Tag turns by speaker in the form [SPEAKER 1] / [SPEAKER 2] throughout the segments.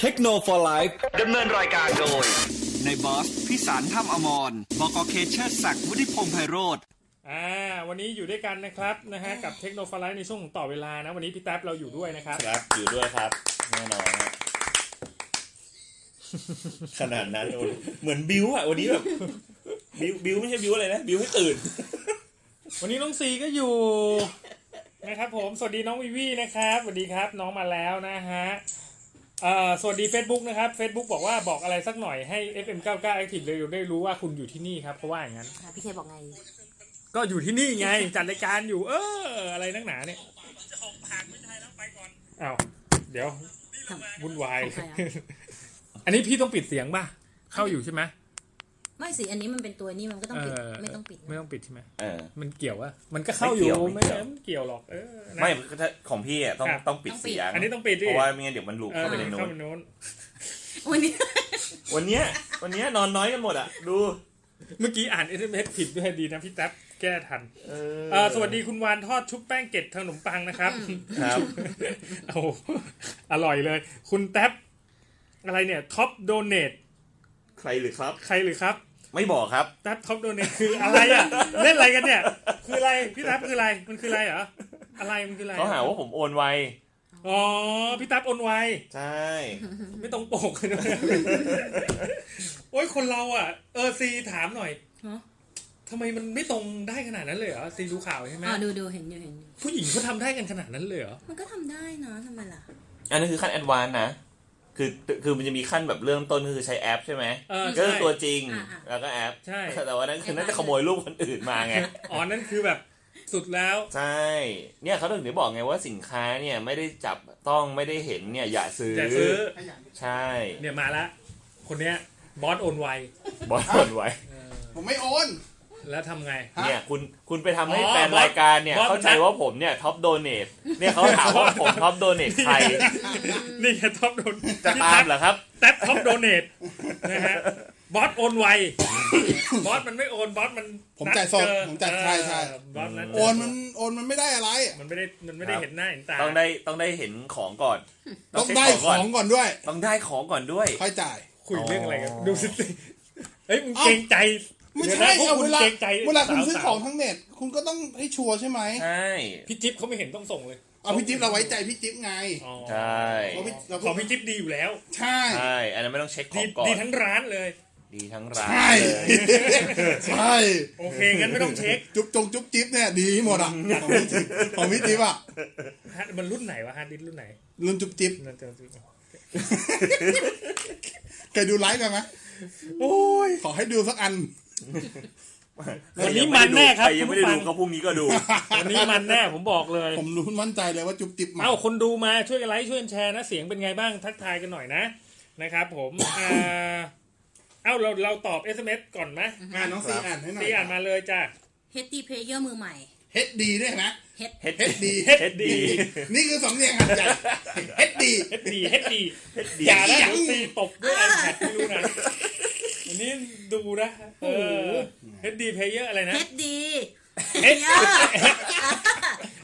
[SPEAKER 1] เทคโนโลยีไลฟ์
[SPEAKER 2] ดำเนินรายการโดย
[SPEAKER 3] ในบอสพิสารถ้ำอมรบกเคเชอร์ศักดิ์วุฒิพงษ์ไพโรธ
[SPEAKER 4] อ่าวันนี้อยู่ด้วยกันนะครับนะฮะกับเทคโนโลยีในช่วงของต่อเวลานะ วันนี้พี่แท็บเราอยู่ด้วยนะครับ
[SPEAKER 1] ครับ อยู่ด้วยครับแน่นอนฮะ ขนาดนั้นโอ้ยเหมือนบิวอะวันนี้แบบบิวบิวไม่ใช่บิวอะไรนะ บิวให้ตื่น
[SPEAKER 4] วันนี้น้องซีก็อยู่ นะครับผม สวัสดีน้องวิวีนะครับสวัสดีครับน้องมาแล้วนะฮะเอ่อสวัสดี Facebook นะครับ Facebook บอกว่าบอกอะไรสักหน่อยให้ FM99 Active เลยได้รู้ว่าคุณอยู่ที่นี่ครับเพราะว่าอย่างนั้น
[SPEAKER 5] อ่ะพี่เคบอกไง
[SPEAKER 4] ก็อยู่ที่นี่ ไง จัดรายการอยู่ เออ อะไรนักหนาเนี่ยอ้าวเดี๋ยววุ่นวาย
[SPEAKER 5] เข้าใจ
[SPEAKER 4] อันนี้พี่ต้องปิดเสียงป่ะ เข้าอยู่ใช่ไหม
[SPEAKER 5] ไม่สิ อันนี้มันเป็นตัวนี่มันก็ต้องปิด
[SPEAKER 4] เ
[SPEAKER 5] ไม่ต้องปิดนะ
[SPEAKER 4] ไม่ต้องปิดใช่ไหม
[SPEAKER 6] เออ
[SPEAKER 4] มันเกี่ยวอะมันก็เข้าอยู่
[SPEAKER 6] ไม่
[SPEAKER 4] ไม่
[SPEAKER 6] เกี่ยว
[SPEAKER 4] ไม่เกี่ยวหรอกเออนะ
[SPEAKER 6] ไม่ถ้าของพี่อ่ะต้อง
[SPEAKER 4] ครับ
[SPEAKER 6] ต้องปิดเสียง
[SPEAKER 4] อันนี้ต้องปิดดิ
[SPEAKER 6] เพราะว่าไม่งั้นเดี๋ยวมันหลุด
[SPEAKER 4] เออ
[SPEAKER 6] เข้าไปในโน้
[SPEAKER 4] เข้า
[SPEAKER 6] ต
[SPEAKER 4] ไปโน้น
[SPEAKER 5] วันนี้
[SPEAKER 6] วันเนี้ยวันเนี้ยนอนน้อยกันหมดอ่ะ ดู
[SPEAKER 4] เมื่อกี้อ่านเอสเอ็มเอสผิดด้วยดีนะพี่แท็บแก้ทัน
[SPEAKER 6] เอ
[SPEAKER 4] เอ่อสวัสดีคุณวานทอดชุบแป้งเกล็ดขนมปัง นะครับ
[SPEAKER 6] ครับ
[SPEAKER 4] เอาอร่อยเลย คุณแท็บอะไรเนี่ยท็อปโดเนท
[SPEAKER 6] ใครหรือครับ
[SPEAKER 4] ใครหรือครับ
[SPEAKER 6] ไม่บอกครับ
[SPEAKER 4] แท็บท็อปโดเนทคืออะไรอะ เล่นอะไรกันเนี่ย คืออะไรพี่แท็บคืออะไรมันคืออะไรเหรออะไรมันคืออะไร
[SPEAKER 6] เขาหาว่าผมโอนไว
[SPEAKER 4] อ๋อพี่แท็บโอนไว
[SPEAKER 6] ใช่
[SPEAKER 4] ไม่ต้องโปกเลยนะ โอ้ยคนเราอ่ะ เออซีถามหน่อย
[SPEAKER 5] ฮะ
[SPEAKER 4] ทำไมมันไม่ตรงได้ขนาดนั้นเลยเหรอซีดูข่าวใช่ไหม
[SPEAKER 5] อ่าดูดูเห็นอยู่เห็นอยู่
[SPEAKER 4] ผู้หญิงเขาทำได้กันขนาดนั้นเลยเหรอ
[SPEAKER 5] มันก็ทำได้นะทำไมล่ะ
[SPEAKER 6] อันนั้นคือขั้นแอดวานนะคือคือมันจะมีขั้นแบบเริ่มต้นคือใช้แอปใช่ไหม
[SPEAKER 4] เออ
[SPEAKER 6] ก็
[SPEAKER 4] ใช่
[SPEAKER 6] คือตัวจริง
[SPEAKER 5] อ่ะอ่ะ
[SPEAKER 6] แล้วก็แอป
[SPEAKER 4] ใช่
[SPEAKER 6] แต่ว่านั้นคือน่าจะขโมยรูปคนอื่นมาไง
[SPEAKER 4] อ๋อนั่นคือแบบสุดแล้ว
[SPEAKER 6] ใช่ เนี่ยเขาถึงได้บอกไงว่าสินค้าเนี่ยไม่ได้จับต้องไม่ได้เห็นเนี่ยอย่าซื้อ
[SPEAKER 4] แต่ซื้อ
[SPEAKER 6] ใช่
[SPEAKER 4] เนี่ยมาละ คนเนี้ยบอสโอนไว
[SPEAKER 6] บอสโอนไว
[SPEAKER 7] ผมไม่โอน
[SPEAKER 4] แล้วทำไง
[SPEAKER 6] เนี่ยคุณคุณไปทำให้
[SPEAKER 4] อ๋อ
[SPEAKER 6] แฟนรายการเนี่ย
[SPEAKER 4] บอส
[SPEAKER 6] เข้าใจว่าผมเนี่ยท็อปโดเนทเนี่ยเขาถามว่าผมท็อปโดเนทใคร
[SPEAKER 4] นี่แค่ท็อปโดน
[SPEAKER 6] จะตามเหรอครับ
[SPEAKER 4] แท็บท็อปโดเนทนะฮะบอสโอนไว บอสมันไม่โอนบอสมัน
[SPEAKER 7] ผมจ่ายสด
[SPEAKER 4] นัเอ
[SPEAKER 7] ผมจ่ายใช่ใช่
[SPEAKER 4] เออบอสดเจ
[SPEAKER 7] โอนมันโอนมันไม่ได้อะไร
[SPEAKER 4] มันไม่ได้มันไม่ได้
[SPEAKER 6] ครับ
[SPEAKER 4] เห็นหน้าเห็นตา
[SPEAKER 6] ต้องได้ต้องได้เห็นของก่อน
[SPEAKER 7] ต้อง
[SPEAKER 6] เช็ค
[SPEAKER 7] ได้ของก่อนด้วย
[SPEAKER 6] ต้องได้ของก่อนด้วย
[SPEAKER 7] ค่อยจ่าย
[SPEAKER 4] คุย
[SPEAKER 6] อ๋อ
[SPEAKER 4] เรื่องอะไรกันดูสิเอ้ยมึง
[SPEAKER 7] เอ้า
[SPEAKER 4] เกรงใจ
[SPEAKER 7] ไม่
[SPEAKER 4] ดี๋ยว
[SPEAKER 7] ใช่
[SPEAKER 4] นะพวก
[SPEAKER 7] เอา
[SPEAKER 4] คุณ
[SPEAKER 7] เวลา
[SPEAKER 4] เกรงใจ
[SPEAKER 7] เวลาคุณซื้อ
[SPEAKER 4] สวๆ
[SPEAKER 7] ของทางเน็ต คุณก็ต้องให้ชัวร์ใช่ไหม
[SPEAKER 6] ใช่
[SPEAKER 4] พี่จิ๊บเขาไม่เห็นต้องส่งเลย
[SPEAKER 7] เอาพี่จิ๊บเราไว้ใจพี่จิ๊บไง
[SPEAKER 4] อ๋อ
[SPEAKER 6] ใช่
[SPEAKER 7] เราพี่เรา
[SPEAKER 4] ของพี่จิ๊บดีอยู่แล้ว
[SPEAKER 7] ใช่
[SPEAKER 6] ใช่อันนั้นไม่ต้องเช็คข
[SPEAKER 4] ดี
[SPEAKER 6] องก่อน
[SPEAKER 4] ดีทั้งร้านเลย
[SPEAKER 6] ดีทั้งร้าน
[SPEAKER 7] ใช่
[SPEAKER 6] เลย
[SPEAKER 7] ใช่
[SPEAKER 4] โอเคงั้นไม่ต้องเช็ค
[SPEAKER 7] จุ๊บจงจุ๊บจิ๊บเนี่ยดีหมดอ่ะของพี่จิ๊บของพี่จิ๊บอ่ะ
[SPEAKER 4] ฮะมันรุ่นไหนวะฮาร์ดดิสก์รุ่นไหน
[SPEAKER 7] รุ่นจุ๊บจิ๊บ
[SPEAKER 4] นั่นเจอจิ๊บ
[SPEAKER 7] เคยดูไลฟ์กันไหม
[SPEAKER 4] โอ้ย
[SPEAKER 7] ขอให้ดูสักอัน
[SPEAKER 4] วันนี้มันแน่ครับ
[SPEAKER 6] ใครยังไม่ได้
[SPEAKER 4] คุณผู้ฟั
[SPEAKER 6] ดู
[SPEAKER 4] ง
[SPEAKER 6] ก็พรุ่งนี้ก็ดู
[SPEAKER 4] วันนี้มันแน่ผมบอกเลย
[SPEAKER 7] ผมรู้มั่นใจเลยว่าจุ๊บจิ๊บมา
[SPEAKER 4] เอ้าคนดูมาช่วยกันไลค์ช่วยกันแชร์นะเสียงเป็นไงบ้างทักทายกันหน่อยนะนะครับผมอ่าเอ้าเราเราตอบ SMS ก่อนไหม
[SPEAKER 7] อ่านน้องซีอ่านให้หน่อย
[SPEAKER 4] ที่อ่านมาเลยจ้ะ
[SPEAKER 5] HD Player มือใหม่
[SPEAKER 7] เฮดดีด้วยนะ
[SPEAKER 5] HD
[SPEAKER 6] เฮ็ด
[SPEAKER 7] เฮดดี
[SPEAKER 6] เฮ็ดดี
[SPEAKER 7] นี่คือสำเนียงหัดใหญ่เฮ็ดดี
[SPEAKER 4] เฮ็ดดีเฮ็ดดีอย่านะเดี๋ยวตีตบด้วยไอแพดไม่รู้นะอันนี้ดูนะเออเฮ็ดดีเพลเยอร์อะไรนะ
[SPEAKER 5] HD
[SPEAKER 4] เอ็ด
[SPEAKER 5] Player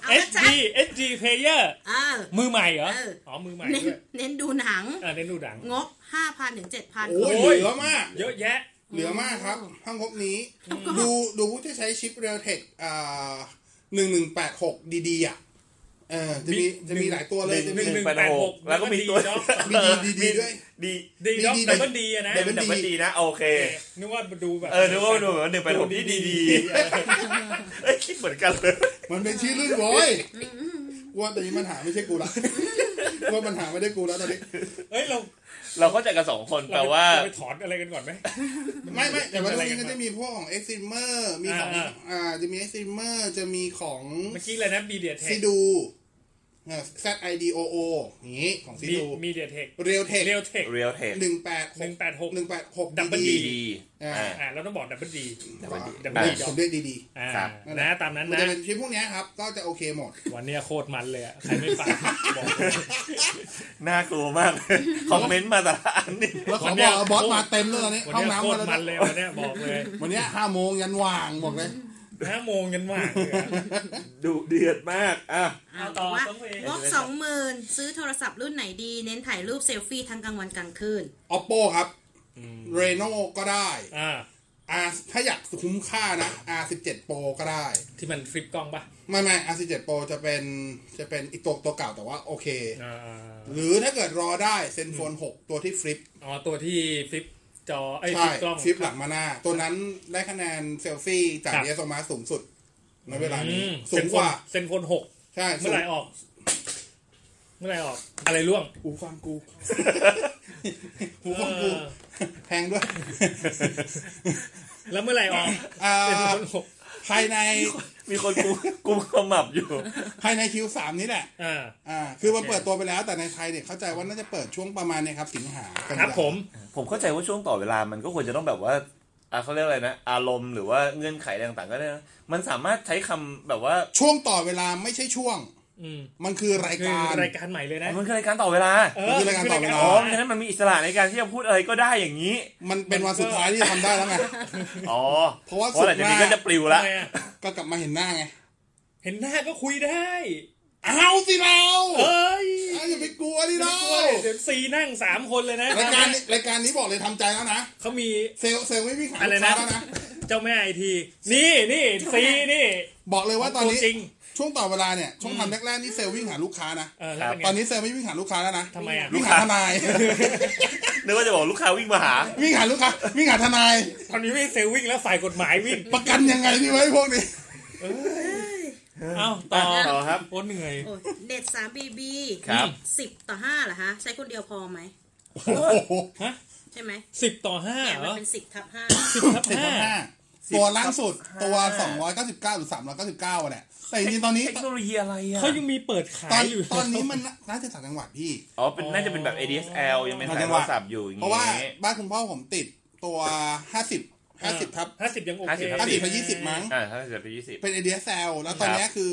[SPEAKER 5] เอา
[SPEAKER 4] เอ็ด
[SPEAKER 5] ชัด
[SPEAKER 4] ดีเอ็ดดีเพลเยอร์
[SPEAKER 5] ๆอ่า
[SPEAKER 4] มือใหม่เหรอ
[SPEAKER 5] เออ
[SPEAKER 4] อ๋อมือใหม่
[SPEAKER 5] เน้น
[SPEAKER 4] ด้วย
[SPEAKER 5] เน้นดูหนัง
[SPEAKER 4] อ่าในดูดัง
[SPEAKER 5] งบ 5,000ถึง7,000
[SPEAKER 7] โอ้ย
[SPEAKER 4] โอ้ย
[SPEAKER 7] เหลือมาก
[SPEAKER 4] เยอะแยะ
[SPEAKER 7] เหลือมากครับห้างพบนี้ ดูดูผู้ที่ใช้ชิปเรียลเทคอ่าหนึ่งหนึ่งแปดหกดีๆอ่ะเออจะมีจะมีหลายตัวเลยจะ
[SPEAKER 4] หนึ่
[SPEAKER 7] มี
[SPEAKER 4] งหนึ่ง
[SPEAKER 6] แปดหกแล้วก็มีตัว
[SPEAKER 4] แล้วก็มี
[SPEAKER 7] มีดีดีดีด้วย
[SPEAKER 6] ดี
[SPEAKER 4] ดีด็อก
[SPEAKER 7] ดี
[SPEAKER 4] แต่ก็ดีอะนะ
[SPEAKER 7] แต่
[SPEAKER 6] เป็นดับเบิลดีนะโอเค
[SPEAKER 4] นึกว่าดูแบบ
[SPEAKER 6] เออนึกว่าดูแบบหนึ่งแปดหกนี่ดีๆเอ้ยคิดเหมือนกันเลย
[SPEAKER 7] มันเป็นชื่อรุ่นโว้ยกูว่าตอนนี้ปัญหาไม่ใช่กู ละกูว่าปัญหาไม่ได้กูแล้วตอนนี้
[SPEAKER 4] เอ้ยเรา
[SPEAKER 6] เราเข้าใจกันสองคน
[SPEAKER 4] เร
[SPEAKER 6] แปลว่า
[SPEAKER 4] เรไปถอนอะไรกันก่อนไหม
[SPEAKER 7] ไม่ไม่แต่ว่า
[SPEAKER 4] เป็น
[SPEAKER 7] ต
[SPEAKER 4] อะ
[SPEAKER 7] ร
[SPEAKER 4] ไรง
[SPEAKER 7] นี้
[SPEAKER 4] กัน
[SPEAKER 7] ก็จะมีพวกของเอ็กซิเมอร์มีของ
[SPEAKER 4] อ่า
[SPEAKER 7] อ่าจะมีเอ็กซิเมอร์จะมีของ
[SPEAKER 4] เมื่อกี้เลยนะมีเดียเทค
[SPEAKER 7] ซีดูแซดไอดีโอโออย่างงี้ของซีดู
[SPEAKER 4] มีเดียเทค
[SPEAKER 7] เรียลเทค
[SPEAKER 4] เรียลเทค
[SPEAKER 6] real tech
[SPEAKER 7] หนึ่งแปด
[SPEAKER 4] หนึ่งแปดหก
[SPEAKER 7] หนึ่งแปดหก
[SPEAKER 4] Double D
[SPEAKER 6] ดี
[SPEAKER 7] ดี
[SPEAKER 6] ดี
[SPEAKER 7] อ่า
[SPEAKER 6] อ่า
[SPEAKER 4] อ่าเราต้องบอกดับเบิลดี
[SPEAKER 7] ๆ
[SPEAKER 4] ดับ
[SPEAKER 7] อ่า
[SPEAKER 4] เบิลดีด็อก
[SPEAKER 7] ผมเรียกดี
[SPEAKER 4] อ่า
[SPEAKER 6] ครับ
[SPEAKER 4] นะตามนั้
[SPEAKER 7] ๆ
[SPEAKER 4] น
[SPEAKER 7] มัน
[SPEAKER 4] นะ
[SPEAKER 7] จะเป็นชิ้นพวกเนี้ยครับ ก็จะโอเคหมด
[SPEAKER 4] วันเนี้ยโคตรมันเลยอะใครไม่ฟังบอกเลย
[SPEAKER 6] น่ากลัวมาก คอมเมนต์มาแต่ละอันนี่
[SPEAKER 7] แล้วข
[SPEAKER 4] วั
[SPEAKER 7] อน
[SPEAKER 4] เนี้
[SPEAKER 7] บอย กว่าบอสมาเต็มเลยตอนนี้
[SPEAKER 4] วัน
[SPEAKER 7] ห้อง
[SPEAKER 4] เนี้ยโค
[SPEAKER 7] น้ำ
[SPEAKER 4] ตร
[SPEAKER 7] มา
[SPEAKER 4] มันเล
[SPEAKER 7] แล้วย
[SPEAKER 4] วันเนี้ยบอกเลย
[SPEAKER 7] วันเนี้ยห้าโมงยันว่างบอกเลย
[SPEAKER 4] ห้าโมงกันมากเลยอะ
[SPEAKER 1] ดุเดือดมากอ่ะ
[SPEAKER 5] เอา
[SPEAKER 4] ต่
[SPEAKER 5] ต่
[SPEAKER 4] อ
[SPEAKER 5] ว่า
[SPEAKER 4] ต้องเอง
[SPEAKER 5] งบสองหมื่นซื้อโทรศัพท์รุ่นไหนดี เน้นถ่ายรูปเซลฟี่ทั้งกลางวันกลางคืน
[SPEAKER 7] oppo ครับ reno ก็ได้
[SPEAKER 4] อ่า
[SPEAKER 7] r ถ้าอยากคุ้มค่านะ r 1 7 pro ก็ได้
[SPEAKER 4] ที่มันฟลิปกล้องปะ
[SPEAKER 7] ไม่ไม่ r 1 7 pro จะเป็นจะเป็นอีกตัวตัวเก่าแต่ว่าโอเค
[SPEAKER 4] อ่า
[SPEAKER 7] หรือถ้าเกิดรอได้เซนโฟน6 ตัวที่ฟลิป
[SPEAKER 4] อ๋อตัวที่ฟลิปจอไอ้ยฟ
[SPEAKER 7] ใช่
[SPEAKER 4] ลิปกล้อง
[SPEAKER 7] ฟลิปหลังมาหน้า ตัวนั้นได้คะแนนเซลฟี่จาก
[SPEAKER 4] ครับ
[SPEAKER 7] เดียสมาสูงสุดในเวลา
[SPEAKER 4] อื
[SPEAKER 7] นี้
[SPEAKER 4] ม
[SPEAKER 7] สูงกว่า
[SPEAKER 4] เซนโฟนหก
[SPEAKER 7] ใช่
[SPEAKER 4] เมื่อไหร่
[SPEAKER 7] สูง
[SPEAKER 4] ออก เมื่อไหร่ออก อะไรร่วง
[SPEAKER 7] หูฟังกู หูฟังกู
[SPEAKER 4] เออ
[SPEAKER 7] แพง ด้วย
[SPEAKER 4] แล้วเมื่อไหร่ออก
[SPEAKER 7] อ่า
[SPEAKER 4] เซนโฟนหก
[SPEAKER 7] ภายใน
[SPEAKER 6] มีคนกูกูขมับอยู่
[SPEAKER 7] ภายในคิวสามนี่แหละ
[SPEAKER 4] อ่า
[SPEAKER 7] อ่า คือมันเปิดตัวไปแล้วแต่ในไทยเนี่ยเข้าใจว่าน่าจะเปิดช่วงประมาณเนี่ยครับ สิงหากัน
[SPEAKER 4] ครับ
[SPEAKER 7] ยา
[SPEAKER 4] ผม
[SPEAKER 6] ผมเข้าใจว่าช่วงต่อเวลามันก็ควรจะต้องแบบว่าอ่ะเขาเรียกอะไรนะ อารมณ์หรือว่าเงื่อนไขอะไรต่างๆก็ได้นะมันสามารถใช้คำแบบว่า
[SPEAKER 7] ช่วงต่อเวลาไม่ใช่ช่วง
[SPEAKER 4] อืม
[SPEAKER 7] มันคือราย
[SPEAKER 4] คือ
[SPEAKER 7] การ
[SPEAKER 4] รายการใหม่เลยนะ
[SPEAKER 6] มันคือรายการต่อเวลา
[SPEAKER 7] มันคือรายการต่อเวลา
[SPEAKER 6] อ๋อเพราะฉะนั้นมันมีอิสระในการที่จะพูดอะไรก็ได้อย่างนี้
[SPEAKER 7] มันเป็นวันสุดท้ายที่ทำได้ แล้วไง
[SPEAKER 6] อ๋อ
[SPEAKER 7] เพราะว่า
[SPEAKER 6] หลังจากนี้
[SPEAKER 7] สุ
[SPEAKER 6] ก็
[SPEAKER 7] ดมาก
[SPEAKER 6] จะปลิว
[SPEAKER 4] ทำ
[SPEAKER 6] ละ
[SPEAKER 4] ไมอะ
[SPEAKER 7] ก็กลับมาเห็นหน้าไง
[SPEAKER 4] เห็นหน้าก็คุยได้
[SPEAKER 7] เอาสิเรา
[SPEAKER 4] เอ้ย
[SPEAKER 7] อ่ะอย่าไปกลัวดิเรา
[SPEAKER 4] เดี๋ยวซีนั่งสามคนเลยนะ
[SPEAKER 7] รายการนี้รายการนี้บอกเลยทำใจแล้วนะ
[SPEAKER 4] เขามี
[SPEAKER 7] เซลลเซลลไม่มีขาย
[SPEAKER 4] อะไร
[SPEAKER 7] ลูก
[SPEAKER 4] นะ
[SPEAKER 7] ค้าแล้วนะ
[SPEAKER 4] เจ้าแม่ไอที นี่นี่ซีนี่
[SPEAKER 7] บอกเลยว่าตอนนี้
[SPEAKER 4] วจริง
[SPEAKER 7] ช่วงต่อเวลาเนี่ยช่วงทำแรกๆนี่เซลลวิ่งหาลูกค้านะ
[SPEAKER 4] เออแล้วเป็นไง
[SPEAKER 7] ตอนนี้เซลลไม่วิ่งหาลูกค้าแล้วนะ
[SPEAKER 4] ทำไมอ่ะ
[SPEAKER 7] วิ่งหาทนาย
[SPEAKER 6] นึกว่าจะบอกลูกค้าวิ่งมาหา
[SPEAKER 7] วิ่งหาลูกค้าวิ่งหาทนาย
[SPEAKER 4] ตอนนี้ไม่เซลวิ่งแล้วฝ่ายกฎหมายวิ่ง
[SPEAKER 7] ประกันยังไงนี่ไว้พวกนี้
[SPEAKER 4] เอ้าต่อ
[SPEAKER 6] ต่อครับ
[SPEAKER 4] โคตรเหนื่อย
[SPEAKER 5] โอ้ยเน็ตสามบีบี
[SPEAKER 6] ครับ
[SPEAKER 5] สิบต่อห้าเหรอฮะ ใช้คนเดียวพอไหม
[SPEAKER 7] โอ้โห
[SPEAKER 5] ใช่ไหม
[SPEAKER 4] สิบต่อห้า
[SPEAKER 5] เนี่ย
[SPEAKER 4] เห
[SPEAKER 5] มั
[SPEAKER 4] ร
[SPEAKER 5] น
[SPEAKER 4] อ
[SPEAKER 5] เป็นสิบทับห้า
[SPEAKER 4] สิบทับ
[SPEAKER 7] สิบ
[SPEAKER 4] ห้า
[SPEAKER 7] ห้าตัวล่างสุดตัว 299 หรือ 399อ่ะแหละแต่จริงๆตอนนี้
[SPEAKER 6] เทคโนโลยีอะไรอ่ะ
[SPEAKER 4] เขายังมีเปิดขา
[SPEAKER 7] ตอย น
[SPEAKER 4] อยู่
[SPEAKER 7] ตอนนี้มันน่าน่าจะต่างจังหวัดพี่
[SPEAKER 6] อ๋อเป็นน่าจะเป็นแบบ ADSL ยังเป็นสายโทรศัพท์อยู่อย่าง
[SPEAKER 7] เพราะว่า
[SPEAKER 6] งี้
[SPEAKER 7] บ้านคุณพ่อผมติดตัว 50 50ทับ
[SPEAKER 4] ห้าสิบยังโอเค
[SPEAKER 6] 50
[SPEAKER 7] ห้าสิบกับยี่สิบมั้ง
[SPEAKER 6] อ่าถ้าเกิดไปยี่สิบ
[SPEAKER 7] เป็น ADSL แล้วตอนเนี้ยคือ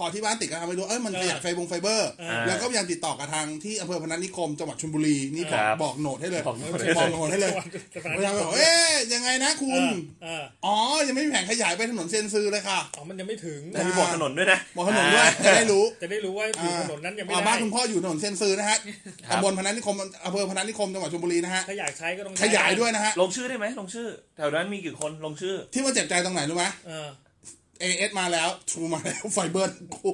[SPEAKER 7] พอที่บ้านติดก็ทำไปดูเอ้ยมันขยายไฟบงไฟเบอร์
[SPEAKER 6] อ่า
[SPEAKER 7] แล้วก็พยายามติดต่อกับทางที่อำเภอพนัสนิคมจังหวัดชลบุรี นี่บ
[SPEAKER 6] ค
[SPEAKER 7] อก
[SPEAKER 6] รับ
[SPEAKER 7] บอกโหนดให้เลย
[SPEAKER 6] บอกโหนดให้เลย
[SPEAKER 7] บอกโหนดให้เลย
[SPEAKER 4] จะ
[SPEAKER 7] พยายามบอกเอ๊ยยังไงนะคุณ
[SPEAKER 4] เออ
[SPEAKER 7] อ๋อ ยังไม่มีแผนขยายไปถนนเซนซือเลยค่ะ
[SPEAKER 4] อ๋อมันยังไม่ถึง
[SPEAKER 7] อ่า
[SPEAKER 6] มีบอกถนนด้วยนะ
[SPEAKER 7] บอกถนนด้วยจะได้รู้
[SPEAKER 4] จะได้รู้ว่าอยู่ถนนนั้นยังไม่
[SPEAKER 7] อ่า
[SPEAKER 4] ได้
[SPEAKER 7] บ้านคุณพ่ออยู่ถนนเซนซือนะฮะตำบลพนัสนิคมอำเภอพนัสนิคมจังหวัดชลบุรีนะฮะ
[SPEAKER 4] ถ้าอยากใช้ก็ต้อง
[SPEAKER 7] ขยายด้วยนะฮะ
[SPEAKER 6] ลงชื่อได้ไหมลงชื่อ แถวนั้นมีกี่คนลงชื่อ
[SPEAKER 7] ที่มันเจ็บใจตรงไหนรู้ไหม
[SPEAKER 4] เออ
[SPEAKER 7] AS มาแล้ว True มาแล้วไฟเบอร์กู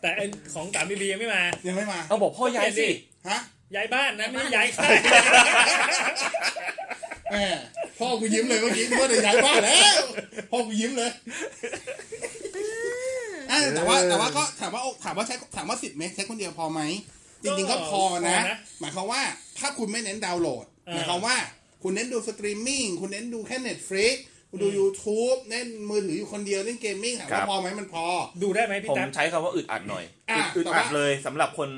[SPEAKER 4] แต่ไอ้ของสามดีๆยังไม่มา
[SPEAKER 7] ยังไม่มา
[SPEAKER 6] เอาบอกพ่อย้ายสิ
[SPEAKER 7] ฮะ
[SPEAKER 4] ย้ายบ้านนะไม่ใช่ย้ายค่าย
[SPEAKER 7] แหมพ่อกูยิ้มเลยเมื่อกี้เมื่อเดี๋ยวย้ายบ้านแล้วพ่อกูยิ้ม เลยอ่ะแต่ว่าแต่ว่าก็ถามว่าถามว่าใช้ถามว่าสิบไหมใช้คนเดียวพอไหมจริงๆก็พอนะ
[SPEAKER 4] พอนะ
[SPEAKER 7] หมายความว่าถ้าคุณไม่เน้นดาวน์โหลด
[SPEAKER 4] เออ
[SPEAKER 7] หมายความว่าคุณเน้นดูสตรีมมิ่งคุณเน้นดูแค่ Netflix คุณดู YouTube เล่นมือถืออยู่คนเดียวเล่นเกมมิ่งถาม
[SPEAKER 6] ค
[SPEAKER 7] ว่า
[SPEAKER 6] รับ
[SPEAKER 7] พอไหมมันพอ
[SPEAKER 4] ดูได้ไหมพี่
[SPEAKER 6] ผม
[SPEAKER 4] ตั๊ก
[SPEAKER 6] ใช้คำว่าอึดอัดหน่อยอึ
[SPEAKER 7] อ่ะ
[SPEAKER 6] ดอึด
[SPEAKER 7] แต่
[SPEAKER 6] อั
[SPEAKER 7] ว่า
[SPEAKER 6] ดเลยสำหรับคน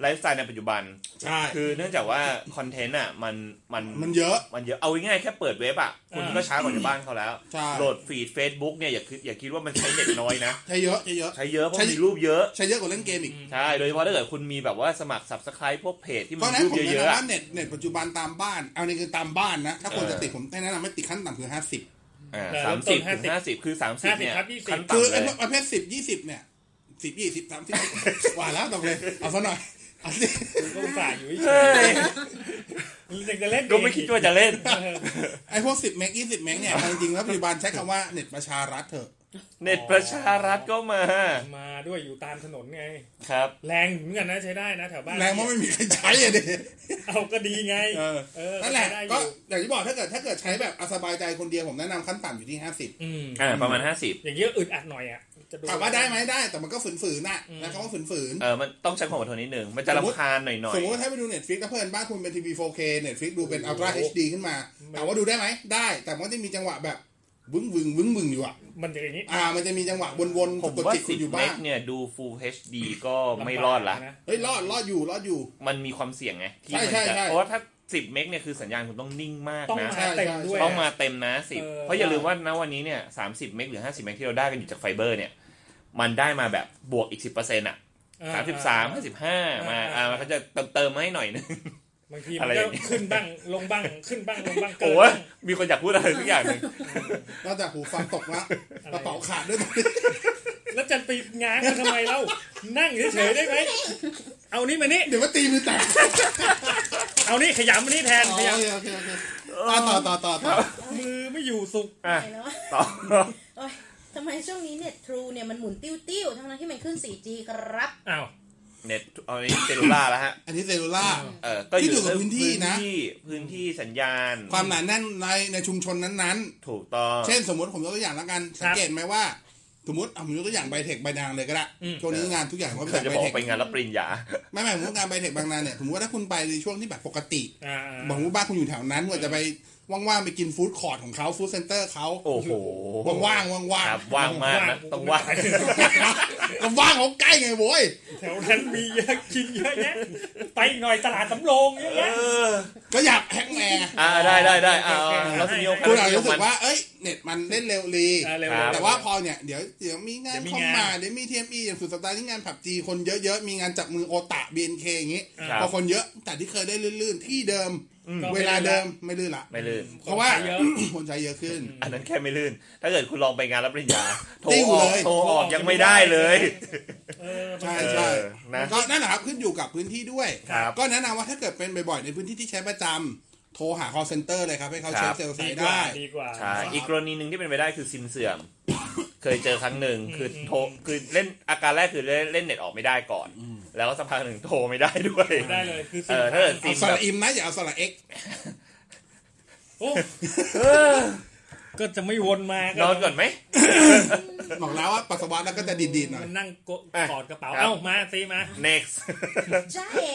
[SPEAKER 6] ไลฟ์สไตล์ในปัจจุบัน
[SPEAKER 7] ใช่
[SPEAKER 6] คือเนื่องจากว่าคอนเทนต์อ่ะมันมัน
[SPEAKER 7] มันเยอะ
[SPEAKER 6] มันเยอะเอาง่ายๆแค่เปิดเว็บอ่ะคุณ
[SPEAKER 4] อ่า
[SPEAKER 6] ก็ช้ากว่าชาวบ้านเขาแล้ว
[SPEAKER 7] ใช่
[SPEAKER 6] โหลดฟีด Facebook เนี่ยอย่าคิดอย่าคิดว่ามันใช้เน็ตน้อยนะ
[SPEAKER 7] ใช้เยอะใช้เยอะ
[SPEAKER 6] ใช้เยอะเพราะ
[SPEAKER 7] ใช้
[SPEAKER 6] มีรูปเยอะ
[SPEAKER 7] ใช้เยอะกว่าเล่นเกมอีก
[SPEAKER 6] ใช่ โดยเฉพาะถ้าเกิดคุณมีแบบว่าสมัคร subscribe พวกเพจที่
[SPEAKER 7] เพ
[SPEAKER 6] มั
[SPEAKER 7] ราะ
[SPEAKER 6] น
[SPEAKER 7] ฉะนั้น
[SPEAKER 6] รูป
[SPEAKER 7] ผม
[SPEAKER 6] เยอะ
[SPEAKER 7] แนะ
[SPEAKER 6] ๆอ่ะ
[SPEAKER 7] นำว่าเน็ตเน็ตปัจจุบันตามบ้านเอานี่คือตามบ้านนะ ถ้าคน
[SPEAKER 6] เออ
[SPEAKER 7] จะติดผมแนะนำให้ติดขั้นต่ำคือห้าสิบ
[SPEAKER 4] เออ
[SPEAKER 6] สามสิบ
[SPEAKER 4] เริ่มต้น
[SPEAKER 6] ถึงห้าสิบคือสามสิบ
[SPEAKER 4] 50
[SPEAKER 6] เนี่ย
[SPEAKER 4] ครับ20
[SPEAKER 6] ขั้น
[SPEAKER 7] คือ
[SPEAKER 6] ต่ำเล
[SPEAKER 7] ไอ้
[SPEAKER 6] ย
[SPEAKER 7] ประเภทสิบยี่สิบเนี่ยสิบยี่สิบสามสิบว่าแล้วตอบเลย เอาซะหน่อยเอาสิ
[SPEAKER 4] ก็อุตส่าห์อยู่เฉ
[SPEAKER 6] เฮ้
[SPEAKER 4] ย
[SPEAKER 6] ย
[SPEAKER 4] ๆยังจะเล่น
[SPEAKER 6] ก็ไม่คิดว่าจะเล่น
[SPEAKER 4] เออ
[SPEAKER 7] ไอ้พวกสิบเมกยี่สิบเมกเนี่ยเอาจริงๆแล้วปัจจุบันใช้คำว่าเน็ตประชารัฐเถอะ
[SPEAKER 6] เน็ตประชารัฐก็มา
[SPEAKER 4] มาด้วยอยู่ตามถนนไง
[SPEAKER 6] ครับ
[SPEAKER 4] แรงเหมือนกันนะใช้ได้นะแถวบ้าน
[SPEAKER 7] แรงว่าไม่มีใครใช้อะดิ
[SPEAKER 4] เอาก็ดีไง
[SPEAKER 7] เออ
[SPEAKER 4] เออ
[SPEAKER 7] นั่นแหละ
[SPEAKER 4] ใช้ได้อยู่
[SPEAKER 7] ก็อย่างที่บอกถ้าเกิดถ้าเกิดใช้แบบเอาสบายใจคนเดียวผมแนะนำขั้นต่ำอยู่ที่ห้าสิบ
[SPEAKER 4] อืม
[SPEAKER 6] อ่าประมาณห้าสิบ
[SPEAKER 4] อย่างเงี้ยอึดอัดหน่อยอ่ะจะ
[SPEAKER 7] ถามว่าได้ไหมได้แต่มันก็ฝืนๆน่ะนะคำว่าฝืนๆ
[SPEAKER 6] เออมันต้องใช้ความอดทนนิดนึง มันจะรำคาญหน่อย
[SPEAKER 7] สมมติว่าถ้าไปดู Netflix ถ้าเพื่อนบ้านคุณเป็นทีวี 4K Netflix ดูเป็น Ultra HD ขึ้นมาถามว่าดูได้ไหมได้ แต่มันก็จะมีจังหวะแบบวึ้งวึงวึ้งวึงอยู่อ่ะ
[SPEAKER 4] มันจะอย่างนี้
[SPEAKER 7] อ่า มันจะมีจังหวะวน
[SPEAKER 6] ๆ
[SPEAKER 7] ๆ
[SPEAKER 6] ผม
[SPEAKER 7] กด
[SPEAKER 6] ว่า
[SPEAKER 7] จิตคุ
[SPEAKER 6] สิ
[SPEAKER 7] ณ
[SPEAKER 6] บ
[SPEAKER 7] อยู่
[SPEAKER 6] เม
[SPEAKER 7] บ้าก ง
[SPEAKER 6] เนี่ยดู full HD ก็ไม่รอดละ
[SPEAKER 4] ำบากน
[SPEAKER 7] เฮ้ยรอดรอดอยู่รอดอยู่
[SPEAKER 6] มันมีความเสี่ยงไงที่
[SPEAKER 7] ใช่
[SPEAKER 6] มัน
[SPEAKER 7] ใช่
[SPEAKER 6] จะ
[SPEAKER 7] ใช่
[SPEAKER 6] เพราะว่าถ้าสิบเมกเนี่ยคือสัญญาณคุณต้องนิ่งมาก
[SPEAKER 4] ต้อง
[SPEAKER 6] นะ
[SPEAKER 4] มาเต็มด้วย
[SPEAKER 6] ต้องมาเต็มนะสิ
[SPEAKER 4] เออ
[SPEAKER 6] เพราะอย่าลืมว่าณวันนี้เนี่ยสามสิบเมกหรือห้าสิบเมกที่เราได้กันอยู่จากไฟเบอร์เนี่ย มันได้มาแบบบวกอีกสิบเปอร์เซ็นต์อ่ะ
[SPEAKER 4] อ่
[SPEAKER 6] สามสิบสามห้าสิบห้ามา
[SPEAKER 4] อ่า
[SPEAKER 6] อ่ามันก็จะเติมเติมมาให้หน่อยนึง
[SPEAKER 4] บางที
[SPEAKER 6] อะ
[SPEAKER 4] มัน
[SPEAKER 6] ไรอ
[SPEAKER 4] ก็
[SPEAKER 6] ย่างนี้
[SPEAKER 4] ขึ้นบ้างลงบ้างขึ้นบ้างลงบ้างเกิ
[SPEAKER 6] โอ้
[SPEAKER 4] น
[SPEAKER 6] ย
[SPEAKER 4] บ้าง
[SPEAKER 6] มีคนอยากพูดอะไรสักอย่างหนึ่ง
[SPEAKER 7] นอกจากหูฟังตก ละกระเป๋าขาดด้วย ตอนนี้
[SPEAKER 4] แล้วจะไปง้างมันทำไมเล่านั่งเฉยๆได้ไหมเอานี่มานี่
[SPEAKER 7] เดี๋ยวว่าตีมือแตก
[SPEAKER 4] เอานี่ขยำมานี่แทน
[SPEAKER 7] อ๋อโอย
[SPEAKER 4] ขำ
[SPEAKER 7] เคโอเคโอเคอ่ะต่อต่อต่อต่อ
[SPEAKER 4] มือไม่อยู่สุก
[SPEAKER 6] อ่ะ
[SPEAKER 5] ไปแล้ว
[SPEAKER 6] ต่อ
[SPEAKER 5] โอ๊ยทำไมช่วงนี้เน็ตทรูเนี่ยมันหมุนติ้วๆ ทั้งนั้นที่มันขึ้น 4G ครับ
[SPEAKER 4] อ้าว
[SPEAKER 6] เน็ตเอาอันนี้เซลลูล่าแล้วฮะ
[SPEAKER 7] อันนี้เซลลูล่า
[SPEAKER 6] เออ ก็อยู่
[SPEAKER 7] ขึ้นอยู่กับพื้นที่นะ
[SPEAKER 6] พื้ที่พื้นที่สัญญาณ
[SPEAKER 7] ความหนาแน่นในในชุมชนนั้น
[SPEAKER 6] ถูกต้อง
[SPEAKER 7] ๆ เช่นสมมติผมยกตัวอย่างละกัน สังเกตไหมว่า สมมติเอาผมยกตัวอย่างไบเทคไบนางเลยก็ได้ช่วงนี้งานทุกอย่างเขาไป
[SPEAKER 6] เรา
[SPEAKER 7] จาก
[SPEAKER 6] จะ
[SPEAKER 7] ไบ
[SPEAKER 6] บอก
[SPEAKER 7] เทค
[SPEAKER 6] ไปงานรับปริญญา
[SPEAKER 7] ไม่ไม่ผมว่างานไบเทคบางนาเนี่ยผมว่าถ้าคุณไปในช่วงที่แบบปกติ
[SPEAKER 4] อ่า
[SPEAKER 7] บอกว่าบ้านคุณอยู่แถวนั้นคุณอาจจะไปว่างๆไปกินฟู้ดคอร์ทของเขาฟู้ดเซ็นเตอร์เขา
[SPEAKER 6] โอ้โห
[SPEAKER 7] ว่างๆว่าง
[SPEAKER 6] ครับว่างมากนะ ต้องว่าง
[SPEAKER 7] ๆก็ว่างของใกล้ไงโว้ย
[SPEAKER 4] แถวนั้นมีเยอะกินเยอะแยะไปอีกหน่อยตลาดสำโรงเยอะ
[SPEAKER 6] เอ
[SPEAKER 4] แยะ
[SPEAKER 6] อ
[SPEAKER 7] ก็อยากแฮกแอร์
[SPEAKER 6] อ่าได้ได้ได้อ่า
[SPEAKER 4] โอเคโอเค
[SPEAKER 6] เราสนิยม
[SPEAKER 7] คุณอาจจะรู้สึกว่าเอ้ยเน็ตมันเล่นเร็วลี
[SPEAKER 4] เออเร็ว
[SPEAKER 7] แต่ว่าพ
[SPEAKER 4] อ
[SPEAKER 7] อเนี่ยเดี๋ยวเดี๋ยวมีงาน
[SPEAKER 4] เดี๋ยวมี
[SPEAKER 7] คอม
[SPEAKER 4] งาน
[SPEAKER 7] มาเดี๋ยวมีทีเอ็มอีอย่างสุดสัปดาห์นี้งานผับจีคนเยอะๆ มีงานจับมือโอตะบีเอ็นเคอย่างงี้
[SPEAKER 4] ครับ
[SPEAKER 7] พอคนเยอะแต่ที่เคยได้ลื่นๆที่เดิม
[SPEAKER 4] ก็ไม่
[SPEAKER 7] เวลาเดิมไม่ลื่นละ
[SPEAKER 6] ไม่ลื่น
[SPEAKER 7] เพราะว่า
[SPEAKER 4] คนใช้เยอะ
[SPEAKER 7] คนใช้เยอะขึ้น
[SPEAKER 6] อันนั้นแค่ไม่ลื่น ถ้าเกิดคุณลองไปงานรับปริญญา โทร
[SPEAKER 7] ติ้ง
[SPEAKER 6] ออก
[SPEAKER 7] เลย
[SPEAKER 6] โทรออกยังไม่ได้เลย
[SPEAKER 4] เออ
[SPEAKER 7] ใช่
[SPEAKER 6] เอ
[SPEAKER 7] ใช่
[SPEAKER 6] อนะ
[SPEAKER 7] ก็นั่นแหละครับขึ้นอยู่กับพื้นที่ด้วย
[SPEAKER 6] ครับ
[SPEAKER 7] ก็แนะนำว่าถ้าเกิดเป็นบ่อยๆ ในพื้นที่ที่ใช้ประจำโทรหา call center เลยครับ ให้เขา
[SPEAKER 6] ครั
[SPEAKER 7] เช็ค
[SPEAKER 6] บ
[SPEAKER 7] เซลล์
[SPEAKER 4] ดี
[SPEAKER 7] สาย
[SPEAKER 4] กว่า
[SPEAKER 7] ได้
[SPEAKER 4] ดีกว่า
[SPEAKER 6] ใช่อีกกรณีหนึ่งที่เป็นไปได้คือซิมเสื่อม เคยเจอครั้งหนึ่งคืออ
[SPEAKER 4] ม
[SPEAKER 6] โทรคือเล่นอาการแรกคือเล่นเล่นเน็ตออกไม่ได้ก่อน แล้วก็สักพักหนึ่งโทรไม่ได้ด้วย
[SPEAKER 4] ได้เลยคือ
[SPEAKER 6] เอ
[SPEAKER 4] สิ่ง
[SPEAKER 6] อถ้าเกิดซิ
[SPEAKER 7] เอา
[SPEAKER 6] ม
[SPEAKER 7] ส
[SPEAKER 6] แบ
[SPEAKER 7] ระ
[SPEAKER 6] บ
[SPEAKER 7] อิมนะอย่าเอาสระเอ็ก
[SPEAKER 4] โอ้
[SPEAKER 6] เออ
[SPEAKER 4] ก็จะไม่วนมาน น
[SPEAKER 6] อนก่อนไหม
[SPEAKER 7] บอกแล้วว่าปัสสาวะแล้วก็จะดีดๆหน่อย
[SPEAKER 4] มันนั่งกด
[SPEAKER 6] อ่ะ
[SPEAKER 4] กอดกระเป๋า
[SPEAKER 6] ครับ
[SPEAKER 4] เอ้ามาซีมา
[SPEAKER 6] next
[SPEAKER 5] จ้าเอ๋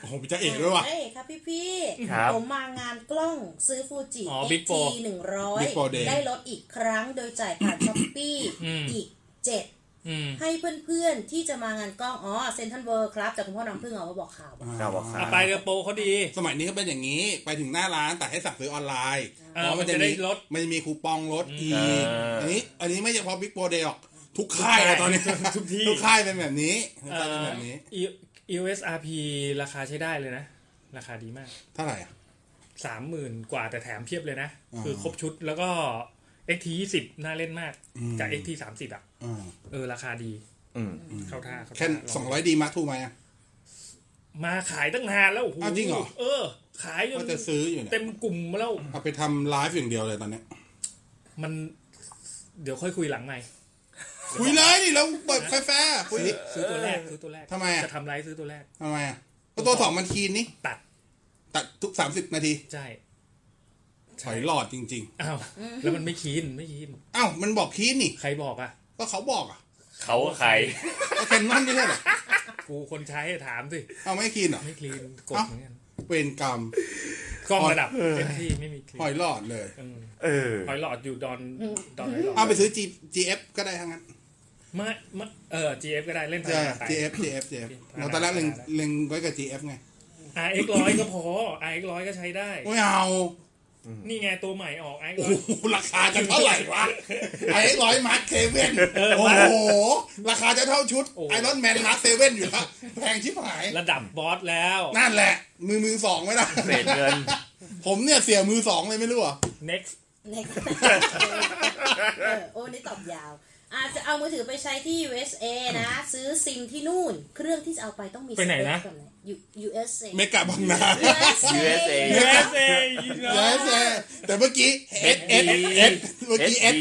[SPEAKER 7] โอ้โหจะเอกด้วยว่ะ
[SPEAKER 5] เอ๋ครับพี่พี่ๆ
[SPEAKER 6] ครับ
[SPEAKER 5] ผมมางานกล้องซื้อฟูจิ
[SPEAKER 4] อ๋อ Big Four
[SPEAKER 5] หนึ่งร้อย
[SPEAKER 7] Big Four Day
[SPEAKER 5] ได้ลดอีกครั้งโดยจ่ายผ่านช้อปปี้
[SPEAKER 4] อืม
[SPEAKER 5] อีกเจ็ด
[SPEAKER 4] อืม
[SPEAKER 5] ให้เพื่อนๆ ที่จะมางานกล้อง อ๋อเซนทันเวิร์ครับ จากคุณพ่อน้ำพึ่งเอามาบอกข่าวอะ
[SPEAKER 6] ครับผมครับ
[SPEAKER 4] อ่ะไปเรือโปรเขาดี
[SPEAKER 7] สมัยนี้ก็เป็นอย่างนี้ไปถึงหน้าร้านแต่ให้สั่งซื้อออนไลน์
[SPEAKER 4] เออมันจะได้ลด
[SPEAKER 7] มันจะมีคูปองลดอี
[SPEAKER 6] อ่า
[SPEAKER 7] กอันนี้อันนี้ไม่เฉพาะบิ๊กโปรเดย์หรอกทุกค่ายอะตอนนี้
[SPEAKER 4] ทุกที่
[SPEAKER 7] ทุกค่ายเป็นแบบนี้ทุกค่ายเป็นแบบนี้
[SPEAKER 4] E- USRP ราคาใช้ได้เลยนะ ราคาดีมาก
[SPEAKER 7] เท่าไหร่อ่ะ
[SPEAKER 4] สามหมื่นกว่าแต่แถมเพียบเลยนะ
[SPEAKER 7] อ่า
[SPEAKER 4] คือครบชุดแล้วก็ XT ยี่สิบน่าเล่นมาก
[SPEAKER 7] อืม
[SPEAKER 4] กับ XT สามสิบอ่ะ
[SPEAKER 7] อ่า
[SPEAKER 4] เออ ราคาดี
[SPEAKER 6] อืม
[SPEAKER 4] เข้าท่าเข้า
[SPEAKER 7] แค่
[SPEAKER 4] ท่าล
[SPEAKER 7] สองร้อยดีมาร์ทูไหมอ่ะ
[SPEAKER 4] มาขายตั้งนานแล้วโอ้โห
[SPEAKER 7] อ้าวจริงเหรอ
[SPEAKER 4] เออ ขายจ
[SPEAKER 7] ก็
[SPEAKER 4] น
[SPEAKER 7] จะซื้ออยู่เนี่ย
[SPEAKER 4] เต็มกลุ่มแล้ว
[SPEAKER 7] เอาไปทำไลฟ์อย่างเดียวเลยตอนเนี้ย
[SPEAKER 4] มันเดี๋ยวค่อยคุยหลังใหม่
[SPEAKER 7] คุยเลยดิเราเปิดแฟร์ๆคุยดิ
[SPEAKER 4] ซื้อตัวแรกซื้อตัวแรก
[SPEAKER 7] ทำไมอะ
[SPEAKER 4] จะทำไลฟ์ซื้อตัวแรก
[SPEAKER 7] ทำไมอ่ะก็ตัวสองมันคีนนี่
[SPEAKER 4] ตัด
[SPEAKER 7] ตัดทุกสามสิบนาที
[SPEAKER 4] ใช่
[SPEAKER 7] ถอยหลอดจริง
[SPEAKER 4] อ้าวแล้วมันไม่คีนไม่คีน
[SPEAKER 7] ๆ อ้าว มันบอกคีนนี่
[SPEAKER 4] ใครบอกอ่ะ
[SPEAKER 7] ก็เขาบอกอ่ะ
[SPEAKER 6] เขาใคร
[SPEAKER 7] ก็แคนนอนไม่ใช่เหรอ
[SPEAKER 4] กูคนใช้อะถามสิ
[SPEAKER 7] เอาไม่คีนเหรอ
[SPEAKER 4] ไม่คลีนกด
[SPEAKER 7] เอ้า
[SPEAKER 4] เหมือนกัน
[SPEAKER 7] เวรกรรม
[SPEAKER 4] กล้องระดับเต็มที่ไม่มีคลีน
[SPEAKER 7] ถอยหลอดเลย
[SPEAKER 6] เออ
[SPEAKER 4] หอยหลอดอยู่ดอนดอนหอยหลอด
[SPEAKER 7] เอาไปซื้อ G GF ก็ได้ทั้งนั้น
[SPEAKER 4] ไม่ไม่เออ GF ก็ได้เล่น
[SPEAKER 7] จะ
[SPEAKER 4] ภายในไทย
[SPEAKER 7] GF GF GF เราตอนแรกเล็งเล็งไว้กับ GF ไง
[SPEAKER 4] RX ร้อยก็ พอ RX ร้อยก็ใช้ได้
[SPEAKER 7] ไม่เอา
[SPEAKER 4] นี่ไงตัวใหม่ออก RX
[SPEAKER 7] โอ้
[SPEAKER 4] ร้
[SPEAKER 7] โห
[SPEAKER 4] อย
[SPEAKER 7] ราคาจะเท่าไหร่วะไอ้ร้อยมาร์คเซเว่นโอ้โห ราคาจะเท่าชุดไอรอนแมนมาร์คเซเว่นอยู่แล้วแพงชิบหาย
[SPEAKER 4] ระดับบอสแล้ว
[SPEAKER 7] นั่นแหละ มือมือสองไม่ได้
[SPEAKER 6] เศษเงิน
[SPEAKER 7] ผมเนี่ยเสียมือสองเลยไม่รู้เหรอ่ะ
[SPEAKER 4] next
[SPEAKER 5] ในเออโอ้นี่ตอบยาว อาจจะเอามือถือไปใช้ที่ USA นะ ซื้อซิมที่นู่น เครื่องที่จะเอาไปต้องมี
[SPEAKER 4] ไปไหนนะ
[SPEAKER 5] สเปคก่อ USA
[SPEAKER 7] เมกะบางนา
[SPEAKER 6] USA
[SPEAKER 4] USA you
[SPEAKER 7] เย
[SPEAKER 4] know
[SPEAKER 7] สแต่เมื่อกี้ S S S เมื่อกี้ S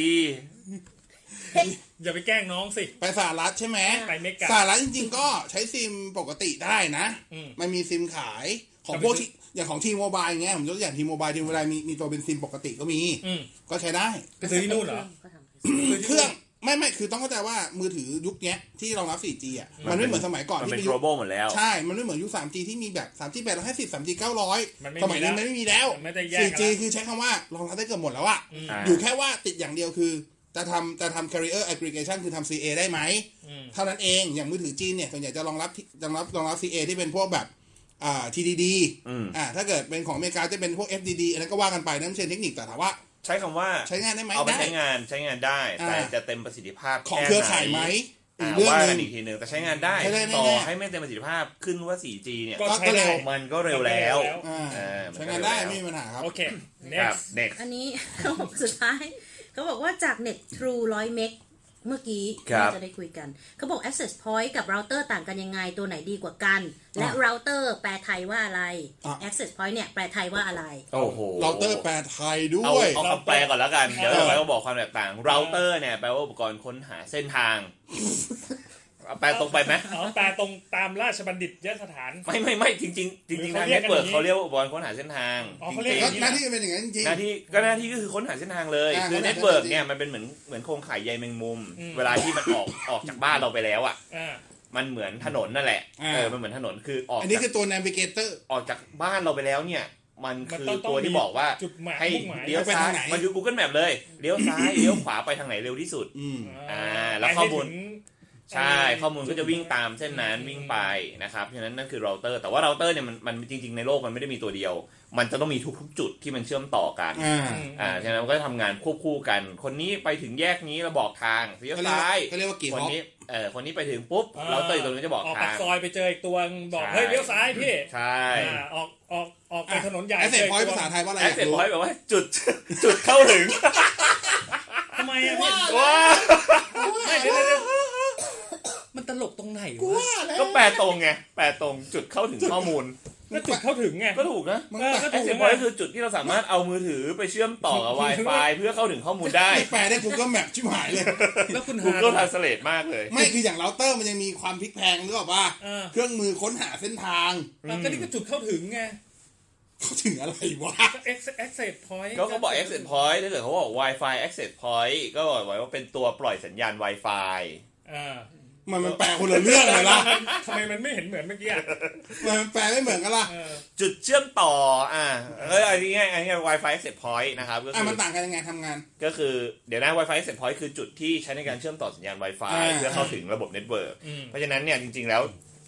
[SPEAKER 4] อย่าไปแกล้งน้องสิ
[SPEAKER 7] ไปสหรัฐใช่ไหม
[SPEAKER 4] ไปเมกะ
[SPEAKER 7] สหรัฐจริงๆ ก็ใช้ซิมปกติได้นะ
[SPEAKER 4] อืม
[SPEAKER 7] มันมีซิมขายของ
[SPEAKER 4] แต่
[SPEAKER 7] พวก
[SPEAKER 4] ไม่
[SPEAKER 7] ที่อย่างของทีโมบายเงี้ยผมยกตัวอย่างทีโมบายทีโมบายมีมีตัวเป็นซิมปกติก็มี
[SPEAKER 4] อืม
[SPEAKER 7] ก็ใช้ได้
[SPEAKER 4] ไปซื้อที่นู่นเหรอ
[SPEAKER 5] ก็ทำ
[SPEAKER 7] เครื่องไม่ไม่คือต้องเข้าใจว่ามือถือยุคเนี้ยที่รองรับ 4G อ่ะมันไม่เหมือนสมัยก่อน
[SPEAKER 6] มัน
[SPEAKER 7] ที่
[SPEAKER 6] เป็น
[SPEAKER 7] เป็นยุค
[SPEAKER 6] global หมดแล้ว
[SPEAKER 7] ใช่ มันไม่เหมือนยุค 3G ที่มีแบบ 3G 850 3G
[SPEAKER 4] มันไม่
[SPEAKER 7] 900 ส
[SPEAKER 4] มี
[SPEAKER 7] มัยนี้
[SPEAKER 4] แล้ว
[SPEAKER 7] มันไม่มีแล้ว
[SPEAKER 4] มันไม่ได้แยกกัน
[SPEAKER 7] 4G คือใช้คำว่ารองรับได้เกือบหมดแล้วอะ
[SPEAKER 6] อ่า
[SPEAKER 7] อยู่แค่ว่าติดอย่างเดียวคือ จะทำจะทำ carrier aggregation คือทำ CA ได้ไหม เท่านั้นเอง อย่างมือถือจีนเนี่ย ส่วนใหญ่จะรองรับที่รองรับรองรับ CA ที่เป็นพวกแบบอ่า TDD
[SPEAKER 6] อืม
[SPEAKER 7] อ่า ถ้าเกิดเป็นของอเมริกาจะเป็นพวก FDD อันนั้นก็ว่ากันไปนั่นไม่ใช่เทคนิคแต่ถามว่า
[SPEAKER 6] ใช้คำว่า
[SPEAKER 7] ใช้งานได้ไหม
[SPEAKER 6] เอาไป
[SPEAKER 7] ได้
[SPEAKER 6] ใช้งานใช้งานได้ แต่
[SPEAKER 7] อ่า
[SPEAKER 6] จะเต็มประสิทธิภาพ
[SPEAKER 7] ของ
[SPEAKER 6] แค่
[SPEAKER 7] เครือข่ายไหม อีก
[SPEAKER 6] อ่า
[SPEAKER 7] เรื่อง
[SPEAKER 6] ว่า
[SPEAKER 7] ห
[SPEAKER 6] กั
[SPEAKER 7] นึ่
[SPEAKER 6] น
[SPEAKER 7] ง
[SPEAKER 6] อีกทีหนึ่งแต่ใช้งานได้
[SPEAKER 7] ใช้ได้แน่ๆ
[SPEAKER 6] ต่อให้ไม่เต็มประสิทธิภาพขึ้นว่า 4G เนี่ย
[SPEAKER 4] ก็ใช้
[SPEAKER 7] ก็เร็
[SPEAKER 4] ได้
[SPEAKER 7] ว
[SPEAKER 6] มันก็เร็วแล้ว
[SPEAKER 7] อ่า
[SPEAKER 6] เออมันก็
[SPEAKER 7] ใช้งานได้
[SPEAKER 6] แล้ว
[SPEAKER 7] ไม่มีปัญหาครับ
[SPEAKER 4] โอเค
[SPEAKER 6] ครับ
[SPEAKER 4] next
[SPEAKER 6] next
[SPEAKER 5] อันนี้ เขาบอกสุดท้าย เขาบอกว่าจากเน็ต True ร้อยเมกเมื่อกี้
[SPEAKER 6] ครั
[SPEAKER 5] ที่
[SPEAKER 6] บ
[SPEAKER 5] เราจะได้คุยกัน เขาบอก access point กับเราเตอร์ต่างกันยังไงตัวไหนดีกว่ากัน และเราเตอร์แปลไทยว่าอะไร
[SPEAKER 7] อ่ะ
[SPEAKER 5] access point เนี่ยแปลไทยว่าอะไร
[SPEAKER 6] โอ้โห
[SPEAKER 7] เราเตอร์แปลไทยด้
[SPEAKER 6] เอา
[SPEAKER 7] วย
[SPEAKER 6] เอาเอาแปลก่อนแล้วกัน เดี๋ยว
[SPEAKER 4] เออ
[SPEAKER 6] เราก็บอกความแตกต่าง เราเตอร์เนี่ยแปลว่าอุปกรณ์ค้นหาเส้นทางเอาแปลตรงไปไหม
[SPEAKER 4] เอาตาตรงตามราชบัณฑิตยสถาน
[SPEAKER 6] ไม่ไม่ไม่จริงจริงๆจริงๆทางเน็ตเวิร์กเขาเรียกว่าอุปกรณ์ค้นหาเส้นทาง
[SPEAKER 4] อ๋อเขาเรียก
[SPEAKER 6] จ
[SPEAKER 7] ก็
[SPEAKER 6] ริง
[SPEAKER 7] หน้าที่เป็นอย่างนั้นจริ
[SPEAKER 6] ๆ
[SPEAKER 7] ง
[SPEAKER 6] หน้าที่ก็หน้าที่ก็คือค้นหาเส้นทางเลย
[SPEAKER 7] อ่า
[SPEAKER 6] คือ
[SPEAKER 7] ค้นหา
[SPEAKER 6] เน็ตเวิร์ก
[SPEAKER 7] เส้นทาง
[SPEAKER 6] เนี่ยมันเป็นเหมือนเหมือนโครงข่ายใยแมงมุม
[SPEAKER 4] อืม
[SPEAKER 6] เวลาที่มันออกออกจากบ้านเราไปแล้วอ่ะ
[SPEAKER 4] อ่า
[SPEAKER 6] มันเหมือนถนนนั่นแหละ
[SPEAKER 7] อ่า
[SPEAKER 6] เออมันเหมือนถนนคือออก
[SPEAKER 7] อันนี้
[SPEAKER 6] จาก
[SPEAKER 7] คือตัว navigator
[SPEAKER 6] ออกจากบ้านเราไปแล้วเนี่ย มัน
[SPEAKER 4] มัน
[SPEAKER 6] คือ
[SPEAKER 4] ต้อง
[SPEAKER 6] ตัวที่
[SPEAKER 4] มี
[SPEAKER 6] บอกว่า
[SPEAKER 4] จุดหมาย
[SPEAKER 6] ให้
[SPEAKER 4] มุ่งหมาย
[SPEAKER 6] เลี้ยว
[SPEAKER 7] ไป
[SPEAKER 6] ซ้า
[SPEAKER 7] ทาย งไหน
[SPEAKER 6] มันดู Google Map เลยเลี้ยวซ้ายเลี้ยวขวาไปทางไหนเร็วที่สุด
[SPEAKER 7] อืม
[SPEAKER 6] อ่าแล้วข้อมูล
[SPEAKER 4] ไปให้ถึง
[SPEAKER 6] ใช่ข้อมูลก็จะวิ่งตามเส้นนั้น
[SPEAKER 4] อืม
[SPEAKER 6] วิ่งไปนะครับฉะนั้นนั่นคือเราเตอร์ แต่ว่าเราเตอร์เนี่ยมันมันจริง ๆ ในโลกมันไม่ได้มีตัวเดียว มันจะต้องมีทุกๆ จุดที่มันเชื่อมต่อกัน
[SPEAKER 7] อ่า
[SPEAKER 4] อืม
[SPEAKER 6] อ่าฉะนั้นมันก็จะทำงานควบคู่กัน คนนี้ไปถึงแยกนี้เราบอกทางเลี้ยว
[SPEAKER 7] ก็เรียก
[SPEAKER 6] ซ้า
[SPEAKER 7] ว่าย ก็เรียกว่ากี่
[SPEAKER 6] คน
[SPEAKER 7] ฮอก
[SPEAKER 6] นี้เออคนนี้ไปถึงปุ๊บเราเตอร์อีกตัวนึงจะบอก
[SPEAKER 4] ออก
[SPEAKER 6] ทา
[SPEAKER 4] ปาก
[SPEAKER 6] ง
[SPEAKER 4] ซอยไปเจออีกตัวบอก
[SPEAKER 6] ใช่
[SPEAKER 4] เฮ้ยเลี้ยวซ้ายพี่
[SPEAKER 6] ใช่
[SPEAKER 4] อ่าออกออกออกไปถนนใหญ่
[SPEAKER 7] แอสเซท
[SPEAKER 4] จก
[SPEAKER 7] พอยต์ภาษาไทยว่าอะไร
[SPEAKER 6] แอ
[SPEAKER 7] อ
[SPEAKER 6] ส
[SPEAKER 7] ยาก
[SPEAKER 6] เซท
[SPEAKER 7] รู้
[SPEAKER 6] พอยต์แบบว่าจุด จุดเข้าถึง
[SPEAKER 4] ทำไมอ่ะพี่
[SPEAKER 6] ว้า
[SPEAKER 4] ไม่เดี๋ยวเดี๋ยวเดี๋ยวมันตลกตรงไหนวะ
[SPEAKER 6] ก็แปลตรงไงแปลตรงจุดเข้าถึงข้อมูล
[SPEAKER 4] ก็จุดเข้าถึงไง
[SPEAKER 6] ก็ถูกนะ
[SPEAKER 7] มัน
[SPEAKER 4] เออก็
[SPEAKER 6] ไอ
[SPEAKER 4] ถูก
[SPEAKER 6] สิ
[SPEAKER 4] แล้ว
[SPEAKER 6] บพอย
[SPEAKER 4] ไง
[SPEAKER 6] คือจุดที่เราสามารถเอามือถือไปเชื่อมต่อกับ Wi-Fi เพื่อเข้าถึงข้อมูลได้
[SPEAKER 7] แปลได้ Google Map ชิบหายเลย
[SPEAKER 4] แล้วคุณหา
[SPEAKER 6] Google Translate มากเลย
[SPEAKER 7] ไม่คืออย่างเราเตอร์มันยังมีความพลิกแพลงหรือเปล่าว่า
[SPEAKER 4] เออ
[SPEAKER 7] เครื่องมือค้นหาเส้นทาง
[SPEAKER 4] อ่ะก็นี่ก็จุดเข้าถึงไง
[SPEAKER 7] เขาถึงอะไรวะ
[SPEAKER 4] ก็ access point
[SPEAKER 6] ก็เขาบอก Access Point ถ้าเกิดเขาบอก Wi-Fi Access Point ก็บอกไว้ว่าเป็นตัวปล่อยสัญญาณ Wi-Fi
[SPEAKER 4] อ่า
[SPEAKER 7] มันมันแปลคนละเรื่องเลยล่ะ
[SPEAKER 4] ทำไมมันไม่เห็นเหมือนเมื่อกี้อ่ะ
[SPEAKER 7] มันมันแปลไม่เหมือนกันล่ะ
[SPEAKER 4] เออ
[SPEAKER 6] จุดเชื่อมต่อ อ่าเอ้ยอันนี้ง่ายอันนี้ Wi-Fi Access Point นะครับ ก็
[SPEAKER 7] อ่ะ
[SPEAKER 6] คือ
[SPEAKER 7] มันต่างกันยังไงทำงาน
[SPEAKER 6] ก็คือเดี๋ยวนะ Wi-Fi Access Point คือจุดที่ใช้ในการเชื่อมต่อสัญญาณ Wi-Fi
[SPEAKER 7] อ่า
[SPEAKER 6] เพื่อเข้าถึงระบบเน็ตเวิร์ก
[SPEAKER 4] อืม
[SPEAKER 6] เพราะฉะนั้นเนี่ยจริง ๆ แล้ว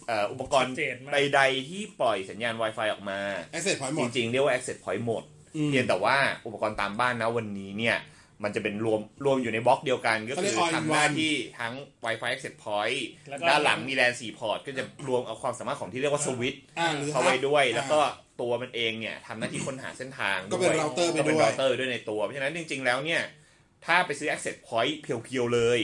[SPEAKER 6] เอ่ออุปกรณ์
[SPEAKER 4] ชัดเจนมาก
[SPEAKER 6] ใดๆที่ปล่อยสัญญาณ Wi-Fi ออกมา
[SPEAKER 7] แอสเซทพอยต์หม
[SPEAKER 6] จ
[SPEAKER 7] ด
[SPEAKER 6] ริงๆเรียกว่า access point หมด
[SPEAKER 7] อืม
[SPEAKER 6] เพียงแต่ว่าอุปกรณ์ตามบ้านนะวันนี้เนี่ย มันจะเป็นรวมรวมอยู่ในบล็อกเดียวกัน ก็
[SPEAKER 7] เขาเรี
[SPEAKER 6] คื
[SPEAKER 7] ยก
[SPEAKER 6] อ
[SPEAKER 7] all in
[SPEAKER 6] ทำหน้า
[SPEAKER 7] one
[SPEAKER 6] ที่ทั้ง Wi-Fi access point
[SPEAKER 4] แล้วก็
[SPEAKER 6] ด้านหลังมีแลนสี่พอร์ตก็จะรวมเอาความสามารถของที่เรียกว่าสวิตช์
[SPEAKER 7] อ่าหรือ
[SPEAKER 6] เข้าไว้ด้วย
[SPEAKER 7] อ่า
[SPEAKER 6] แล้วก็ตัวมันเองเนี่ยทำหน้าที่ค้นหาเส้นทาง
[SPEAKER 7] ก็เป็น
[SPEAKER 6] ด้วย
[SPEAKER 7] router ไป
[SPEAKER 6] ก็เป็น
[SPEAKER 7] ด้วย
[SPEAKER 6] เราเตอร์ด้วยในตัว เพราะฉะนั้นจริง ๆ แล้วเนี่ย ถ้าไปซื้อ access point เพียวๆเลย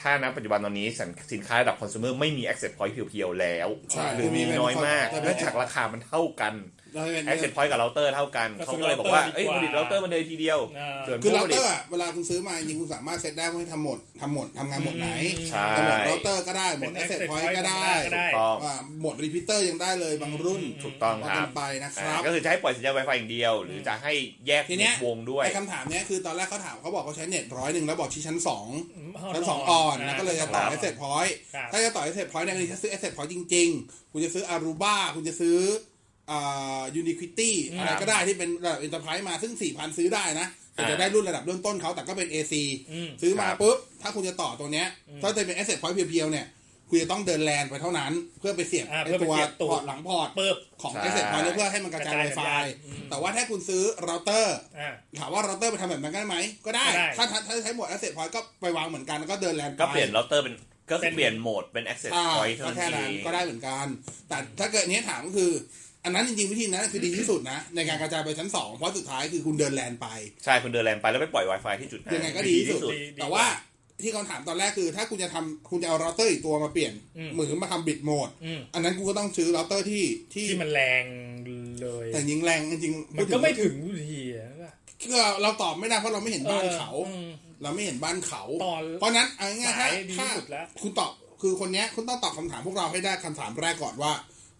[SPEAKER 6] ถ้านะปัจจุบันตอนนี้สินสินค้าระดับคอน sumer ไม่มี access point เพียวๆแล้ว
[SPEAKER 7] ใช่
[SPEAKER 6] หรือมีน้อยมาก
[SPEAKER 7] แต่เป็
[SPEAKER 6] เนื่อ
[SPEAKER 7] น
[SPEAKER 6] งจากราคามันเท่ากัน
[SPEAKER 7] เราจะเป็น
[SPEAKER 6] แอคเซสพอยต์กับเราเตอร์เท่ากัน
[SPEAKER 4] ก็
[SPEAKER 6] เขา
[SPEAKER 4] ซื้อ
[SPEAKER 6] ก็เลยบอกว่า
[SPEAKER 4] router
[SPEAKER 6] เอ้ย
[SPEAKER 4] ดีกว่า
[SPEAKER 6] ผลิตเราเตอร์มันเลยทีเดียว
[SPEAKER 4] อ่า
[SPEAKER 6] ส่วน
[SPEAKER 7] คือ
[SPEAKER 6] ผู้
[SPEAKER 7] เรา
[SPEAKER 6] ผลิ
[SPEAKER 7] เต
[SPEAKER 6] ต
[SPEAKER 7] อร์อะเวลาคุณซื้อมาจริงๆคุณสามารถเซตได้ว่าให้ทำหมดทำหมดทำงานหมดไหน
[SPEAKER 6] ใช่
[SPEAKER 7] จะหมดเราเตอร์ก็ได้หม
[SPEAKER 4] เป็
[SPEAKER 7] ด
[SPEAKER 4] น
[SPEAKER 7] แอสเซท
[SPEAKER 4] access
[SPEAKER 7] พอย
[SPEAKER 4] point
[SPEAKER 7] ต์ก็ได้
[SPEAKER 4] ก็ได้
[SPEAKER 6] ต้อง
[SPEAKER 7] ว่าหมดรีพิเตอร์ยังได้เลยบางรุ่น
[SPEAKER 6] ถูกต้อง
[SPEAKER 7] ว่า
[SPEAKER 6] ครั
[SPEAKER 7] กับ นไปนะค
[SPEAKER 6] อ่า
[SPEAKER 7] รับ
[SPEAKER 6] ก็คือจะให้ปล่อยสัญญาณ Wi-Fi อย่างเดียว หรือจะให้แยก
[SPEAKER 7] ทีเนี้ย
[SPEAKER 6] วงด้วย
[SPEAKER 7] ไอ้คำถามเนี้ยคือตอนแรกเขาถามเขาบอกเขาใช้เน็ตร้อยหนึ่งแล้วบอกที่ชั้นสอง
[SPEAKER 4] เา
[SPEAKER 7] ชั้นสอง
[SPEAKER 4] ต่
[SPEAKER 7] อ่อน
[SPEAKER 4] า
[SPEAKER 7] นะก็เลยจะต่อแอสเซทพอยต์
[SPEAKER 4] ครับ
[SPEAKER 7] ถ้าจะต่อแอสเซทพอยต์เนี่ยคือจะซื้อแอสเซทพอยต์จริงๆ คุณจะซื้ออารูบ้าคุณจะซื้ออ่ายูนิควิตี้อะไรก็ได้ที่เป็นระดับอินเตอร์ไพรส์มาซึ่ง4,000ซื้อได้นะแต่จะได้รุ่นระดับเริ่มต้นเขาแต่ก็เป็น AC
[SPEAKER 4] อืม
[SPEAKER 7] ซื้อมา
[SPEAKER 6] ครับ
[SPEAKER 7] ปุ๊บ ถ้าคุณจะต่อตัวเนี้ย ถ้าจะเป็น asset point เพียวๆ เนี่ย คุณจะต้องเดินแลนไปเท่านั้น เพื่อไปเสียบ
[SPEAKER 4] อ่า
[SPEAKER 7] ไอ้
[SPEAKER 4] เพื่อไป
[SPEAKER 7] ตัว
[SPEAKER 4] เสียบตูด
[SPEAKER 7] พอร์ตหลังพอร์ต
[SPEAKER 4] เปิบ
[SPEAKER 7] ของ
[SPEAKER 6] ใช่
[SPEAKER 7] asset point แล้วเพื่อให้มันกระจาย
[SPEAKER 4] กระจาย
[SPEAKER 7] Wi-Fi
[SPEAKER 4] อืม
[SPEAKER 7] แต่ว่าถ้าคุณซื้อเราเตอร์
[SPEAKER 4] อ่า
[SPEAKER 7] ถามว่าเราเตอร์ไปทำแบบนั้นได้ไหม ก็ได้
[SPEAKER 4] ก็ได้
[SPEAKER 7] ถ้าถ้าถ้าใช้โหมด asset point ก็ไปวางเหมือนกันแล้วก็เดินแลนไป
[SPEAKER 6] ก็เปลี่ยนเราเตอร์เป็น ก็
[SPEAKER 4] เป็
[SPEAKER 6] คือน เปลี่ยนโหมดเป็น access
[SPEAKER 7] อ่า
[SPEAKER 6] point เท่า
[SPEAKER 7] ก็แค่
[SPEAKER 6] นั้นเอ
[SPEAKER 7] นั้น
[SPEAKER 6] ง
[SPEAKER 7] ก็ได้เหมือนกัน แต่ถ้าเกิดเนี้ยถามก็คือ อันนั้นจริงๆวิธีนั้นคือดีที่สุดนะ ในการกระจายไปชั้นสองเพราะสุดท้ายคือคุณเดินแลนไป
[SPEAKER 6] ใช่คุณเดินแลนไปแล้วไปปล่อย Wi-Fi ที่จุดนั้น
[SPEAKER 7] ยังไงก็ดีที่สุด
[SPEAKER 4] ดีดี
[SPEAKER 7] แต่ว่าที่เขาถามตอนแรกคือ ถ้าคุณจะทำคุณจะเอาเราเตอร์อีกตัวมาเปลี่ยน
[SPEAKER 4] อืม
[SPEAKER 7] มือมาทำบิดโหมด
[SPEAKER 4] อืม
[SPEAKER 7] อันนั้นกูก็ต้องซื้อเราเตอร์ที่ที่
[SPEAKER 4] ที่มันแรงเลย
[SPEAKER 7] แต่ยิงแรงจริงๆ
[SPEAKER 4] มันก็ไม่ถึงอยู่ดีอ่ะ
[SPEAKER 7] คือเราตอบไม่ได้เพราะเราไม่เห็นบ้านเขา
[SPEAKER 4] เออ
[SPEAKER 7] เราไม่เห็นบ้านเขา
[SPEAKER 4] ตอน
[SPEAKER 7] เพราะฉะนั้นเอาง่ายๆถ้า
[SPEAKER 4] สายดีที่
[SPEAKER 7] ถ้า
[SPEAKER 4] สุดแล้ว
[SPEAKER 7] คุณตอบคือคนเนี้ยคุณต้องตอบคำถามพวกเราให้ได้คำถามแรกก่อนว่า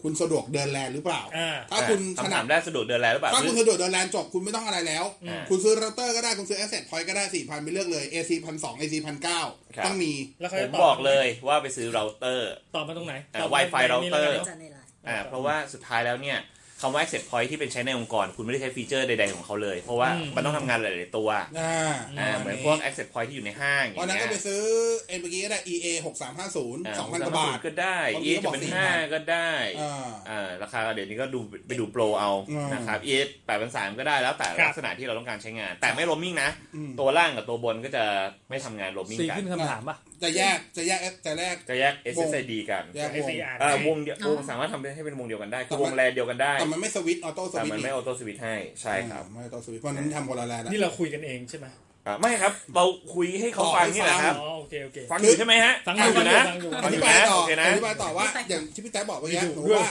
[SPEAKER 7] คุณสะดวกเดินแลนหรือเปล่า
[SPEAKER 4] อ่า
[SPEAKER 7] ถ้าคุณถ
[SPEAKER 6] คำ
[SPEAKER 7] นั
[SPEAKER 6] ถา
[SPEAKER 7] ด
[SPEAKER 6] มแรกสะดวกเดินแลนหรือเปล่า
[SPEAKER 7] ถ้าคุณสะดวกเดินแลนจบคุณไม่ต้องอะไรแล้ว
[SPEAKER 6] อืม
[SPEAKER 7] คุณซื้อเราเตอร์ก็ได้คุณซื้อแอสเซทพอยต์ก็ได้สี่พันไปเลือกเลย AC พันสอง AC พันเก้า
[SPEAKER 6] ครับ
[SPEAKER 7] ต้องมี
[SPEAKER 4] แล้วเขา
[SPEAKER 6] ผ
[SPEAKER 4] จะ
[SPEAKER 6] ม
[SPEAKER 4] ต
[SPEAKER 6] บอกเลยว่าไปซื้อเราเตอร์
[SPEAKER 4] ตอบมาตรงไหน
[SPEAKER 6] อ่า
[SPEAKER 4] ตอบมาตงไห
[SPEAKER 6] Wi-Fi router
[SPEAKER 4] นี่แล้วกัน
[SPEAKER 5] จะ
[SPEAKER 4] เน
[SPEAKER 5] ใน
[SPEAKER 4] อะ
[SPEAKER 5] ไลน์
[SPEAKER 6] อ่าเพราะว่าสุดท้ายแล้วเนี่ยคำว่า access point ที่เป็นใช้ในองค์กร คุณไม่ได้ใช้ฟีเจอร์ใดๆของเขาเลย เพราะว่า
[SPEAKER 4] อืม
[SPEAKER 6] มันต้องทำงานหลายๆตัว
[SPEAKER 7] อ่า
[SPEAKER 6] อ่าเหมือนพวก access point ที่อยู่ในห้างอย่า
[SPEAKER 7] วัน
[SPEAKER 6] ง
[SPEAKER 7] นั้น
[SPEAKER 6] เงี้
[SPEAKER 7] ก็
[SPEAKER 6] ย
[SPEAKER 7] ไปซื้อเอ็นเมื่อกี้ก็ได้ EA 6 3 5 0 2,000กว่าบาท
[SPEAKER 6] ก็ได้
[SPEAKER 7] บางที
[SPEAKER 6] ยี่
[SPEAKER 7] ก็
[SPEAKER 6] จะ
[SPEAKER 7] บอก
[SPEAKER 6] เป็น
[SPEAKER 7] สี่พัน
[SPEAKER 6] ห้าก็ได้
[SPEAKER 7] อ่า
[SPEAKER 6] อ่ารา ราคาเดี๋ยวนี้ก็ดูไปดูโปรเอา
[SPEAKER 7] อืม
[SPEAKER 6] นะครับ ES แปดพันสามก็ได้แล้วแต่
[SPEAKER 4] ครับ
[SPEAKER 6] ลักษณะที่เราต้องการใช้งาน แต่ไม่โรมมิ่งนะ
[SPEAKER 7] อืม
[SPEAKER 6] ตัวล่างกับตัวบนก็จะไม่ทำงานโรมมิ่ง
[SPEAKER 4] สี
[SPEAKER 6] กัน
[SPEAKER 4] ขึ้นคำถามป่ะ
[SPEAKER 7] จะแยกจะแยกจะแยก
[SPEAKER 6] จะแยก SSID กัน
[SPEAKER 7] แยก
[SPEAKER 4] ไอซีอาร์
[SPEAKER 6] เอ่อว
[SPEAKER 4] ว
[SPEAKER 6] ง
[SPEAKER 4] ง
[SPEAKER 6] เดียว
[SPEAKER 5] อ๋อ
[SPEAKER 6] วงสามารถทำให้เป็นวงเดียวกันได้คือ
[SPEAKER 7] แต่
[SPEAKER 6] ว
[SPEAKER 7] มัน
[SPEAKER 6] งแลนเดียวกันได้
[SPEAKER 7] แต่มันไม่สวิตช์ออโต้ส
[SPEAKER 6] แต่
[SPEAKER 7] วิต
[SPEAKER 6] มัน
[SPEAKER 7] ช์
[SPEAKER 6] ไม่ออโต้สวิตให้ใช่ครับ
[SPEAKER 7] ไม่ออโต้สวิตช์เพราะนั้นทำคนละแลนนะ
[SPEAKER 4] นี่เราคุยกันเองใช่ไหม
[SPEAKER 6] อ่ะไม่ครับ เราคุยให้เขาฟังนี่แหละครับ
[SPEAKER 4] อ๋อโอเคโอเค
[SPEAKER 6] ฟังอยู่ใช่ไหมฮะ
[SPEAKER 4] ฟังอยู่
[SPEAKER 6] นะ
[SPEAKER 4] ฟังอยู่
[SPEAKER 7] อ
[SPEAKER 6] ฟังอ
[SPEAKER 7] ธิ
[SPEAKER 6] ยู่
[SPEAKER 7] บาย
[SPEAKER 6] นะ
[SPEAKER 7] ต่อ
[SPEAKER 6] โอเคนะ
[SPEAKER 7] อธิบายต่อว่าอย่างที่พี่แต๊บบอกเมื่อกี้หนูว่า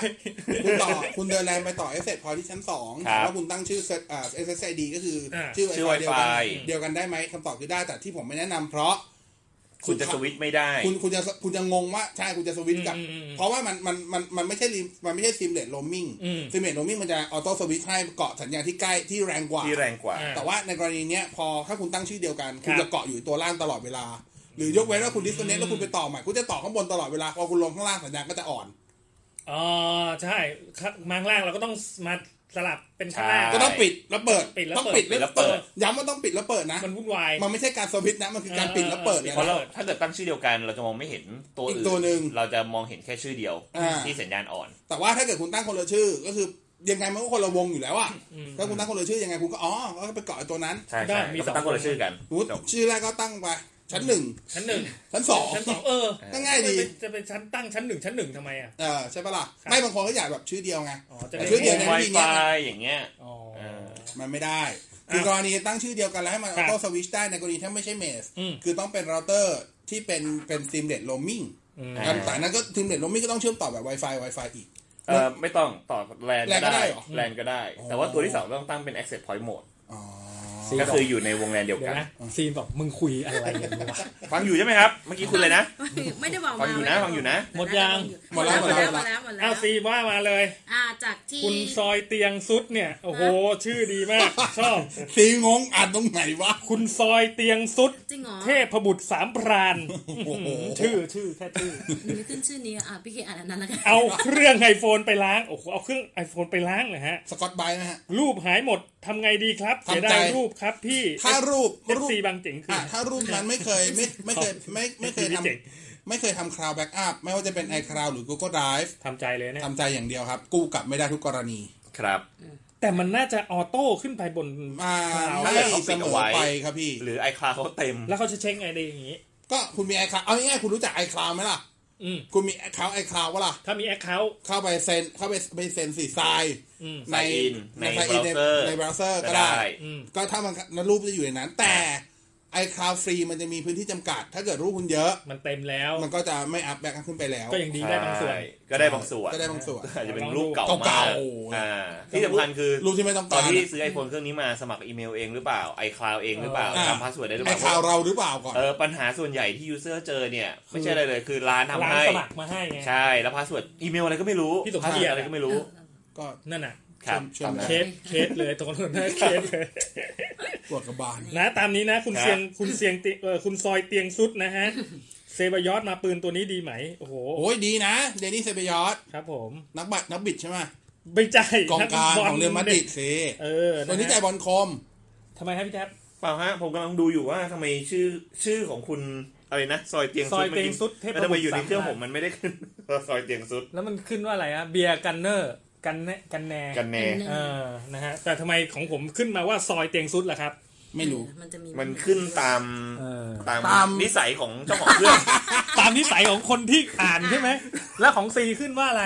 [SPEAKER 7] คุณต่อ คุณเดินแลนไปต่อ asset point ที่ชั้นสอง
[SPEAKER 6] ครับ
[SPEAKER 7] แล้วคุณตั้งชื่อ set อ่า SSID ก็คืออา ชื่อ
[SPEAKER 6] ชื่อ
[SPEAKER 7] Wi-Fi เดียวกัน
[SPEAKER 6] Wi-Fi
[SPEAKER 7] เดียวกันได้ไหมคำตอบคือได้แต่ที่ผมไม่แนะนำเพราะ
[SPEAKER 6] คุณจะสวิตช์ไม่ได้
[SPEAKER 7] คุณคุณจะคุณจะงงว่าใช่คุณจะสวิตช์กับ
[SPEAKER 4] อืมอืมอืม
[SPEAKER 7] เพราะว่ามันมันมันมันไม่ใช่ lim- มันไม่ใช่ซิมเลตโรมมิ่ง
[SPEAKER 4] อืม
[SPEAKER 7] ซิมเลตโรมมิ่งมันจะออโต้สวิตช์ให้เกาะสัญญาณที่ใกล้ที่แรงกว่า
[SPEAKER 6] ที่แรงกว่า
[SPEAKER 4] อ่า
[SPEAKER 7] แต่ว่าในกรณีเนี้ยพอถ้าคุณตั้งชื่อเดียวกัน
[SPEAKER 4] ครับ
[SPEAKER 7] คุณจะเกาะอยู่ตัวล่างตลอดเวลา หรือยกเว้นว่าคุณดิสคอนเนคแล้วคุณไปต่อใหม่คุณจะต่อข้างบนตลอดเวลาพอคุณลงข้างล่างสัญญาณก็จะอ่อน
[SPEAKER 4] อ๋อใช่ครับมางล่างเราก็ต้องมาสลับเป็นข้างล่าง
[SPEAKER 6] ใช่
[SPEAKER 7] ก็ต้องปิดแล้วเปิด
[SPEAKER 4] ปิดแล้ว
[SPEAKER 7] ต้อง
[SPEAKER 4] เปิด
[SPEAKER 7] ปิด
[SPEAKER 6] ปิดแล้
[SPEAKER 7] แล้ว ว
[SPEAKER 6] เปิ
[SPEAKER 7] เปิ
[SPEAKER 6] ด
[SPEAKER 7] ดย้ำว่าต้องปิดแล้วเปิดนะ
[SPEAKER 4] มันวุ่นวาย
[SPEAKER 7] มันไม่ใช่การสวิตช์นะมันคือการปิดแล้วเปิดเลย
[SPEAKER 6] เพราะ
[SPEAKER 7] นะ
[SPEAKER 6] เราถ้าเกิดตั้งชื่อเดียวกัน เราจะมองไม่เห็นตัว
[SPEAKER 7] อีก
[SPEAKER 6] อื่
[SPEAKER 7] ตัวหนึ่ง
[SPEAKER 6] เราจะมองเห็นแค่ชื่อเดียว
[SPEAKER 7] อ่า
[SPEAKER 6] ที่สัญญาณอ่อน
[SPEAKER 7] แต่ว่าถ้าเกิดคุณตั้งคนละชื่อ ก็คือยังไงมันก็คนละวงอยู่แล้วอะถ้าคุณตั้งคนละชื่อยังไงคุณก็อ๋อก็ไปเกาะไอ้ตัวนั้น
[SPEAKER 6] ใช่
[SPEAKER 4] ได้
[SPEAKER 6] ใช่
[SPEAKER 4] มีส
[SPEAKER 6] เรา
[SPEAKER 4] อง
[SPEAKER 6] ตั้งคนละชื่อกัน
[SPEAKER 7] สมมุติ
[SPEAKER 6] จบ
[SPEAKER 7] ชื่อแรกก็ตั้งไปชั้นหนึ่ง
[SPEAKER 4] ชั้นหนึ่ง
[SPEAKER 7] ชั้นสอง
[SPEAKER 4] ชั้นสองเออ
[SPEAKER 7] ก็ง่ายดี
[SPEAKER 4] จะเป็นจะเป็นชั้นตั้งชั้นหนึ่งชั้นหนึ่งทำไมอ่ะ
[SPEAKER 7] เออใช่ปะล่ะ
[SPEAKER 4] ครับ
[SPEAKER 7] ไม่บางคนก็อยากแบบชื่อเดียวไง
[SPEAKER 4] อ๋อจะ
[SPEAKER 7] แต่
[SPEAKER 4] ได้
[SPEAKER 7] ชื่อเดียว
[SPEAKER 6] ไวไฟอย่างเงี้ย
[SPEAKER 4] อ๋อ
[SPEAKER 7] มันไม่ได้คือ
[SPEAKER 4] อ่ะ
[SPEAKER 7] กรณีตั้งชื่อเดียวกันแล้วให้มัน
[SPEAKER 4] ค
[SPEAKER 7] อ
[SPEAKER 4] รั
[SPEAKER 7] อบ โต้สวิตช์ได้ในกรณีถ้าไม่ใช่เมส
[SPEAKER 4] อืม
[SPEAKER 7] คือต้องเป็นเราเตอร์ที่เป็นเป็นซิมเลดโรมมิ่ง
[SPEAKER 4] อืม
[SPEAKER 6] ครับ
[SPEAKER 7] แต่นั้นก็ซิมเลดโรมมิ่งก็ต้องเชื่อมต่อแบบ Wi-Fi Wi-Fi อีก
[SPEAKER 6] เออไม่ต้องต่อแลน
[SPEAKER 7] แลนก็
[SPEAKER 6] ก็ได้
[SPEAKER 7] ได้เหรอ
[SPEAKER 6] แลนก็ได้ แต่ว่าตัวที่สองต้องตั้งเป็น access point mode
[SPEAKER 7] อ๋อ
[SPEAKER 4] สี
[SPEAKER 6] ก็
[SPEAKER 4] บอ
[SPEAKER 6] คื
[SPEAKER 4] ก
[SPEAKER 6] ออยู่ในวงแลนเดียว
[SPEAKER 4] เดี๋ย
[SPEAKER 6] กั
[SPEAKER 4] วน นะซีนบอกมึงคุยอะไรกันวะ
[SPEAKER 6] ฟังอยู่ใช่ไหมครับ เมื่อกี้คุณเลยนะ
[SPEAKER 5] ไม่ได้บอก
[SPEAKER 6] ฟั
[SPEAKER 5] มาง
[SPEAKER 6] อยู่นะฟังอยู่นะ
[SPEAKER 4] หมดยัง
[SPEAKER 7] หมดแล้ว
[SPEAKER 5] ห
[SPEAKER 7] ห
[SPEAKER 5] ม
[SPEAKER 7] ม
[SPEAKER 5] ด
[SPEAKER 7] ดแล้
[SPEAKER 5] แล้วหม
[SPEAKER 7] ว
[SPEAKER 5] ดแล้วหมดแล้ว
[SPEAKER 4] อ้าวซีนว่ามาเลย
[SPEAKER 5] อ่าจากที่
[SPEAKER 4] คุณซอยเตียงซุดเนี่ย โอ้โห ชื่อดีมาก ชอบ
[SPEAKER 7] ซีงงอ่านตรงไหนวะ
[SPEAKER 4] คุณซอยเตียงซุด
[SPEAKER 5] จริงเหรอ
[SPEAKER 4] เทพบุตรสามพ ราน
[SPEAKER 7] โอ้โห
[SPEAKER 4] ชื่อชื่อแค่ชื่อ
[SPEAKER 5] มีขึ้นชื่อนี้อ่ะพี่เคอ่านอันนั้นแล้วกัน
[SPEAKER 4] เอาเครื่องไอโฟนไปล้าง โอ้โห เอาเครื่องไอโฟนไปล้างเลยฮะ
[SPEAKER 7] สกอตไบรท์นะฮะ
[SPEAKER 4] รูปหายหมดทำไงดีครับ เสีย
[SPEAKER 7] ทำใจ
[SPEAKER 4] ดายรูปครับพี่
[SPEAKER 7] ถ้ารูป
[SPEAKER 4] เอฟ
[SPEAKER 7] รูป
[SPEAKER 4] ซีบางเจ๋งคืออ
[SPEAKER 7] อ่ะถ้ารูปนั้นไม่เคยไม่ไม่เคยไม่ไม่เคย
[SPEAKER 4] ไม่
[SPEAKER 7] ทำ
[SPEAKER 4] เจ๋ง
[SPEAKER 7] ไม่เคยทำคลาวแบ็กอัพไม่ว่าจะเป็น iCloud หรือ Google Drive
[SPEAKER 4] ทำใจเลยเนี่ย
[SPEAKER 7] ทำใจอย่างเดียวครับ กู้กลับไม่ได้ทุกกรณี
[SPEAKER 6] ครับ
[SPEAKER 4] แต่มันน่าจะออโต้ขึ้นไปบน
[SPEAKER 7] อ่า
[SPEAKER 4] เอาไว้
[SPEAKER 7] ไม่เสมอไป
[SPEAKER 6] เอาไว้
[SPEAKER 7] ครับพี่
[SPEAKER 6] หรือ iCloud เขาเต็ม
[SPEAKER 4] แล้วเขาจะเช็คไงดีอย่างงี้
[SPEAKER 7] ก็คุณมี iCloud เอาง่ายๆคุณรู้จัก iCloud ไหมล่ะ
[SPEAKER 4] อืม
[SPEAKER 7] คุณมี account iCloud วะล่ะ
[SPEAKER 4] ถ้ามีแอคเคาท์
[SPEAKER 7] เข้าไปเซ็นเข้าไปไปเซ็นสีทราย
[SPEAKER 4] อืม
[SPEAKER 7] ใน
[SPEAKER 6] sign in ใน
[SPEAKER 7] ใน sign in ใน
[SPEAKER 6] browser
[SPEAKER 7] ในเบราว์เซอร์
[SPEAKER 6] ก็
[SPEAKER 7] ก็
[SPEAKER 6] ได้
[SPEAKER 7] ได้
[SPEAKER 4] อืม
[SPEAKER 7] ก็ถ้ามันนรูปจะอยู่ในนั้น แต่ไอคลาวฟรีมันจะมีพื้นที่จำกัด ถ้าเกิดรูปคุณเยอะ
[SPEAKER 4] มันเต็มแล้ว
[SPEAKER 7] มันก็จะไม่อัพแบ็กขึ้นไปแล้ว
[SPEAKER 4] ก็ยังดีได้บางส่วน
[SPEAKER 6] ใช่ก็ได้บางส่วน
[SPEAKER 7] ก็ได้บางส่วน
[SPEAKER 6] อาจจะเป็นรูปเก่าา
[SPEAKER 7] เก่าม
[SPEAKER 6] ก
[SPEAKER 7] ๆ
[SPEAKER 6] อ่าที่สำคัญคือ
[SPEAKER 7] รูปที่ไม่ต้อง
[SPEAKER 6] ตอ
[SPEAKER 7] การ
[SPEAKER 6] นที่ซื้อ iPhone เครื่องนี้มาสมัครอีเมลเองหรือเปล่า iCloud เองหรือเปล่า
[SPEAKER 7] อ่า
[SPEAKER 6] จำพาสเวิร์ดได้หรือเป
[SPEAKER 7] ไอ
[SPEAKER 6] ล่า
[SPEAKER 7] คลาวเราหรือเปล่าก่อน
[SPEAKER 6] เออปัญหาส่วนใหญ่ที่ยูเซอร์เจอเนี่ยไม่ใช่อะไรเลยคือร้านทำ
[SPEAKER 4] ร้าน
[SPEAKER 6] ให้
[SPEAKER 4] สมัครมาให้ไง
[SPEAKER 6] ใช่แล้วพาสเวิร์ดอีเมลอะไรก็ไม่รู้
[SPEAKER 4] พี่สม
[SPEAKER 6] พาส
[SPEAKER 4] เกี
[SPEAKER 6] เวิ
[SPEAKER 4] ยรติ
[SPEAKER 6] ร์ดอะไรก็ไม่รู้
[SPEAKER 7] ก็
[SPEAKER 4] นั่นน่ะ
[SPEAKER 6] ครับ
[SPEAKER 7] เชื่อม
[SPEAKER 6] ตามนั้น
[SPEAKER 4] เคสเคสเลยตรงนั้นนะเคส เลย
[SPEAKER 7] ปวดกระบาล
[SPEAKER 4] นะตามนี้นะคุณเสียงคุณเสียงติเออคุณซอยเตียงซุดนะฮะ เซบายอสมาปืนตัวนี้ดีไหม โอ้โห
[SPEAKER 7] โอ้ยดีนะ เดนิสเซเบยอส
[SPEAKER 4] ครับผม
[SPEAKER 7] นักบัตนักบิดใช่ไหม
[SPEAKER 4] ไม่ใจ
[SPEAKER 7] กองกลาง
[SPEAKER 4] นับ
[SPEAKER 7] ของเรอัลมาดริดสิ
[SPEAKER 4] เออ
[SPEAKER 7] ตัวนี้ใจายบอลคม
[SPEAKER 4] ทำไมฮะพี่แท็บ
[SPEAKER 6] เปล่าฮะผมกำลังดูอยู่ว่าทำไมชื่อชื่อของคุณอะไรนะ ซอยเตียง
[SPEAKER 4] ซ
[SPEAKER 6] ซุ
[SPEAKER 4] อ
[SPEAKER 6] ด
[SPEAKER 4] ยเตียงซุดเทพ
[SPEAKER 6] แล้วทำไมอยู่ในเครื่องผม
[SPEAKER 4] สาพั
[SPEAKER 6] มันไม่ได้ขึ้น ซอยเตียงซุด
[SPEAKER 4] นแล้วมันขึ้นว่าอะไรอะเบียร์กันเนอร์กันแนกันแน
[SPEAKER 6] กันแน่
[SPEAKER 4] เออนะฮะแต่ทำไมของผมขึ้นมาว่าซอยเตียงซุดล่ะครับ
[SPEAKER 7] ไม่รู้
[SPEAKER 5] มันจะมี
[SPEAKER 6] มันขึ้นตาม
[SPEAKER 4] เออ
[SPEAKER 6] ตาม
[SPEAKER 7] ตาม
[SPEAKER 6] นิสัยของเจ้าของเครื่อง
[SPEAKER 4] ตามนิสัยของคนที่อ่านใช่ไหมแล้วของซีขึ้นว่าอะไร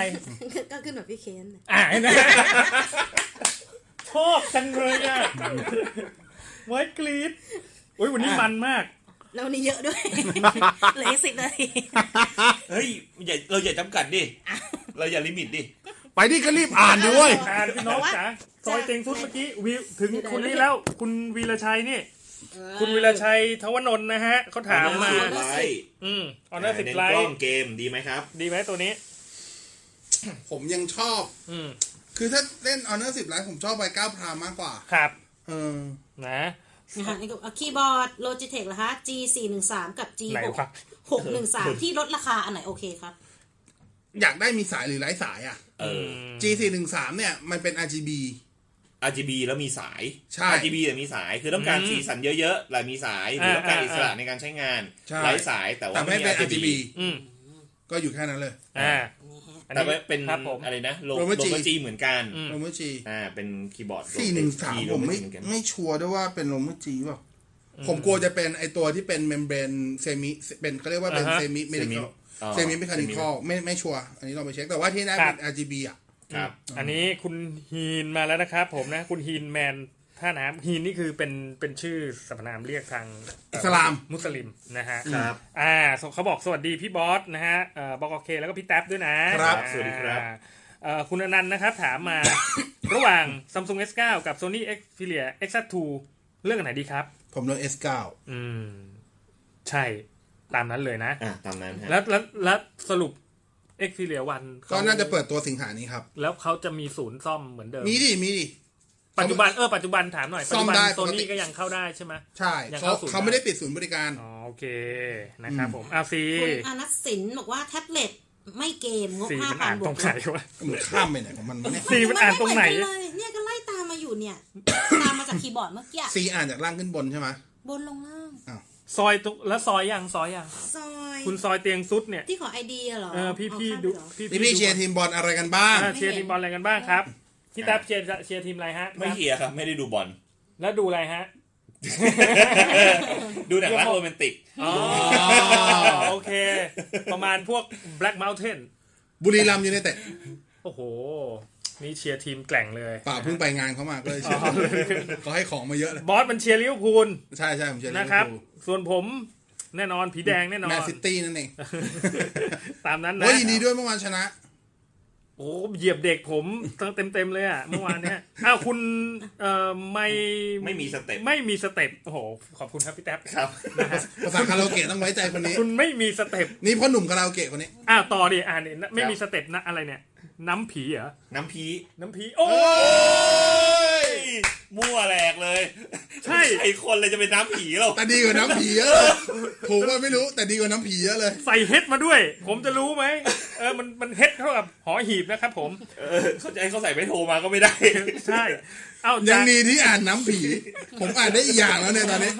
[SPEAKER 5] ก็ขึ้นแบบพี่เคนน่ะ
[SPEAKER 4] อ่านนะ ชอบจังเลยอ่ะไว้กรีดอุ้ยวันนี้มันมาก
[SPEAKER 5] แล้ววันนี่เยอะ ด้วย เหลือสิบนาที
[SPEAKER 6] เฮ้ยอย่าเราอย่าจำกัดดิ เราอย่าลิมิตดิ
[SPEAKER 7] ไปดิก็รีบอ่านด้วย
[SPEAKER 4] อ่านพี่น้องจ๋าซอยเต็งฟุตเมื่อกี้วิวถึงคุณนี่แล้ว คุณวีระชัยนี่ คุณวีระชัยทวนนท์นะฮะเขาถามมา
[SPEAKER 6] ไลท์
[SPEAKER 4] อืมออนหน้าสิบไล
[SPEAKER 6] เน้นกล้อ
[SPEAKER 4] ท์
[SPEAKER 6] งเกมดีไหมครับ
[SPEAKER 4] ดีไหมตัวนี้
[SPEAKER 7] ผมยังชอบ
[SPEAKER 4] อืม
[SPEAKER 7] คือถ้าเล่นออนเนอร์สิบไลท์ผมชอบไปเก้าพรามมากกว่า
[SPEAKER 4] ครับ
[SPEAKER 7] เออ
[SPEAKER 4] นะ
[SPEAKER 5] อ่ะอ่ะคีย์บอร์ดโลจิเทคเหรอคะ G สี่หนึ่งสามกับ G
[SPEAKER 4] ไหน
[SPEAKER 5] หก
[SPEAKER 4] ครับ
[SPEAKER 5] หกหนึ่ง สามที่ลดราคาอันไหนโอเคครับ
[SPEAKER 7] อยากได้มีสายหรือไร้สายอ่ะ
[SPEAKER 6] เออ
[SPEAKER 7] G413 เนี่ยมันเป็น RGB
[SPEAKER 6] RGB แล้วมีสาย
[SPEAKER 7] ใช่
[SPEAKER 6] RGB แต่มีสายคือต้องการ
[SPEAKER 4] อืม
[SPEAKER 6] สีสันเยอะๆแต่มีสายหรือต้องการ
[SPEAKER 4] อ่า
[SPEAKER 6] อิสระ
[SPEAKER 4] อ่า
[SPEAKER 6] ในการใช้งาน
[SPEAKER 7] ใช่
[SPEAKER 6] ไร้สายแต่ว่า
[SPEAKER 7] แต่ไม่
[SPEAKER 6] มี
[SPEAKER 7] เป็น RGB
[SPEAKER 4] อืม
[SPEAKER 7] ก็อยู่แค่นั้นเลย
[SPEAKER 4] อ่า
[SPEAKER 5] นี่ฮะ
[SPEAKER 4] ไอ อัน
[SPEAKER 6] แต่
[SPEAKER 4] นี้
[SPEAKER 6] ว่าเป็น
[SPEAKER 4] ครับผม
[SPEAKER 6] อะไรนะโล
[SPEAKER 7] Loma G
[SPEAKER 6] โลจีเหมือนกัน
[SPEAKER 4] อืม
[SPEAKER 7] โรเมจี
[SPEAKER 6] อ่าเป็นคีย์บอร์ด
[SPEAKER 2] สี่หนึ่งสาม
[SPEAKER 6] คีย์
[SPEAKER 2] ผมไม่
[SPEAKER 6] โลจีเหอนกัน
[SPEAKER 2] ไม่ชัวร์ด้วยว่าเป็นลมไม่จีเปล่า
[SPEAKER 7] ผมกลัวจะเป็นไอตัวที่เป็นเมมเบรนเซมิเป็นเขาเรียกว่าเป็น
[SPEAKER 4] อ่าฮะ
[SPEAKER 7] เซมิเมดิคอล
[SPEAKER 6] อ๋อ
[SPEAKER 7] เซมิเมคานิคอลไม่ไม่ชัวร์อันนี้เราไปเช็คแต่ว่าที่แน่
[SPEAKER 4] ครั
[SPEAKER 7] เป็
[SPEAKER 4] บ
[SPEAKER 7] น RGB อ่ะ
[SPEAKER 6] ครับ
[SPEAKER 4] อันนี้คุณฮีนมาแล้วนะครับผมนะ คุณฮีนแมนท่าน้ำฮีนนี่คือเป็นเป็นชื่อสรรพนามเรียกทาง
[SPEAKER 7] อิสลาม
[SPEAKER 4] มุสลิมนะฮะ
[SPEAKER 6] ครับ
[SPEAKER 4] อ่าส่งเขาบอกสวัสดีพี่บอสนะฮะเอ่อบอกโอเคแล้วก็พี่แท็บด้วยนะครับ อ่า
[SPEAKER 6] สวัสดีครับ
[SPEAKER 4] เอ่อคุณอนันต์นะครับถามมา ระหว่าง Samsung S9 กับ Sony Xperia X2 เรื่องอันไหนดีครับ
[SPEAKER 7] ผมโดน S9
[SPEAKER 4] อืม ใช่ตามนั้นเลยนะ
[SPEAKER 6] อ่าตามนั้นฮะ
[SPEAKER 4] แล้วแล้วแล้วสรุป Xperia 1
[SPEAKER 7] ก็น่าจะเปิดตัวสิงหานี้ครับ
[SPEAKER 4] แล้วเขาจะมีศูนย์ซ่อมเหมือนเดิม
[SPEAKER 7] มีดิมีดิ
[SPEAKER 4] ปัจจุบันเออปัจจุบันถามหน่อยปัจ
[SPEAKER 7] ซ่อม
[SPEAKER 4] จุบัน
[SPEAKER 7] ได้
[SPEAKER 4] โซ
[SPEAKER 7] ปกติ
[SPEAKER 4] นี่ก็ยังเข้าได้ใช่ไหม
[SPEAKER 7] ใช่
[SPEAKER 4] ยัง
[SPEAKER 7] เขา
[SPEAKER 4] เข้าศูนย์
[SPEAKER 7] เขาไม่ได้ปิดศูนย์บริการ
[SPEAKER 4] อ๋อโอเคนะครับผมอ่ะสี
[SPEAKER 5] คุณอนัสสินบอกว่าแท็บเล็ตไม่เกมงบ
[SPEAKER 4] สี
[SPEAKER 5] ห้าพั
[SPEAKER 4] มันอ่าน น
[SPEAKER 5] บ
[SPEAKER 4] ตร
[SPEAKER 5] ว
[SPEAKER 4] ง
[SPEAKER 5] ก
[SPEAKER 4] ไหนวะ
[SPEAKER 7] มันข้ามไปไหนของมันวะเนี่ย
[SPEAKER 4] สีมันอ่านตรงไหน
[SPEAKER 5] มัม่เมือกัเลยเนี่ยก็ไล่ตามมาอยู่เนี่ย ตามมาจากคีย์บอร์ดเมื่อกี้
[SPEAKER 7] ซีอ่านจากล่างขึ้นบนใช่ไหม
[SPEAKER 5] บนลงล่าง
[SPEAKER 4] ซอยตรงแล้วซอยยังซอยยัง
[SPEAKER 5] ซอย
[SPEAKER 4] คุณซอยเตียงซุดเนี่ย
[SPEAKER 5] ที่ขอไอเดียเหรอ
[SPEAKER 4] เออพี่พี่
[SPEAKER 5] เอาข้าม
[SPEAKER 4] ดู
[SPEAKER 5] ไปเหรอ
[SPEAKER 4] พี่
[SPEAKER 7] นี่พี่เชียร์ทีมบอลอะไรกันบ้าง
[SPEAKER 4] อ่ะเชียร์ทีมบอลอะไรกันบ้างครับพี่
[SPEAKER 6] อ่ะ
[SPEAKER 4] แท็บเชียร์เชียร์ทีมอะไรฮะ
[SPEAKER 6] ไม่เชียร์ครับ ไม่ได้ดู บอล
[SPEAKER 4] แล้วดูอะไรฮะ
[SPEAKER 6] ดูหนังรักโรแมนติก
[SPEAKER 4] อ๋อโอเค ประมาณพวก Black Mountain
[SPEAKER 7] บุรีรัมย์ยูไนเต็ด
[SPEAKER 4] โอ้โห นี่เชียร์ทีมแกร่งเลย
[SPEAKER 7] ป่าเพิ่งไปงานเขามาก็เลยเชียร์เขาให้ของมาเยอะเลย
[SPEAKER 4] บอสมันเชียร์ลิเวอร์พูล
[SPEAKER 7] ใช่ใช่ผมเชียร์ลิ
[SPEAKER 4] นะ
[SPEAKER 7] เวอ
[SPEAKER 4] ครับ
[SPEAKER 7] ร์พูล
[SPEAKER 4] ส่วนผมแน่นอนผีแดงแน่นอน
[SPEAKER 7] แมนซิตี้นั่นเอง
[SPEAKER 4] ตามนั้นนะ
[SPEAKER 7] โอ้ยยินดีด้วยเมื่อวานชนะ
[SPEAKER 4] โอ้เหยียบเด็กผมเต็มเต็มๆเลยอ่ะเมื่อวานเนี้ยอ้าวคุณเอ่อไม่
[SPEAKER 6] ไม่มีสเต็ป
[SPEAKER 4] ไม่มีสเต็ปโอ้โหขอบคุณครับพี่แท็บ
[SPEAKER 6] ครับ
[SPEAKER 4] นะฮะ
[SPEAKER 7] ภาษาคาราโอเกะต้องไว้ใจคนนี้
[SPEAKER 4] คุณไม่มีสเต็ป
[SPEAKER 7] นี่พ่อหนุ่มคาราโอเกะคนนี้
[SPEAKER 4] อ้าวต่อดิอ่านเนี่ยไม่มีสเต็ปนะอะไรเนี่ย น้ำผีเหรอ
[SPEAKER 6] น้ำพี
[SPEAKER 4] น้ำผีโอ้
[SPEAKER 6] ยมั่วแหลกเลย
[SPEAKER 4] ใช่
[SPEAKER 6] ไอคนเลยจะเป็นน้ำผีหรอก
[SPEAKER 7] แต่ดีกว่าน้ำผีเยอะเลยผมว่าไม่รู้แต่ดีกว่าน้ำผีเยอะเลย
[SPEAKER 4] ใส่เฮ็ดมาด้วย ผมจะรู้ไหมเออมันมันเฮ็ดเท่ากับหอหีบนะครับผม
[SPEAKER 6] เออเข้าใจเขาใส่ไม่โทรมาก็ไม่ได้
[SPEAKER 4] ใช่ เอ้า
[SPEAKER 7] ยั
[SPEAKER 4] จาง ก
[SPEAKER 7] ดีที่อ่านน้ำผี ผมอ่านได้อีกอย่างแล้วเนี่ยตอนนี้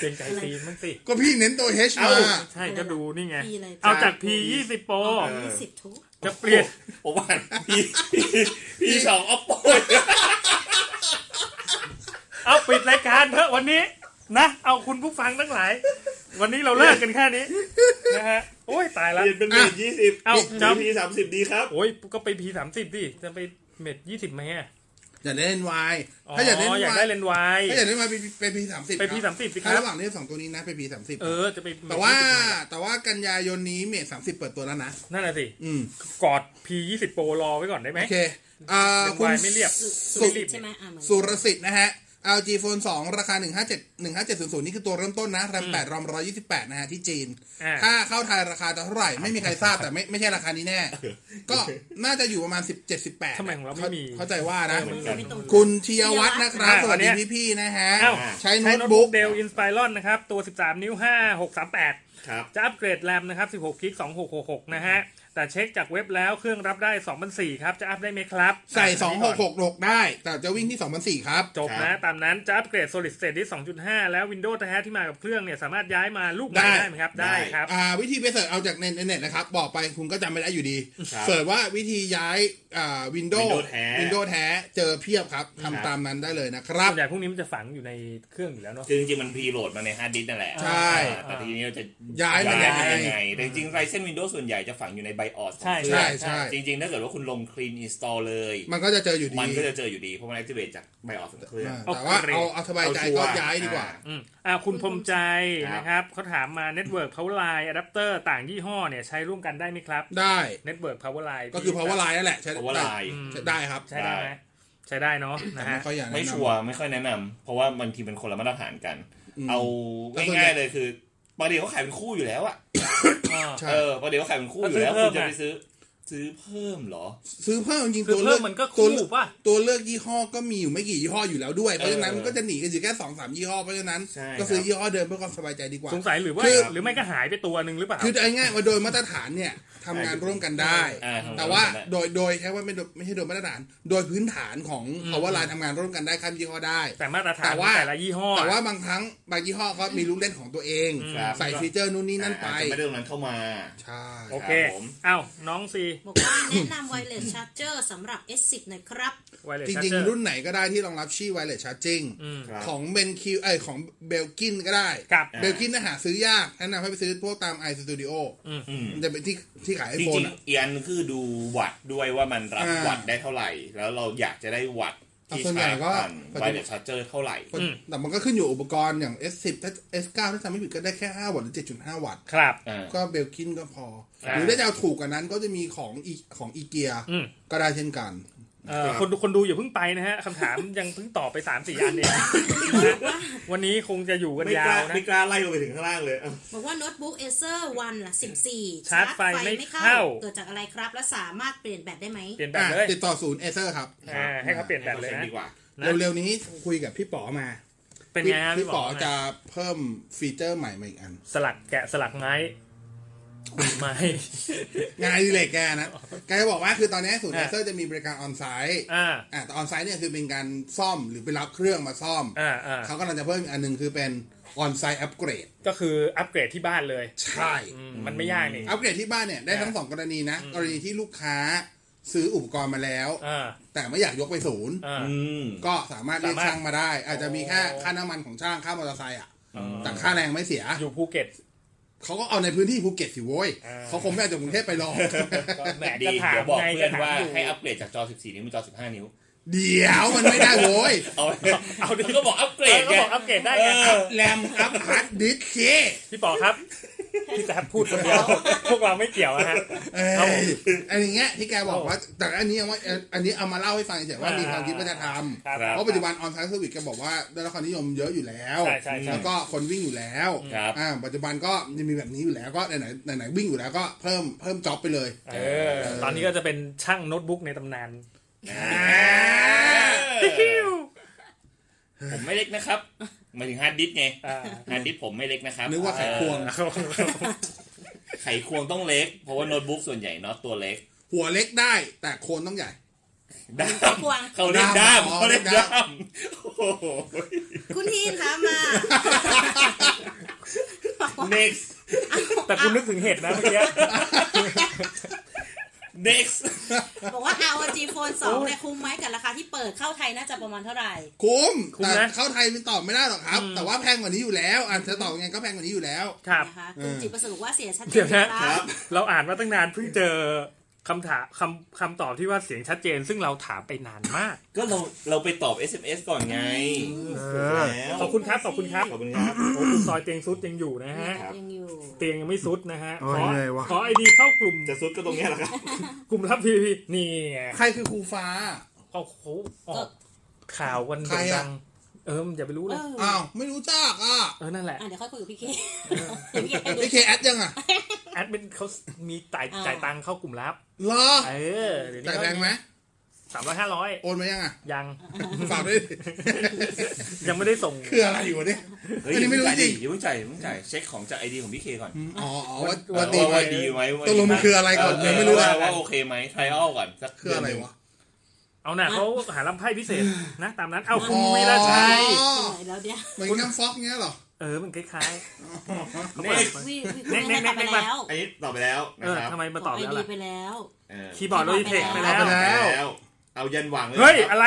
[SPEAKER 4] เกรงใจซีนมั้างสิ
[SPEAKER 7] ก็พี่เน้นตัว H มา
[SPEAKER 4] ใช่ก็ดูนี่ไง
[SPEAKER 5] P อะไร
[SPEAKER 4] เอาจาก P 20 Pro
[SPEAKER 5] เอา
[SPEAKER 6] เออ
[SPEAKER 5] ยี่สิบทุก
[SPEAKER 4] จะเปลี่ยน
[SPEAKER 6] ผมว่าพี่พี่พี่สองออปโป
[SPEAKER 4] เอาปิดรายการเถอะวันนี้นะ เอาคุณผู้ฟังทั้งหลาย วันนี้เราเลิกกันแค่นี้นะฮะโอ้ยตายแล้ว
[SPEAKER 6] เปลี่ยนเป็นเมทยี่สิบ
[SPEAKER 4] เอ้าจำ
[SPEAKER 6] พีสามสิบดีครับ
[SPEAKER 4] โอ้ยก็ไป P สามสิบดิจะไปเม็ดยี่สิบไหมอะ
[SPEAKER 7] อย่าเล่นวาย
[SPEAKER 4] อ๋อ
[SPEAKER 7] ถ้าอยากเล่น
[SPEAKER 4] อยาก
[SPEAKER 7] วา
[SPEAKER 4] ได้
[SPEAKER 7] ย
[SPEAKER 4] เลนส์วาย
[SPEAKER 7] ถ้าอยากเล่นวายไปพีสามสิบ
[SPEAKER 4] ไป P30 สิครับ
[SPEAKER 7] ถ้าระหว่างนี้สองตัวนี้นะไปพีสามสิบ
[SPEAKER 4] เออจะไปเมท
[SPEAKER 7] แต่ว่า
[SPEAKER 4] 20ไหม
[SPEAKER 7] แต่ว่ากันยายนนี้เมทสามสิบเปิดตัวแล้วนะ
[SPEAKER 4] นั่นน่ะสิ
[SPEAKER 7] อืม
[SPEAKER 4] กอด P ยี่สิบโปรรอไว้ก่อนได้ไหม
[SPEAKER 7] โอเคอ่า
[SPEAKER 4] เลนส์
[SPEAKER 7] คุณ
[SPEAKER 4] วายไม่เรียบ
[SPEAKER 5] สุ
[SPEAKER 7] สุ
[SPEAKER 5] ด
[SPEAKER 7] ด
[SPEAKER 5] ใช่ไหมอ่ะเหมือน
[SPEAKER 7] สุรสิทธิ์นะฮะ LG Phone 2 ราคา 157 15700 นี่คือตัวเริ่มต้นนะ RAM 8 ROM 128 นะฮะ ที่จีน
[SPEAKER 4] อ่า
[SPEAKER 7] ถ้าเข้าไทยราคาจะเท่าไหร่ ไม่มีใครทราบแต่ไม่ไม่ใช่ราคานี้แน่ ก็น่าจะอยู่ประมาณ 17 18
[SPEAKER 4] ทำไมของเราไม่มี
[SPEAKER 7] เข้าใจว่านะ
[SPEAKER 5] จะไม่ตรง
[SPEAKER 7] คุณธียวัฒน์นะครับ
[SPEAKER 4] อ่า
[SPEAKER 7] ส
[SPEAKER 4] วั
[SPEAKER 7] วัส
[SPEAKER 4] นเนี้
[SPEAKER 7] ดี
[SPEAKER 4] ย
[SPEAKER 7] พี่ๆนะฮะ
[SPEAKER 4] อ้าว
[SPEAKER 7] ใช้
[SPEAKER 4] ใช้
[SPEAKER 7] โน้ต
[SPEAKER 4] โน้ต
[SPEAKER 7] บุ๊
[SPEAKER 4] บุ๊
[SPEAKER 7] ก
[SPEAKER 4] กเดลอินส i r รอนนะครับ ตัว 13 นิ้ว 5638
[SPEAKER 6] ครับ
[SPEAKER 4] จะอัปเกรดแรมนะครับ 16กิก2666 นะฮะ แต่เช็คจากเว็บแล้วเครื่องรับได้2004ครับ จะอัพได้ไหมครับ
[SPEAKER 7] ใส่
[SPEAKER 4] อ่ะนี่ก่อน
[SPEAKER 7] 2666 ได้ แต่จะวิ่งที่2004ครับ
[SPEAKER 4] จบ
[SPEAKER 6] ครั
[SPEAKER 4] นะ
[SPEAKER 6] บ
[SPEAKER 4] ตามนั้นจะอัปเกรด Solid State ที่ 2.5 แล้ว Windows แท้ๆที่มากับเครื่องเนี่ย สามารถย้ายมาลูกใหม่
[SPEAKER 7] ได้
[SPEAKER 4] ได้ไหมครับ ได้ครับ
[SPEAKER 7] อ่าวิธีไปเสิร์ชเอาจากเน็ตเน็ตนะครับ บอกไปคุณก็จำไม่ได้อยู่ดี
[SPEAKER 6] ครับ
[SPEAKER 7] เสิร์ชว่าวิธีย้ายอ่าวินโดว์
[SPEAKER 6] Windows แท้
[SPEAKER 7] วินโดว์แท้เจอเพียบครับทำตามนั้นได้เลยนะครับ
[SPEAKER 4] ส่วนใหญ่พวกนี้มันจะฝังอยู่ในเครื่องอยู่แล้วเนาะ
[SPEAKER 6] คือจริงๆมันพรีโหลดมาในฮาร์ดดิสก์นั่นแหละ
[SPEAKER 7] ใช่
[SPEAKER 6] อ่าแต่ทีนี้เราจะ
[SPEAKER 7] ย้ายมัน
[SPEAKER 6] มัน
[SPEAKER 7] ยังไง
[SPEAKER 6] ยังไง แต่จริงๆไรเส้นวินโดว์ส่วนใหญ่จะฝังอยู่ในไบออส
[SPEAKER 4] ใช่
[SPEAKER 7] ใช่ใช่
[SPEAKER 6] จริงๆ ถ้าเกิดว่าคุณลง clean install เลย
[SPEAKER 7] มันก็จะเจออยู่ดี
[SPEAKER 6] มันก็จะเจออยู่ดี เพราะมัน activate จาก BIOS ของเครื่อง
[SPEAKER 7] อ่าแต่ว่าเอาเอาสบายใจก็
[SPEAKER 6] เอาชัวร์
[SPEAKER 7] ย้ายดีกว่า
[SPEAKER 4] อืมอ่าคุณพรหมใจ
[SPEAKER 6] ครับ
[SPEAKER 4] นะครับเขาถามมา Network Power Line Adapter ต่างยี่ห้อเนี่ยใช้ร่วมกันได้ไหมครับ
[SPEAKER 7] ได้
[SPEAKER 4] Network Power Line
[SPEAKER 7] ก็คือ power line นั่นแหละใช้
[SPEAKER 6] power
[SPEAKER 7] ได้
[SPEAKER 6] line
[SPEAKER 7] ใช้ได้ครับ
[SPEAKER 4] ใช้ได้ไหมใช้ได้เนาะ
[SPEAKER 7] แต่
[SPEAKER 4] นะ
[SPEAKER 7] ไม่
[SPEAKER 4] ฮะ
[SPEAKER 7] ค่อยอย่างนั้น
[SPEAKER 6] ไม่ชัวร์ไม่ค่อยแนะนำเพราะว่าบางทีมันคนละมาตรฐานกัน
[SPEAKER 7] อืม
[SPEAKER 6] เอา
[SPEAKER 7] แต่ส่วนใหญ่
[SPEAKER 6] ง่ายๆเลยคือบางทีเขาขายเป็นคู่อยู่แล้วอะ
[SPEAKER 7] ใช่
[SPEAKER 6] เออบางทีเขาขายเป็นคู่อยู่แล้ว
[SPEAKER 4] ก็ซื้อเพิ่ม
[SPEAKER 6] คุณจะ
[SPEAKER 4] อะ
[SPEAKER 6] ไปซื้อ ซื้อเพิ่มเหรอ
[SPEAKER 7] ซื้อเพิ่มจริงๆ
[SPEAKER 4] คือ
[SPEAKER 7] ตัว
[SPEAKER 4] เพิ่
[SPEAKER 7] เลื
[SPEAKER 4] ม
[SPEAKER 7] ก
[SPEAKER 4] มันก็
[SPEAKER 7] ตัว
[SPEAKER 4] คู่
[SPEAKER 7] เลือก
[SPEAKER 4] ป่ะ
[SPEAKER 7] ตัวเลือกยี่ห้อก็มีอยู่ไม่กี่ยี่ห้ออยู่แล้วด้วย เพราะฉะนั้น
[SPEAKER 6] เออ
[SPEAKER 7] มันก็จะหนีกันอยู่แค่สองสามยี่ห้อเพราะฉะนั้น
[SPEAKER 6] ใช่
[SPEAKER 7] ก็ซื้
[SPEAKER 6] ค
[SPEAKER 7] อ
[SPEAKER 6] รับ
[SPEAKER 7] ยี่ห้อเดิมเพื่อความสบายใจดีกว่า
[SPEAKER 4] สงสัยหรือว่า
[SPEAKER 7] คือ
[SPEAKER 4] หรือไม่ก็หายไปตัวหนึ่งหรือเปล่า
[SPEAKER 7] คือเอาง่ายๆว่าโดยมาตรฐานเนี่ยทำงานร่วมกันได้
[SPEAKER 6] อ่าทำงน
[SPEAKER 7] แต่ว่า
[SPEAKER 6] ได้
[SPEAKER 7] โดยโดยใช้ว่าไม่โดยไม่ใช่โดยมาตรฐาน โดยพื้นฐานของ
[SPEAKER 4] อืม
[SPEAKER 7] ภาวะลายทำงานร่วมกันได้ข้ามยี่ห้อได้
[SPEAKER 4] แต่มาตรฐาน
[SPEAKER 7] แต่ว่า
[SPEAKER 4] แต่ละยี่ห้อ
[SPEAKER 7] แต่ว่าบางครั้งบางยี่ห้อเขามีลูกเล่นของตัวเอง
[SPEAKER 6] ครับ
[SPEAKER 7] ใส่ฟีเจอร์นู่นนี่นั่นไป
[SPEAKER 6] อาจจะไม่ได้ตรงนั้นเข้ามา
[SPEAKER 7] ใช่
[SPEAKER 4] โอเค
[SPEAKER 6] ครับผม
[SPEAKER 4] เอ้า น้องซี
[SPEAKER 5] บอกว่าแนะนำไวเลสชาร์เจอร์สำหรับ S10 หน่อยครับ
[SPEAKER 4] ไวเลส
[SPEAKER 7] จ
[SPEAKER 4] ชา
[SPEAKER 7] ริ
[SPEAKER 4] ร์
[SPEAKER 7] ง
[SPEAKER 4] เจอ
[SPEAKER 7] ๆ รุ่
[SPEAKER 4] ร์
[SPEAKER 7] นไหนก็ได้ที่รองรับชี่ไวเลสชาร์จิ่ง
[SPEAKER 6] ครับ
[SPEAKER 7] ของเบนคิวเอยของเบลกินก็ได้
[SPEAKER 4] กับ
[SPEAKER 6] อ่า
[SPEAKER 7] เบลคินน่ะหาซื้อยากแนะนำให้ไปซื้อพวกตาม iStudio
[SPEAKER 6] อืม
[SPEAKER 7] มันจะเป็นที่ที่ขายไอ
[SPEAKER 6] จ
[SPEAKER 7] โฟน
[SPEAKER 6] ริงๆอีกอันคือดูวัดด้วยว่ามันรับ
[SPEAKER 7] อ่า
[SPEAKER 6] วัดได้เท่าไหร่ แล้วเราอยากจะได้วัดที่
[SPEAKER 7] แต่ส่วนให
[SPEAKER 6] ชา
[SPEAKER 7] ญ่
[SPEAKER 6] ร์จ
[SPEAKER 7] ก็
[SPEAKER 6] ผ่าน
[SPEAKER 7] ปัจจุบัน
[SPEAKER 6] ไวเลสชาร์เจอร์เท่าไหร่
[SPEAKER 4] อืม
[SPEAKER 7] แต่มันก็ขึ้นอยู่อุปกรณ์อย่าง S10 ถ้า S9 ถ้าจำไม่ผิดก็ได้แค่ 5 วัตต์หรือ 7.5 วัตต์
[SPEAKER 4] ครับ
[SPEAKER 6] อ่า
[SPEAKER 7] ก็เบลคินก็พอ
[SPEAKER 4] อ่า
[SPEAKER 7] หรือถ้าจะเอาถูกกว่านั้นก็จะมีของอีของอีเกีย
[SPEAKER 4] อืม
[SPEAKER 7] ก็ได้เช่นกัน
[SPEAKER 4] เอ่อคนดูคนดูอย่าเพิ่งไปนะฮะคำถาม ยังเพิ่งตอบไปสามสี่อันเองนะฮะวันนี้คงจะอยู่กัน
[SPEAKER 1] ไม่
[SPEAKER 4] ยาก
[SPEAKER 1] ล้าว
[SPEAKER 4] นะ
[SPEAKER 1] ไม่กล้าไล่ลงไปถึงข้างล่างเลยอ่ะ
[SPEAKER 5] บอกว่าโน้ตบุ๊ก Acer 1ล่ะ14
[SPEAKER 4] ชาร์จไฟไม่เข้า
[SPEAKER 5] เกิดจากอะไรครับ และสามารถเปลี่ยนแบตได้ไหม
[SPEAKER 4] เปลี่ยนแบ
[SPEAKER 7] อ่ะ
[SPEAKER 4] บเลย
[SPEAKER 7] ติดต่อศูนย์เอเซอร์ครับ
[SPEAKER 4] อ่าให้เขาเปลี่ยนแบบเลยนะ
[SPEAKER 6] ดีกว่า
[SPEAKER 4] นะ
[SPEAKER 7] เร็วๆนี้คุยกับพี่ป๋อมา
[SPEAKER 4] เป็น
[SPEAKER 7] พี่
[SPEAKER 4] ไงฮะ
[SPEAKER 7] พี่ป๋อ
[SPEAKER 4] ว่าไง
[SPEAKER 7] จะเพิ่มฟีเจอร์ใหม่มาอีกอัน
[SPEAKER 4] สลักแกะสลักไม้ ไม้
[SPEAKER 7] งานอดิเล็กแกนะ แกบอกว่าคือตอนนี้ศูนย์เอ
[SPEAKER 4] อ่า
[SPEAKER 7] เซอร์จะมีบริการออนไซต์
[SPEAKER 4] อ่า
[SPEAKER 7] อ่ะแต่ออนไซต์เนี่ยคือเป็นการซ่อมหรือไปรับเครื่องมาซ่อม
[SPEAKER 4] อ่าอ่า
[SPEAKER 7] เขากำลังจะเพิ่มอีกอันหนึงคือเป็นออนไซต์อัปเกรด
[SPEAKER 4] ก็คืออัปเกรดที่บ้านเลย
[SPEAKER 7] ใช่
[SPEAKER 4] อืมมันไม่ยากนี่
[SPEAKER 7] อัปเกรดที่บ้านเนี่ยได้ทั้ง
[SPEAKER 4] อ่า
[SPEAKER 7] สองกรณีนะ กรณีที่ลูกค้าซื้ออุปกรณ์มาแล้ว
[SPEAKER 4] อ่า
[SPEAKER 7] แต่ไม่อยากยกไปศูนย์
[SPEAKER 4] อ่า
[SPEAKER 6] อืม
[SPEAKER 7] ก็สามารถเรียก
[SPEAKER 4] สามารถ
[SPEAKER 7] ช่างมาได้ อาจจะมีแค่
[SPEAKER 4] อ๋อ
[SPEAKER 7] ค่าน้ำมันของช่างค่ามอเตอร์ไซค์อ่ะ
[SPEAKER 6] อ๋อ
[SPEAKER 7] แต่ค่าแรงไม่เสีย
[SPEAKER 4] อยู่ภูเก็ต
[SPEAKER 7] เขาก็เอาในพื้นที่ภูเก็ตสิโว้ย
[SPEAKER 4] อ่า
[SPEAKER 7] เขาคงไม่เอาจากกรุงเทพไปหรอก
[SPEAKER 4] ก็แหม
[SPEAKER 6] ดี
[SPEAKER 4] ก็ถาม
[SPEAKER 6] เดี๋ยวบอก
[SPEAKER 4] ไงก็
[SPEAKER 6] เพื่อน
[SPEAKER 4] ถาม
[SPEAKER 6] ว่า
[SPEAKER 4] อยู่
[SPEAKER 6] ให้อัปเกรดจากจอ 14 นิ้วเป็นจอ 15 นิ้ว
[SPEAKER 7] เดี๋ยวมันไม่ได้โว้ ย
[SPEAKER 6] เอาเอาดิก็บอกอัปเกรด
[SPEAKER 4] ก็
[SPEAKER 6] ไง
[SPEAKER 4] บอกอัปเกรดได้ไง
[SPEAKER 6] เออ
[SPEAKER 7] แรมอัพฮาร์ดดิสก์สิ
[SPEAKER 4] พี่ป๋อครับ พี่แซบพูดคนเดียว พวกเราไม่เกี่ยวนะฮะ
[SPEAKER 7] เอ้
[SPEAKER 4] ครับผ
[SPEAKER 7] ย
[SPEAKER 4] ม
[SPEAKER 7] อันนี้เงี้ยที่แกบอกว่า แต่อันนี้ยังว่าเอ่ออันนี้เอามาเล่าให้ฟังเฉยๆว่ามีความคิดว่าจะทำ
[SPEAKER 4] ครับ
[SPEAKER 7] เพราะปัจจุบันออนไซต์เซอร์วิสก็บอกว่าได้รับความนิยมเยอะอยู่แล้ว
[SPEAKER 4] ใช่ใช่ใช่
[SPEAKER 7] แล้วก็คนวิ่งอยู่แล้ว
[SPEAKER 6] ครับ
[SPEAKER 7] อ่าปัจจุบันก็จะมีแบบนี้อยู่แล้วก็ไหนไหนๆไหนๆวิ่งอยู่แล้วก็เพิ่มเพิ่มจ็อบไปเลย
[SPEAKER 4] เออ ตอนนี้ก็จะเป็นช่างโน้ตบุ๊กในตำนาน
[SPEAKER 6] ผมไม่เล็กนะครับหมายถึงฮาร์ดดิสก์ไง
[SPEAKER 4] อ่า
[SPEAKER 6] ฮาร์ดดิสก์ผมไม่เล็กนะครับ
[SPEAKER 7] นึกว่าไขควง
[SPEAKER 6] เออไขควงต้องเล็ก เพราะว่าโน้ตบุ๊กส่วนใหญ่เนาะตัวเล็ก
[SPEAKER 7] หัวเล็กได้ แต่โคนต้องใหญ่
[SPEAKER 6] ด้าม
[SPEAKER 5] ไขควง
[SPEAKER 6] เขาเรียกด้าม
[SPEAKER 7] ด้าม
[SPEAKER 6] เขาเรียก
[SPEAKER 7] อ๋อ
[SPEAKER 6] ด้ามโอ้โห
[SPEAKER 5] คุณทีนถามมา
[SPEAKER 6] next
[SPEAKER 4] แต่คุณนึกถึงเห็ดนะเมื่อกี้
[SPEAKER 6] next
[SPEAKER 5] บอกว่า ROG Phone 2เนี่ยคุ้มไหมกับราคาที่เปิดเข้าไทยน่าจะประมาณเท่าไหร่
[SPEAKER 7] คุ้ม
[SPEAKER 4] คุ้ม
[SPEAKER 7] แต่
[SPEAKER 4] นะ
[SPEAKER 7] เข้าไทยมันตอบไม่ได้หรอกครับ แต่ว่าแพงกว่านี้อยู่แล้วอ่ะจะตอบยังไงก็แพงกว่านี้อยู่แล้ว
[SPEAKER 4] ครับ
[SPEAKER 5] นะคะคุณจิตประสงค์ว่าเสียชัดเจ
[SPEAKER 4] เดี๋ย
[SPEAKER 5] น
[SPEAKER 4] วนะ
[SPEAKER 5] ครับ
[SPEAKER 4] เราอ่านมาตั้งนานเพิ่งเจอคำถามคำคำตอบที่ว่าเสียงชัดเจน ซึ่งเราถามไปนานมาก
[SPEAKER 6] ก็เราเราไปตอบ SMS ก่อนไงแล้ว
[SPEAKER 4] ขอบคุณครับขอบคุณครับ
[SPEAKER 6] ขอบคุณครับ
[SPEAKER 4] โอ้คุณซอยเตียงซุดยังอยู่นะฮะ
[SPEAKER 5] ยังอยู่
[SPEAKER 4] เตียงยังไม่ซุดนะฮะ
[SPEAKER 2] โอ้
[SPEAKER 4] ข
[SPEAKER 2] ย
[SPEAKER 4] อ
[SPEAKER 2] เหนื่อยวะ
[SPEAKER 4] ขอไอดีเข้ากลุ่ม
[SPEAKER 6] จะซุดก็ตรงเนี้ยแหละครับ
[SPEAKER 4] กลุ่มรับพีพีนี่ไง
[SPEAKER 7] ใครคือครูฟ้า
[SPEAKER 4] เขาเขาออกข่าววัน
[SPEAKER 7] ใคร
[SPEAKER 4] ดั
[SPEAKER 7] อะ
[SPEAKER 4] งๆเอออย่าไปรู้เลย
[SPEAKER 5] เออ
[SPEAKER 7] อ้าวไม่รู้จักอ่ะ
[SPEAKER 4] เออ นั่นแหละ
[SPEAKER 5] อ่ะเดี๋ยวค่อยคุยกับพี่เค
[SPEAKER 7] ไอเคแอดยังอ่ะ
[SPEAKER 4] แอดมินเขามีจ่ายจ่ายตังค์เข้ากลุ่มลับ
[SPEAKER 7] เหรอ
[SPEAKER 4] เออ เดี๋ยวนี้
[SPEAKER 7] จ่ายแพงไหม
[SPEAKER 4] สามร้อยห้าร้อย
[SPEAKER 7] โอนมายังอ่ะ
[SPEAKER 4] ยัง
[SPEAKER 7] ฝากด้วยดิ
[SPEAKER 4] ยังไม่ได้ส่ง
[SPEAKER 7] คืออะไรอยู่วะเนี่ย
[SPEAKER 6] เฮ้ย
[SPEAKER 7] อันนี้ไม่รู้จริง
[SPEAKER 6] อย่าเพิ่งจ่ายอย่าเพิ่งจ่ายเช็คของจากไอดีของพี่เคก่อน
[SPEAKER 7] อ๋ออ๋อว่าว่าดีไหม
[SPEAKER 6] ว่าดีไหมว่า
[SPEAKER 7] ตกลงมันคืออะไรก่อน
[SPEAKER 6] เ
[SPEAKER 7] ยังไม่รู้เลย
[SPEAKER 6] ว่าว่าโอเคไหมไทออก่อนสัก
[SPEAKER 7] คืออะไรวะ
[SPEAKER 4] เอาหน่ะเขาหาลำไพ่พิเศษนะ ตามนั้น เอาคุณไม่ได้ใช้
[SPEAKER 7] อ๋อ
[SPEAKER 5] ไหนแล้วเนี่ย
[SPEAKER 7] เหมือนแคมฟ็อกเงี้ยเหรอ
[SPEAKER 4] เออ มันคล้ายๆเขา
[SPEAKER 6] เดื
[SPEAKER 4] เปิ
[SPEAKER 6] อนห
[SPEAKER 4] ด
[SPEAKER 6] นึ่ง
[SPEAKER 4] มา
[SPEAKER 5] วิววิว
[SPEAKER 4] แน่
[SPEAKER 5] คุณแม่
[SPEAKER 4] ๆๆๆ
[SPEAKER 5] ทำไปแล้ว
[SPEAKER 6] อันนี้ตอบไปแล้ว
[SPEAKER 4] เอ
[SPEAKER 6] นะ
[SPEAKER 4] อ
[SPEAKER 6] ครับ
[SPEAKER 4] ทำไมมาตอบ
[SPEAKER 5] ไอ
[SPEAKER 4] แล้ว
[SPEAKER 5] ดี
[SPEAKER 4] ล่ะ
[SPEAKER 5] ไปแล้ว
[SPEAKER 6] เออ
[SPEAKER 4] คีย์บอร์ดโลจิเทคไปแล้ว
[SPEAKER 7] ไปแล้ว
[SPEAKER 6] เอายันหวังเลย
[SPEAKER 4] เฮ้ย อะไร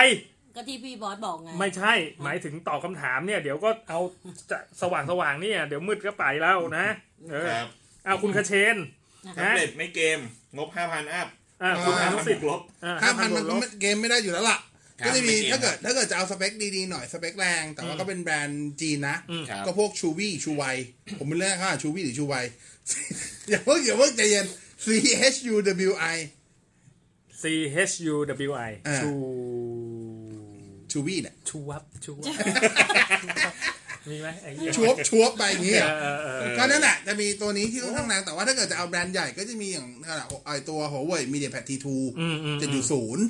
[SPEAKER 5] ก็ที่พี่บอสบอกไง
[SPEAKER 4] ไม่ใช่ หมายถึงตอบคำถามเนี่ย เดี๋ยวก็เอาจะสว่างสว่างๆเนี่ยเดี๋ยวมืดก็ไปแล้วนะ เออ
[SPEAKER 6] ครับ
[SPEAKER 4] เอาคุณคเชน
[SPEAKER 6] แท็
[SPEAKER 4] นะ
[SPEAKER 6] บเล็ตไม่เกมงบ5,000อัพ
[SPEAKER 4] อ่ะคุณอนุสิทธิ์
[SPEAKER 6] ลบ
[SPEAKER 4] อ่ะ
[SPEAKER 7] ห้าพันมัน
[SPEAKER 4] ล
[SPEAKER 7] ก็
[SPEAKER 4] บ
[SPEAKER 7] ไม่เกมไม่ได้อยู่แล้วล่ะ
[SPEAKER 6] ครับ
[SPEAKER 7] ก็จะมี
[SPEAKER 6] ไม่เกม
[SPEAKER 7] ถ้าเกิดถ้าเกิดจะเอาสเปคดีๆหน่อยสเปคแรง แต่ว่าก็เป็นแบรนด์จีนนะ
[SPEAKER 4] อืม
[SPEAKER 6] ครับ
[SPEAKER 7] ก็พวกชูวี่ชูไวผมไม่เลือกค่าชูวี่หรือชูไว อย่าเพิ่งอย่าเพิ่งใจเย็น C H U W I
[SPEAKER 4] C H U W I
[SPEAKER 7] อ่า
[SPEAKER 4] ชู
[SPEAKER 7] ชูวี่เนี่ย
[SPEAKER 4] ชูวับชูวับ มีไหมไอ้เหี้ย
[SPEAKER 7] ชวบชวบไปอย่างเงี้ย
[SPEAKER 4] เออเออเออ
[SPEAKER 7] ก็นั่นแหละจะมีตัวนี้ที่ค่อนข้างแรงแต่ว่าถ้าเกิดจะเอาแบรนด์ใหญ่ก็จะมีอย่างขนาดไอตัว Huawei MediaPad T2
[SPEAKER 4] อืมอืม
[SPEAKER 7] จะอยู่ศูนย์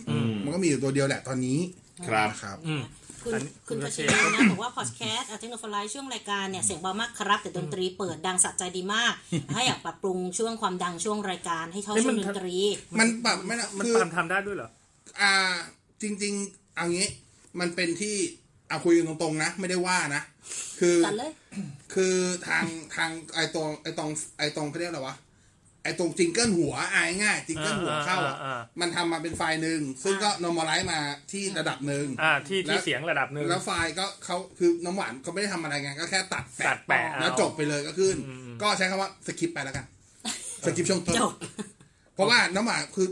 [SPEAKER 7] มันก็มีอยู่ตัวเดียวแหละตอนนี้
[SPEAKER 6] ครับ
[SPEAKER 7] นะครับ
[SPEAKER 4] อืม
[SPEAKER 5] คุณ
[SPEAKER 4] อันนี้
[SPEAKER 5] คุณ
[SPEAKER 4] คุณ
[SPEAKER 5] ท
[SPEAKER 4] ก
[SPEAKER 5] ช
[SPEAKER 4] ระเช
[SPEAKER 5] ชิ
[SPEAKER 4] ษ
[SPEAKER 5] นีนะบอกว่าพอดแคสต์เทคโนโลยีช่วงรายการเนี่ยเสียงเบามากครับ แต่ดนตรีเปิดดังสะใจดีมาก ถ้าอยากปรับปรุงช่วงความดังช่วงรายการให้เท่า
[SPEAKER 4] เฮ้ย
[SPEAKER 5] ช่
[SPEAKER 4] มั
[SPEAKER 5] วง
[SPEAKER 4] น
[SPEAKER 5] ดนตรี
[SPEAKER 7] มันแบบไม่นะ
[SPEAKER 4] มัน
[SPEAKER 7] คือ
[SPEAKER 4] ทำทำได้ด้วยเหรอ
[SPEAKER 7] อ่าจริงๆเอางี้ มันเป็นที่เอาคุยกันตรงๆนะ ไม่ได้ว่านะ คือ
[SPEAKER 5] ตัดเลย
[SPEAKER 7] คือทางทางไอตรงไอตรงไอตรงเขาเรียกอะไรวะไอตรงจิงเกิลหัวอายง่ายจิงเกิลหัวเข้าอ่ะ
[SPEAKER 4] อ่าอ่าอ่า
[SPEAKER 7] มันทำมาเป็นไฟล์หนึ่งซึ่งก็นอร์ม l ไลซ์มาที่ระดับหนึ่ง
[SPEAKER 4] อ่าที่
[SPEAKER 7] แล้ว
[SPEAKER 4] ที่เสียงระดับหนึ่ง
[SPEAKER 7] แล้วไฟล์ก็เขาคือน้ำหวานเขาไม่ได้ทำอะไรไงก็แค่ตัดแปะ
[SPEAKER 4] ตัดแปะเอา
[SPEAKER 7] แล้วจบไปเลยก็ขึ้น ก็ใช้คำว่าสกิปไปแล้วกัน สกิปช่วงต้น
[SPEAKER 5] จบ
[SPEAKER 7] เพราะว่าน้ำหวานคือ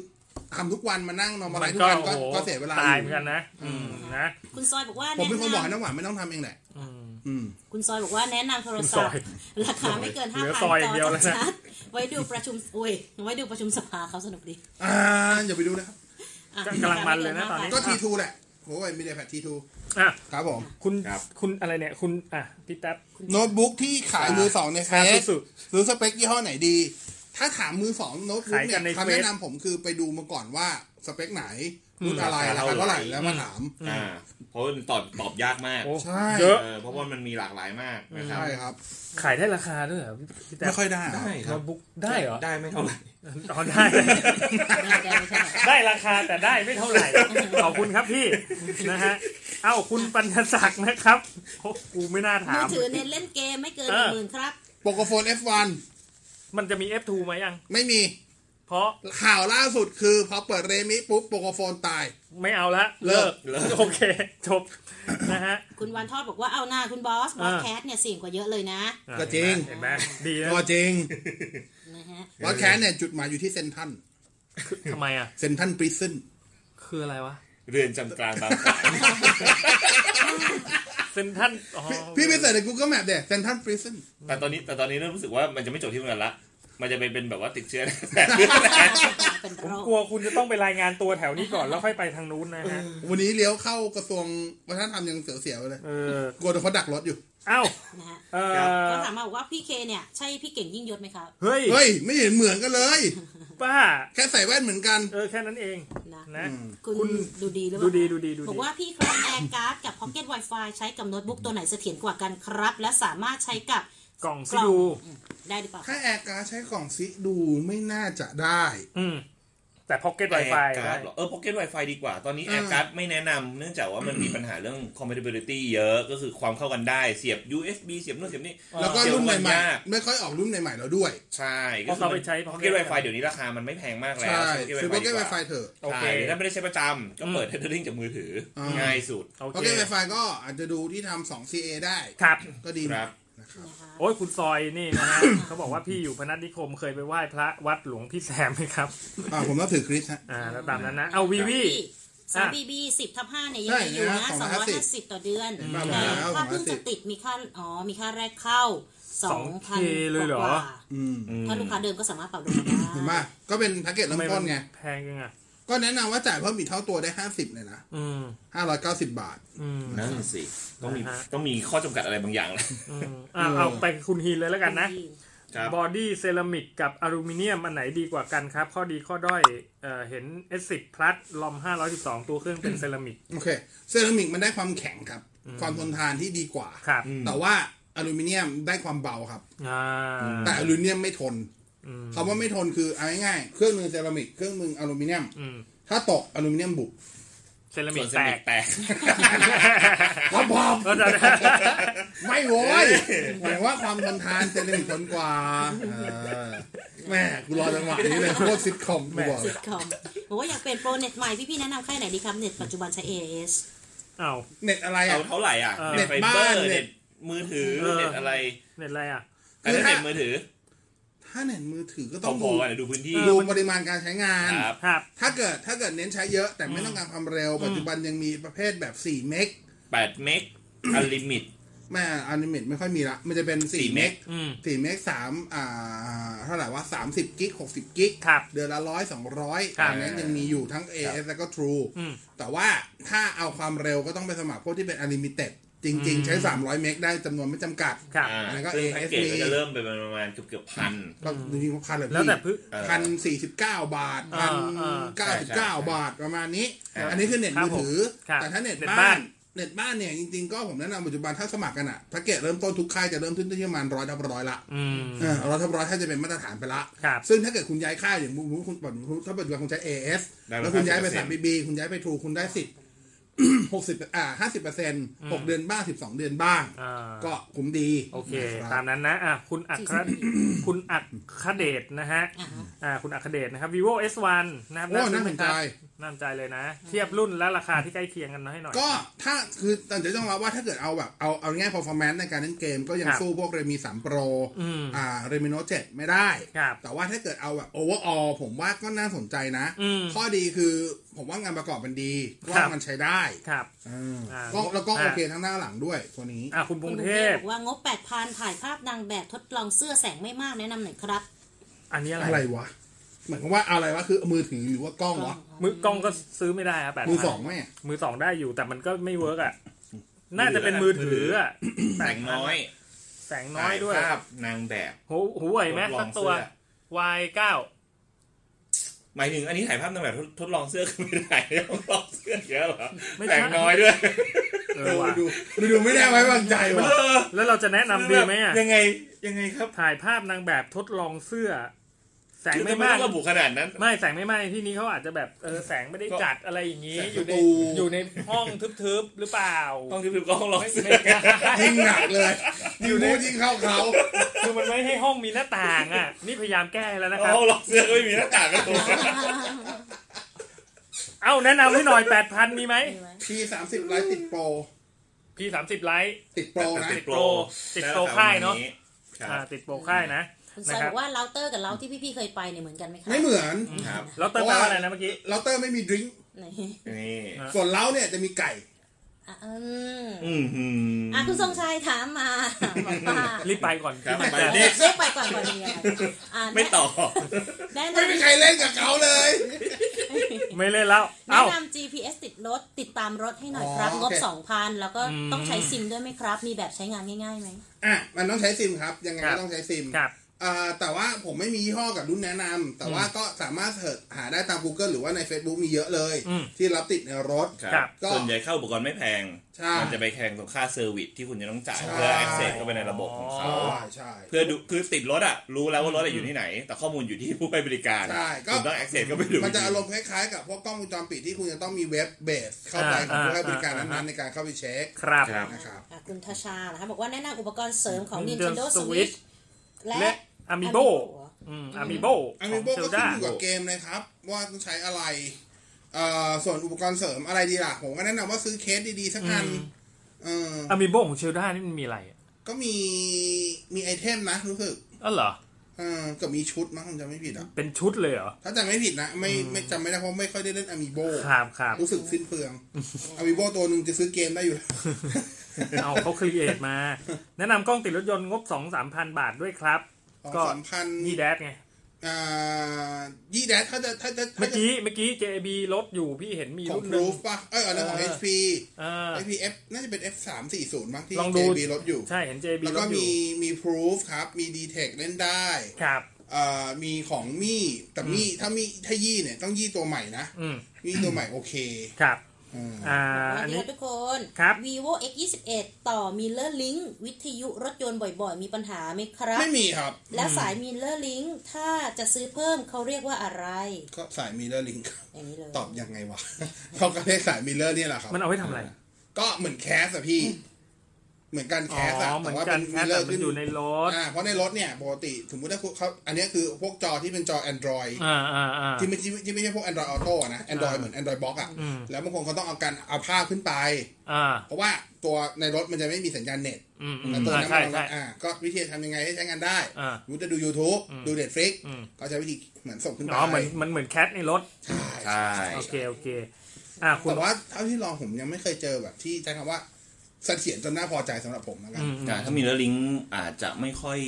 [SPEAKER 7] ทำทุกวันมานั่งนอนมา
[SPEAKER 4] มั
[SPEAKER 7] ไล
[SPEAKER 4] น
[SPEAKER 7] ฟ์ทุก
[SPEAKER 4] ก็
[SPEAKER 7] วัน
[SPEAKER 4] โอ้
[SPEAKER 7] ก็
[SPEAKER 4] โห
[SPEAKER 7] ก็เสียเวลา
[SPEAKER 4] ตายเห
[SPEAKER 7] อ
[SPEAKER 4] มือน
[SPEAKER 7] ยู่
[SPEAKER 4] กันนะ อืมนะ
[SPEAKER 5] คุณซอยบอกว่า
[SPEAKER 7] ผม
[SPEAKER 5] แนะ
[SPEAKER 7] เป็นคนบอกให้
[SPEAKER 5] น
[SPEAKER 7] น้ำหวานไม่ต้องทำเองแหละ
[SPEAKER 4] อืม
[SPEAKER 7] อืม
[SPEAKER 5] ำคุณซอยบอกว่าแนะนำโทรศัพท์ราคาไม่เกิน
[SPEAKER 4] เหลื
[SPEAKER 5] ห้า
[SPEAKER 4] อ
[SPEAKER 5] พัน
[SPEAKER 4] ซอยอย่างเดียว
[SPEAKER 5] จอ
[SPEAKER 4] แล้วนะ
[SPEAKER 5] จัดชัดไว้ดูประชุมอุ้ยไว้ดูประชุมสภาเขาสนุกดี
[SPEAKER 7] อ่าอย่าไปดูนะครับ
[SPEAKER 5] อ่ะ
[SPEAKER 4] ก็กำลังมันเลยนะตอนนี้
[SPEAKER 7] ก็ทีทูแหละโอ้ยมีเดแพดทีทู
[SPEAKER 4] อ่ะ
[SPEAKER 7] ครับผม
[SPEAKER 4] คุณ
[SPEAKER 6] ครับ
[SPEAKER 4] คุณอะไรเนี่ย คุณอ่ะพี่แท็บ
[SPEAKER 7] โน้ตบุ๊กที่ขายมือสองในเฟ
[SPEAKER 4] ครับ
[SPEAKER 7] ซ
[SPEAKER 4] สุด
[SPEAKER 7] หรือสเปคยี่ห้อไหนดี ถ้าถามมือสองโน้ตบุ๊กเนี่
[SPEAKER 4] ขายกั
[SPEAKER 7] ย
[SPEAKER 4] นในเฟซ
[SPEAKER 7] คำแนะนำผมคือไปดูมาก่อนว่าสเปคไหนรุ่นอะไร
[SPEAKER 6] อืม
[SPEAKER 7] ราคาเท่าไหร่แล้วมาถาม
[SPEAKER 6] อ่าเพราะมันตอบตอบยากมาก
[SPEAKER 4] โอ้
[SPEAKER 7] ใช่
[SPEAKER 4] เยอะ
[SPEAKER 6] เออเพราะว่ามันมีหลากหลายมากนะครับ
[SPEAKER 7] ใช่ครับ
[SPEAKER 4] ขายได้ราคาด้วยเหรอพี่แท็บ
[SPEAKER 7] ไม่ค่อยได้ครับ
[SPEAKER 6] ได้ค
[SPEAKER 4] โน้
[SPEAKER 6] รับ
[SPEAKER 4] ตบุ๊กได้เหรอ
[SPEAKER 6] ได้ไม่เท่าไหร่
[SPEAKER 4] อ๋อได้
[SPEAKER 5] ได้ได้ไม่ใช่
[SPEAKER 4] ได้ราคาแต่ได้ไม่เท่าไหร่ ขอบคุณครับพี่นะฮะ เอ้าคุณปัญญศักดิ์นะครับโอ้กูไม่น่าถา
[SPEAKER 5] มือ
[SPEAKER 4] ม
[SPEAKER 5] ถือเน้นเล่นเกมไม่เกิน
[SPEAKER 4] เอ
[SPEAKER 5] หนึ่
[SPEAKER 4] อ
[SPEAKER 5] งหมื่นครับ
[SPEAKER 7] โปรโกโฟน F1
[SPEAKER 4] มันจะมี F2 ไหมยัง
[SPEAKER 7] ไม่มี
[SPEAKER 4] เพราะ
[SPEAKER 7] ข่าวล่าสุดคือพอเปิดเรมิปุ๊บโปรโกโฟน ตาย
[SPEAKER 4] ไม่เอาละ
[SPEAKER 7] เลิก
[SPEAKER 6] เลิก
[SPEAKER 4] โอเค จบนะฮะ
[SPEAKER 5] คุณวันทอดบอกว่าเอาหน้าคุณบอสบอสแคสเนี่ยเสี่ยงกว่าเยอะเลยนะ
[SPEAKER 7] ก็จริง
[SPEAKER 4] เห็นไหมดีนะ
[SPEAKER 7] ก็จริง
[SPEAKER 5] นะฮะ
[SPEAKER 7] วอดแคสเนี่ยจุดหมายอยู่ที่เซนทัน
[SPEAKER 4] ทำไมอ่ะ
[SPEAKER 7] เซนทันปริซึน
[SPEAKER 4] คืออะไรวะ
[SPEAKER 6] เรือนจำกลางบางกอก
[SPEAKER 4] เซนท่านอ๋อ
[SPEAKER 7] พี่ไปเสิร์ชใน Google Map เด็เซนทันปริซึน
[SPEAKER 6] แต่ตอนนี้แต่ตอนนี้เริ่มรู้สึกว่ามันจะไม่จบที่ตรงนั้นละ มันจะไปเป็นแบบว่าติดเชื้อ
[SPEAKER 5] เป็น
[SPEAKER 4] ผม
[SPEAKER 5] โรค
[SPEAKER 4] กลัวคุณจะต้องไปรายงานตัวแถวนี้ก่อนแล้วค่อยไปทางนู้นนะฮะ
[SPEAKER 7] วันนี้เลี้ยวเข้ากระทรวงวัฒนธรรมยังเสียวๆเลย
[SPEAKER 4] เออก
[SPEAKER 7] ลัวโดนเขาดักรถอยู่
[SPEAKER 4] เอ้า
[SPEAKER 5] นะฮะ
[SPEAKER 4] เออ
[SPEAKER 5] ก็ถามมาบอกว่าพี่เคเนี่ยใช่พี่เก่งยิ่งยศไหมครับ
[SPEAKER 4] เฮ้ย
[SPEAKER 7] เฮ้ย ไม่เห็นเหมือนกันเลย
[SPEAKER 4] ป้า
[SPEAKER 7] แค่ใส่แว่นเหมือนกัน
[SPEAKER 4] เออ แค่นั้นเอง
[SPEAKER 5] นะ
[SPEAKER 4] นะ คุ
[SPEAKER 5] คุณ ณดูดีหรือเป
[SPEAKER 4] ดู
[SPEAKER 5] ล่า
[SPEAKER 4] ดีดูดีดู
[SPEAKER 5] บอ
[SPEAKER 4] ดี
[SPEAKER 5] กว่าพี่ครับแอร์การ์ดกับพ็อกเก็ต Wi-Fi ใช้กับโน้ตบุ๊กตัวไหนเสถียรกว่ากันครับ และสามารถใช้กับ
[SPEAKER 4] กล่อง
[SPEAKER 5] ก
[SPEAKER 4] ซิ
[SPEAKER 5] ล่อง
[SPEAKER 4] ดู
[SPEAKER 5] อืมได้หรือเปล่า
[SPEAKER 7] ถ้าแอร์การ์ดใช้กล่องซิดูไม่น่าจะได้
[SPEAKER 4] อืม แต่พ็อกเก็ตไวไฟ
[SPEAKER 6] แอร์การ์ดเหรอเออพ็อกเก็ตไวไฟดีกว่า ตอนนี้
[SPEAKER 7] เอ
[SPEAKER 6] แอ
[SPEAKER 7] อ
[SPEAKER 6] ร์การ์ดไม่แนะนำเนื่องจากว่ามันมีปัญหาเรื่อง compatibility เยอะก็คือความเข้ากันได้เสียบ USB เสียบนู่นเสียบนี่
[SPEAKER 7] แล้วก็รุ่นใหม่
[SPEAKER 6] ยาก
[SPEAKER 7] ๆไม่ค่อยออกรุ่นใหม่ๆแล้วด้วย
[SPEAKER 6] ใช่
[SPEAKER 4] เพราะเขาไปใช้
[SPEAKER 6] พ็อก
[SPEAKER 4] Pocket
[SPEAKER 6] เก็ตไวไฟ
[SPEAKER 4] Wi-Fi
[SPEAKER 6] เดี๋ยวนี้ราคามันไม่แพงมากแล้ว
[SPEAKER 7] ใช่ซื้
[SPEAKER 6] ซื้
[SPEAKER 7] อ
[SPEAKER 6] อ
[SPEAKER 7] พ็
[SPEAKER 6] พ็อก
[SPEAKER 7] อ
[SPEAKER 6] ก
[SPEAKER 7] เก็
[SPEAKER 6] เก็
[SPEAKER 7] ต
[SPEAKER 6] ต
[SPEAKER 7] ไว
[SPEAKER 6] ไว
[SPEAKER 7] ไฟ
[SPEAKER 6] ไฟ
[SPEAKER 7] เถอะ
[SPEAKER 4] โอเค
[SPEAKER 6] ใช่หรือถ้าไม่ได้ใช้ประจำก็เปิด tethering จากมือถืออ
[SPEAKER 7] ม
[SPEAKER 6] ง่ายสุด
[SPEAKER 4] โอ
[SPEAKER 7] พ็อก
[SPEAKER 4] เค
[SPEAKER 7] เก็ตไวไฟก็อาจจะดูที่ทำสอง CA ได้
[SPEAKER 4] ครับ
[SPEAKER 7] ก็ดี
[SPEAKER 6] ครับ
[SPEAKER 7] นะครับ
[SPEAKER 5] นะคะ
[SPEAKER 4] โอ้ยคุณซอยนี่นะ ฮะ เขาบอกว่าพี่อยู่พนัสนิคมเคยไปไหว้พระวัดหลวงพี่แซมไหมครับ
[SPEAKER 7] อ่าผมนับถือคริสต์ฮะ
[SPEAKER 4] อ่า แล้วตามนั้นนะ เอาวีวี
[SPEAKER 5] พี่สาย
[SPEAKER 4] อ่ะ
[SPEAKER 5] บีบีสิบทับห้าเนี่ยยังมีอยู่นะ
[SPEAKER 7] ใช่
[SPEAKER 5] สองร้อย
[SPEAKER 7] นะ
[SPEAKER 5] ห้าสิบต่อเดือน
[SPEAKER 7] บ้า
[SPEAKER 5] แต่
[SPEAKER 7] แล้ว
[SPEAKER 5] ถ้าเพิ่งจะ
[SPEAKER 7] 250
[SPEAKER 5] ติดมีค่าอ๋อมีค่าแรกเข้าสองพัน
[SPEAKER 4] 2K เลยเหรอ
[SPEAKER 5] กว่าๆ
[SPEAKER 7] อืม
[SPEAKER 6] อืม
[SPEAKER 5] ถ้าลูกค้าเดิมก็สามารถปรับลงมาได้
[SPEAKER 7] เห็นป่ะก็เป็นแพ็กเกจเริ่มต้นไง
[SPEAKER 4] แพงยังอ่ะ
[SPEAKER 7] ก็แนะนำว่าจ่ายเพิ่มอีกเท่าตัวได้ 50เลยนะ
[SPEAKER 4] อืม
[SPEAKER 7] 590 บาท
[SPEAKER 4] อืม
[SPEAKER 6] นั่นสิต้องมี
[SPEAKER 4] นะฮะ
[SPEAKER 6] ต้องมีข้อจำกัดอะไรบาง อย่างแหละ
[SPEAKER 4] อืมอ่าเอาไปคุณฮีนเลยแล้วกันนะ
[SPEAKER 6] ครับ
[SPEAKER 4] บอดี้เซรามิกกับอลูมิเนียมอันไหนดีกว่ากันครับ ข้อดีข้อด้อยเอ่อเห็น S10 Plus ลอม 512 ตัวเครื่อง เป็นเซรามิก
[SPEAKER 7] โอเค เซรามิกมันได้ความแข็งครับ ความทนทานที่ดีกว่า
[SPEAKER 4] ครับ
[SPEAKER 7] แต่ว่าอลูมิเนียมได้ความเบาครับ
[SPEAKER 4] อ่า
[SPEAKER 7] แต่อลูมิเนียมไม่ทนคำว่าไม่ทนคือเอาง่ายๆเครื่องมือเซรามิก เครื่องมืออลูมิเนียม
[SPEAKER 4] อืม
[SPEAKER 7] ถ้าตกอลูมิเนียมบุก
[SPEAKER 4] เซรามิ
[SPEAKER 6] ส่ว
[SPEAKER 4] ก
[SPEAKER 6] นเซ
[SPEAKER 4] แต
[SPEAKER 6] มิ
[SPEAKER 4] ก
[SPEAKER 6] กแตก
[SPEAKER 7] รับพอบ
[SPEAKER 4] ก็จะ
[SPEAKER 7] ไม่โว้ยหมายว่าความทนทานเซรามิกทนกว่าเออแม่กูรอจังหวะนี้เลยโคตรซิทคอมกูบอกเล
[SPEAKER 5] ซิ
[SPEAKER 7] ย
[SPEAKER 5] ทคอมบอกว่าอยากเปลี่ยนโปรเน็ตใหม่ พี่ๆแนะนำค่ายไหนดีครับ เน็ตปัจจุบันใช้ AIS
[SPEAKER 4] เอ้า
[SPEAKER 7] เน็ตอะไรอ่ะ
[SPEAKER 6] เอาเท่าไหร่อ่ะ
[SPEAKER 4] เออ
[SPEAKER 6] เน็ตไฟเบอ
[SPEAKER 7] บ้าน
[SPEAKER 6] ร์
[SPEAKER 7] เน็
[SPEAKER 6] เน็
[SPEAKER 7] ต
[SPEAKER 6] ตมือถือ
[SPEAKER 4] เออ
[SPEAKER 6] เน็ตอะไร
[SPEAKER 4] เน็ตอะไรอ่ะ
[SPEAKER 6] แต่ถ้า
[SPEAKER 7] คือ
[SPEAKER 6] เน็ต
[SPEAKER 7] ถ้า
[SPEAKER 6] มือถือ
[SPEAKER 7] ถ้าเน็ตมือถือก็
[SPEAKER 6] พ
[SPEAKER 7] ต้องดู
[SPEAKER 6] อๆกันเดี๋ยวดูพื้นที่
[SPEAKER 7] ดูปริมาณการใช้งาน
[SPEAKER 6] ครับ
[SPEAKER 4] ครับ
[SPEAKER 7] ถ้าเกิดถ้าเกิดเน้นใช้เยอะแต่ไม่ต้องการความเร็ว ปัจจุบันยังมีประเภทแบบ 4 เมก
[SPEAKER 6] 8เมกอลิมิต
[SPEAKER 7] แม่อันนิเมตไม่ค่อยมีละ มันจะเป็น 4
[SPEAKER 6] 4
[SPEAKER 7] เม
[SPEAKER 6] เม
[SPEAKER 7] ก
[SPEAKER 6] ก
[SPEAKER 4] อืม
[SPEAKER 7] 4เมก3อ่าเท่าไหร่ว่า 30 กิก 60 กิก
[SPEAKER 4] ครับ
[SPEAKER 7] เดือนละ 100 200
[SPEAKER 4] ครับ
[SPEAKER 7] อันนั้นยังมีอยู่ทั้ง AS แล้วก็ True
[SPEAKER 4] อืม
[SPEAKER 7] แต่ว่าถ้าเอาความเร็วก็ต้องไปสมัครพวกที่เป็น Unlimited จริง ๆ ใช้ 300 เมกได้จำนวนไม่จำกัด
[SPEAKER 4] ครับ
[SPEAKER 6] อ่า
[SPEAKER 7] แล้วก็
[SPEAKER 6] ซึ่ง
[SPEAKER 7] ASP
[SPEAKER 6] แพ็กเกจก็จะเริ่มเป็นประมาณเกือบเกือบพัน
[SPEAKER 7] ก็จริงๆก็พันเลย
[SPEAKER 4] แล้วแต่พื้น
[SPEAKER 6] เออ
[SPEAKER 7] พันสี่สิบเก้าบาทพันเก้าสิบเก้า
[SPEAKER 6] อ่า
[SPEAKER 7] บาทประมาณนี้ อันนี้คือเน็ตมือถือ
[SPEAKER 4] ครับ
[SPEAKER 7] แต่ถ้าเน็ต
[SPEAKER 4] เน็ตบ้า
[SPEAKER 7] บ้าน น เน็ตบ้านเนี่ยจริงๆก็ผมแนะนำปัจจุบันถ้าสมัครกันอะแพ็กเกจเริ่มต้นทุกค่ายจะเริ่มต้นที่ประมาณร้อยทับร้อยละ
[SPEAKER 4] อืม
[SPEAKER 7] เราทำร้อยถ้าจะเป็นมาตรฐานไปละ
[SPEAKER 4] ครับ
[SPEAKER 7] ซึ่งถ้าเกิดคุณย้ายค่ายอย่างมุมคุณปัจจุบันถ้าปัจจุบันคุณใช้ AS
[SPEAKER 6] ได้ลด
[SPEAKER 7] แล้วคุณย้ายไป
[SPEAKER 6] 50%
[SPEAKER 7] สามบีบีคุณย้ายไปทรูคุณได้สิบ หกสิบอ่าห้าสิบเปอร์เซ็นต์หกเดือนบ้างสิบสองเดือนบ้าง
[SPEAKER 4] อ่า
[SPEAKER 7] ก็คุ้มดี
[SPEAKER 4] โอเค
[SPEAKER 7] นะ
[SPEAKER 4] ตามนั้นนะอ่ะคุณอัครคุณอัครเดชนะฮะ
[SPEAKER 5] อ่าฮะ
[SPEAKER 4] อ่าคุณอัครเดชนะครับ vivo s1 นะครับ
[SPEAKER 7] โอ้น่าสนใจ
[SPEAKER 4] น่าสนใจเลยนะ เทียบรุ่นและราคาที่ใกล้เคียงกันให้หน่อย
[SPEAKER 7] ก็ถ้าคือตอนเดี๋ยวต้องรับว่าถ้าเกิดเอาแบบเอาเอาง่าย performance ในการเล่นเกมก็ยัง
[SPEAKER 4] ครับ
[SPEAKER 7] สู้พวกเรมี3 Pro
[SPEAKER 4] อืม
[SPEAKER 7] อ่าเรมิโน7ไม่ได้
[SPEAKER 4] ครับ
[SPEAKER 7] แต่ว่าถ้าเกิดเอาแบบ overall ผมว่าก็น่าสนใจนะ
[SPEAKER 4] อืม
[SPEAKER 7] ข้อดีคือผมว่างานประกอบมันดี
[SPEAKER 4] ค
[SPEAKER 7] ก
[SPEAKER 4] รั
[SPEAKER 7] ล้อง
[SPEAKER 4] บ
[SPEAKER 7] มันใช้ได้
[SPEAKER 4] ครับ
[SPEAKER 7] อ่า
[SPEAKER 4] อ่าก
[SPEAKER 7] ล้องแล้วก็
[SPEAKER 4] อ่า
[SPEAKER 7] โอเคทั้งหน้าหลังด้วยตัวนี้
[SPEAKER 4] อ่ะคุณพงเทพ
[SPEAKER 5] บอกว่างบ 8,000 ถ่ายภาพนางแบบทดลองเสื้อแสงไม่มากแนะนำหน่อยครับ
[SPEAKER 4] อันนี้อะไร
[SPEAKER 7] อะไรวะ เหมือนกับว่าอะไรวะ คือมือถือหรือว่ากล้องวะ
[SPEAKER 4] มือกล้องก็ซื้อไม่ได้ครับแปด
[SPEAKER 7] มือสองแม่
[SPEAKER 4] มือสองได้อยู่แต่มันก็ไม่เวิร์กอ่ะ น่าจะเป็นมือถืออ่ะ
[SPEAKER 6] แสงน้อย
[SPEAKER 4] แสงน้อยด้วย
[SPEAKER 6] ถ่าภาพนางแบบ
[SPEAKER 4] หูหูไหวไหม
[SPEAKER 6] ทดลอง
[SPEAKER 4] สักตัว
[SPEAKER 6] เสื้
[SPEAKER 4] Y9
[SPEAKER 6] หมายถึงอันนี้ถ่ายภาพนางแบบทดทดลองเสื้อคือไม่ได้ทดลองเสื้อเยอะเหรอ
[SPEAKER 4] ไม่ใช่
[SPEAKER 6] แสงน้อยด้วย
[SPEAKER 4] เออว่ะ
[SPEAKER 7] ดูดูดูไม่ได้ไว้วางใจวะ
[SPEAKER 6] เออ
[SPEAKER 4] แล้วเราจะแนะนำดีไหมอ่ะ
[SPEAKER 6] ยังไงยังไงครับ
[SPEAKER 4] ถ่ายภาพนางแบบทดลองเสื้อ แสงไม่
[SPEAKER 6] ไม่
[SPEAKER 4] มาก
[SPEAKER 6] ต้องระบุขนาดนั้น
[SPEAKER 4] ไม่แสงไม่ไหม้ที่นี้เขาอาจจะแบบเออแสงไม่ได้จัดอะไรอย่างนี้
[SPEAKER 6] แสง
[SPEAKER 4] อยู่ใน
[SPEAKER 6] ประตู
[SPEAKER 4] อยู่ในห้องทึบๆหรือเปล่า
[SPEAKER 6] ต้องที่พิมพ์กล้องลอง
[SPEAKER 4] ไม่
[SPEAKER 6] เสื้อ
[SPEAKER 4] ไม่ใช่
[SPEAKER 7] ยิ่งหนักเลยยิ่งพูดยิ่งเข้าเขา
[SPEAKER 4] คือมันไม่ให้ห้องมีหน้าต่างอ่ะ นี่พยายามแก้แล้วนะครับ
[SPEAKER 6] เอาลองเสื้อก็ไม่มีหน้าต่างกันตัว
[SPEAKER 4] เอ้าแนะนำให้หน่อย 8,000 มีไหม
[SPEAKER 7] P สามสิบไลท์ติดโปร
[SPEAKER 4] พี่สามสิบไลท์
[SPEAKER 7] ติดโปรนะ
[SPEAKER 4] ติดโปรติดโปรค่ายเนาะ
[SPEAKER 6] ครับ
[SPEAKER 4] อ่าติดโปรค่ายนะ
[SPEAKER 5] คุณ
[SPEAKER 4] นะ
[SPEAKER 5] ซอย
[SPEAKER 4] ค
[SPEAKER 5] บ
[SPEAKER 4] รับอก
[SPEAKER 5] ว่าเราเตอร์กับเราที่พี่ๆเคยไปเนี่ยเหมือนกันไหมครับ
[SPEAKER 7] ไม่เหมือน
[SPEAKER 6] ครับ
[SPEAKER 4] แล้วเติมไปว่าอะไรนะเมื่อกี้
[SPEAKER 7] เราเตอร์ไม่มีดริงก์
[SPEAKER 5] ไหน
[SPEAKER 6] นี่
[SPEAKER 7] ส่วนเล้าเนี่ยจะมีไก่
[SPEAKER 5] อ่ะอืม
[SPEAKER 6] อืมหืม
[SPEAKER 5] อ่ะคุณทรงชัยถามมาบอกว่า
[SPEAKER 4] รีบไปก่อน
[SPEAKER 6] ครับ
[SPEAKER 4] รีบ
[SPEAKER 6] ไป
[SPEAKER 4] ไปก่
[SPEAKER 5] เร
[SPEAKER 4] อน
[SPEAKER 5] ียกไปก่อนก่อนยังไงอ่ะ
[SPEAKER 6] ไม่ต่อ
[SPEAKER 5] แนะ
[SPEAKER 7] ไม่มี
[SPEAKER 5] นำ
[SPEAKER 7] ใครเล่นกับเขาเลย
[SPEAKER 4] ไม่เล่นแล้ว
[SPEAKER 5] แนะ
[SPEAKER 4] เอ้า
[SPEAKER 5] นำ GPS ติดรถ ติดตามรถให้หน่อยครับ
[SPEAKER 7] อ๋อง
[SPEAKER 5] บ
[SPEAKER 7] โอเค
[SPEAKER 5] 2,000 แล้วก็
[SPEAKER 4] อืม
[SPEAKER 5] ต้องใช้ซิมด้วยไหมครับ มีแบบใช้งานง่ายๆไหม
[SPEAKER 7] อ่ะ มันต้องใช้ซิมครับ ยังไง
[SPEAKER 4] ครั
[SPEAKER 7] ก็
[SPEAKER 4] บ
[SPEAKER 7] ต้องใช้ซิม
[SPEAKER 4] ครับ
[SPEAKER 7] อ่าแต่ว่าผมไม่มียี่ห้อกับรุ่นแนะนำแต่ว่าก็สามารถเสิร์ชหาได้ตาม Google หรือว่าใน Facebook มีเยอะเลย
[SPEAKER 4] อืม
[SPEAKER 7] ที่รับติดในรถ
[SPEAKER 6] ครั
[SPEAKER 4] ครับ
[SPEAKER 6] บ ส่วนใหญ่เข้าอุปกรณ์ไม่แพง
[SPEAKER 7] ใช่
[SPEAKER 6] มัจะไปแข่งตรงค่าเซอร์วิสที่คุณจะต้องจ่าย
[SPEAKER 7] ใช่
[SPEAKER 6] เพื่อ access เข้าไปในระบบของเขา
[SPEAKER 7] ใช่ใช่
[SPEAKER 6] เพื่อดูคือติดรถอะรู้แล้วว่ารถอะอยู่ที่ไหน แต่ข้อมูลอยู่ที่ผู้ให้บริการ
[SPEAKER 7] ใช่ก็
[SPEAKER 6] คุณต้อง access เข้าไปดู
[SPEAKER 7] มันจะอารมณ์คล้ายๆกับพวกกล้องวงจรปิดที่คุณจะต้องมีเว็บเบสเข้าไปของผู้ให้บริการนั้นๆในการเข้าไปเช็ค
[SPEAKER 4] ครับ
[SPEAKER 6] ครับ
[SPEAKER 7] นะครับ
[SPEAKER 5] อ่ะคุณทชานะคะบอกว่าแนะนำอุปกรณ์เสริมของ
[SPEAKER 4] Nintendo
[SPEAKER 5] Nintendo Switch
[SPEAKER 4] Switch
[SPEAKER 5] และ
[SPEAKER 4] และ
[SPEAKER 5] Amiibo
[SPEAKER 4] Amiibo อืม Amiibo
[SPEAKER 7] อัน
[SPEAKER 4] ขอ
[SPEAKER 7] นี้
[SPEAKER 4] ง
[SPEAKER 7] พวกก็
[SPEAKER 4] Zelda
[SPEAKER 7] ขึ้นอยู่กับเกมเลยครับ ว่าต้องใช้อะไรเอ่อส่วนอุปกรณ์เสริมอะไรดีล่ะ ผมก็แนะนำว่าซื้อเคสดีๆ สักอัน
[SPEAKER 4] อืม
[SPEAKER 7] เออ
[SPEAKER 4] Amiibo ของ Zelda นี่มันมีอะไรอะ
[SPEAKER 7] ก็มีมีไอเทมนะรู้สึก
[SPEAKER 4] อ๋อเหรอ
[SPEAKER 7] เออกับมีชุดมั้งผมจำไม่ผิดอ่ะ
[SPEAKER 4] เป็นชุดเลยเหรอ
[SPEAKER 7] ถ้าจำไม่ผิดนะ ไม่ไม่จำไม่ได้เพราะไม่ค่อยได้เล่นอามิโบ
[SPEAKER 4] ครับครับ
[SPEAKER 7] รู้สึกสิ้นเปลืองอามิโบตัวหนึ่งจะซื้อเกมได้อยู่แล้ว
[SPEAKER 4] เอาเขาครีเอทมา แนะนำกล้องติดรถยนต์งบ 2-3,000 บาทด้วยครับ
[SPEAKER 7] ของ
[SPEAKER 4] ก็
[SPEAKER 7] สามพัน
[SPEAKER 4] นี่แดดไง
[SPEAKER 7] อ่ายี่แดดถ้าจะถ้าจะถ้า
[SPEAKER 4] เมื่อ
[SPEAKER 7] จะ
[SPEAKER 4] กี้เมื่อกี้ JB รถอยู่พี่เห็นมี
[SPEAKER 7] ของ
[SPEAKER 4] รุ่น
[SPEAKER 7] พ
[SPEAKER 4] หนึ่
[SPEAKER 7] รู
[SPEAKER 4] ง
[SPEAKER 7] ฟป่ะเอออันนั้นของ
[SPEAKER 4] เออ
[SPEAKER 7] HP
[SPEAKER 4] เออ
[SPEAKER 7] HP F น่าจะเป็น F 3 4 0มั้งที่
[SPEAKER 4] ลองดู
[SPEAKER 7] JB ลดอยู่
[SPEAKER 4] ใช่เห็น JB
[SPEAKER 7] แล้ว
[SPEAKER 4] ร
[SPEAKER 7] ก็
[SPEAKER 4] ถอยู่
[SPEAKER 7] มีมี proof ครับ มี detect เล่นได้
[SPEAKER 4] ครับ
[SPEAKER 7] อ่ามีของมี่แต่มี่ถ้ามี่ถ้ายี่เนี่ยต้องยี่ตัวใหม่นะ
[SPEAKER 4] อืม
[SPEAKER 7] มี่ตัวใหม่โอเค
[SPEAKER 4] ครับ
[SPEAKER 7] อ่า
[SPEAKER 4] อ่า
[SPEAKER 5] สวัส
[SPEAKER 4] อัน
[SPEAKER 5] ดีค
[SPEAKER 4] นี้
[SPEAKER 5] รับทุกคน
[SPEAKER 4] ครับ
[SPEAKER 5] vivo x 2 1ต่อ Miller Link วิทยุรถยนต์บ่อยๆ มีปัญหาไหมครับ
[SPEAKER 7] ไม่มีครับ
[SPEAKER 5] แล้วสาย Miller Link ถ้าจะซื้อเพิ่มเขาเรียกว่าอะไร
[SPEAKER 7] ก็สายมิเลอร์ลิง
[SPEAKER 5] อย่างนี้เลย
[SPEAKER 7] ตอบยังไงวะ เขาก็เรียกสายมิเลอร์นี่ยแหละครับ
[SPEAKER 4] มันเอาไว้ทำอะไร
[SPEAKER 7] ก็เหมือนแคสอะพี่ เหมือนการ
[SPEAKER 4] อ๋
[SPEAKER 7] แค
[SPEAKER 4] อ
[SPEAKER 7] สอะ
[SPEAKER 4] เหมื
[SPEAKER 7] แต่
[SPEAKER 4] อน
[SPEAKER 7] ว่า
[SPEAKER 4] กั
[SPEAKER 7] เป็น น
[SPEAKER 4] แค
[SPEAKER 7] มิ
[SPEAKER 4] ส
[SPEAKER 7] เลอ
[SPEAKER 4] แต่
[SPEAKER 7] ร์
[SPEAKER 4] มั
[SPEAKER 7] ขึ้
[SPEAKER 4] น
[SPEAKER 7] น
[SPEAKER 4] อยู่ในรถ
[SPEAKER 7] อ่าเพราะในรถเนี่ยปกติสมมุติถ้าเขาอันเนี้ยคือพวกจอที่เป็นจอ Android
[SPEAKER 4] อ่าอ่าอ่า
[SPEAKER 7] ที่ไม่ที่ไม่ที่ไม่ใช่พวก Android Auto อะนะ Android
[SPEAKER 4] อ่า
[SPEAKER 7] เหมือน Android Box อะ
[SPEAKER 4] อืม
[SPEAKER 7] แล้วบางคนเขาต้องเอาการเอาภาพขึ้นไป
[SPEAKER 4] อ่า
[SPEAKER 7] เพราะว่าตัวในรถมันจะไม่มีสัญญาณเน็ต
[SPEAKER 4] อืมอืม
[SPEAKER 7] แต่ตัว
[SPEAKER 4] อ่า
[SPEAKER 7] นั้น
[SPEAKER 4] ใช่
[SPEAKER 7] มัน
[SPEAKER 4] ใช่
[SPEAKER 7] อ่าก็วิธีทำยังไงให้ใช้งานได้
[SPEAKER 4] อ่า
[SPEAKER 7] สมมุติจะดู YouTube
[SPEAKER 4] อืม
[SPEAKER 7] ดู Netflix
[SPEAKER 4] อืม
[SPEAKER 7] ก็ใช้วิธีเหมือนส่งขึ้นไป
[SPEAKER 4] อ๋อเหมือนมันเหมือนแคสในรถ
[SPEAKER 6] ใช่
[SPEAKER 4] โอเคโอเค อ่าคุณ
[SPEAKER 7] แต่ว่าเท่าที่ลองผมยังไม่เคยเจอแบบที่ใช้คำว่า เสถียรจนน่าพอใจสำหรับผมนะครับ
[SPEAKER 6] แต่ถ้ามีแล้วลิงก์อาจจะไม่ค่อย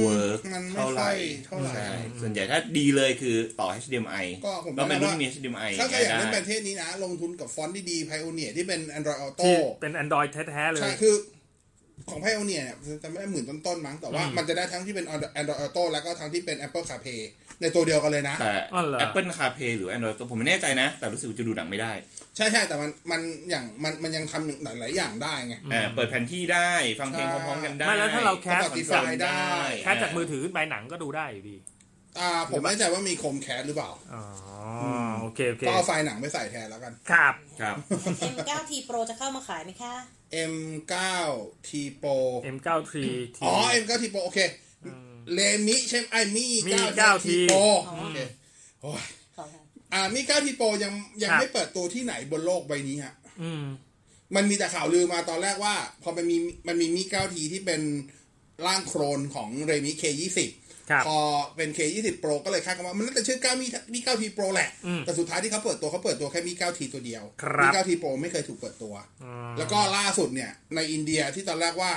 [SPEAKER 6] เวิร์ก
[SPEAKER 7] มันไม่
[SPEAKER 6] เท่าไหร่
[SPEAKER 7] ค่อยเท่าไหร่
[SPEAKER 6] ใช่ส่วนใหญ่ถ้าดีเลยคือต่อ HDMI
[SPEAKER 7] ก็ผม
[SPEAKER 6] แล้วมัน
[SPEAKER 7] แนะนำ
[SPEAKER 6] ไม่
[SPEAKER 7] ว่า
[SPEAKER 6] มี HDMI
[SPEAKER 7] ถ้าใครอยาก
[SPEAKER 6] ได้
[SPEAKER 7] เล่นประเทศนี้นะ ลงทุนกับฟอนต์ดีๆ Pioneer ที่เป็น Android
[SPEAKER 4] ที่
[SPEAKER 7] Auto
[SPEAKER 4] เป็น Android แท้ๆเล
[SPEAKER 7] ใช่
[SPEAKER 4] ย
[SPEAKER 7] คือของ Pioneer เนี่ยจะไม่ได้หมื่นต้นๆมั้งแต่ว่ามันจะได้ทั้งที่เป็น Android Auto แล้วก็ทั้งที่เป็น Apple CarPlay ในตัวเดียวกันเลยนะ
[SPEAKER 6] แต่
[SPEAKER 4] อ๋อเหรอ
[SPEAKER 6] Apple CarPlay หรือ Android ผมไม่แน่ใจนะ แต่รู้สึกว่าจะดูหนังไม่ได้
[SPEAKER 7] ใช่ใช่แต่มันมันอย่างมันมันยังทำอย่างหลายๆอย่างได้ไง
[SPEAKER 6] อ่าเปิดแผนที่ได้ฟังเพลงพร้อมๆกันได้
[SPEAKER 4] ไม่แล้วถ้าเราแคส
[SPEAKER 7] Spotify ได้
[SPEAKER 4] แคสจากมือถือขึ้นไปหนังก็ดูได้อยู่ดี
[SPEAKER 7] อ่าผมไม่แน่ใจว่ามีโคมแคสหรือเปล่า
[SPEAKER 4] อ๋ออโอเคโอเค
[SPEAKER 7] ก็เอาไฟล์หนังไปใส่แทนแล้วกัน
[SPEAKER 4] ครับ
[SPEAKER 6] ครับ
[SPEAKER 5] M9T Pro จะเข้ามาขายไหมคะ
[SPEAKER 7] M9 T Pro
[SPEAKER 4] M9T
[SPEAKER 7] อ๋อ M9 T Pro โอเคเลมิใช่ไหมไอ้มี
[SPEAKER 4] มี9
[SPEAKER 7] 9
[SPEAKER 4] T
[SPEAKER 7] T Pro
[SPEAKER 5] อ๋อ
[SPEAKER 7] โอเคโอ้ย
[SPEAKER 5] ขอค่ะ
[SPEAKER 7] อ่ามี9 T Pro ยังยัง
[SPEAKER 4] ครับ
[SPEAKER 7] ไม่เปิดตัวที่ไหนบนโลกใบนี้ฮะ
[SPEAKER 4] อืม
[SPEAKER 7] มันมีแต่ข่าวลือมาตอนแรกว่า พอมันมีมันมีมี9 T ที่เป็นร่างโครนของเรมิ K20
[SPEAKER 4] ครับ
[SPEAKER 7] พอเป็น K20 Pro ก็เลยคาดกันว่า มันน่าจะชื่อ9มีมี9 T Pro แหละ
[SPEAKER 4] อืม
[SPEAKER 7] แต่สุดท้ายที่เขาเปิดตัวเขาเปิดตัวแค่มี9 T ตัวเดียว
[SPEAKER 4] ครับ
[SPEAKER 7] มี9 T Pro ไม่เคยถูกเปิดตัว
[SPEAKER 4] อืม
[SPEAKER 7] แล้วก็ล่าสุดเนี่ยในอินเดียที่ตอนแรกว่า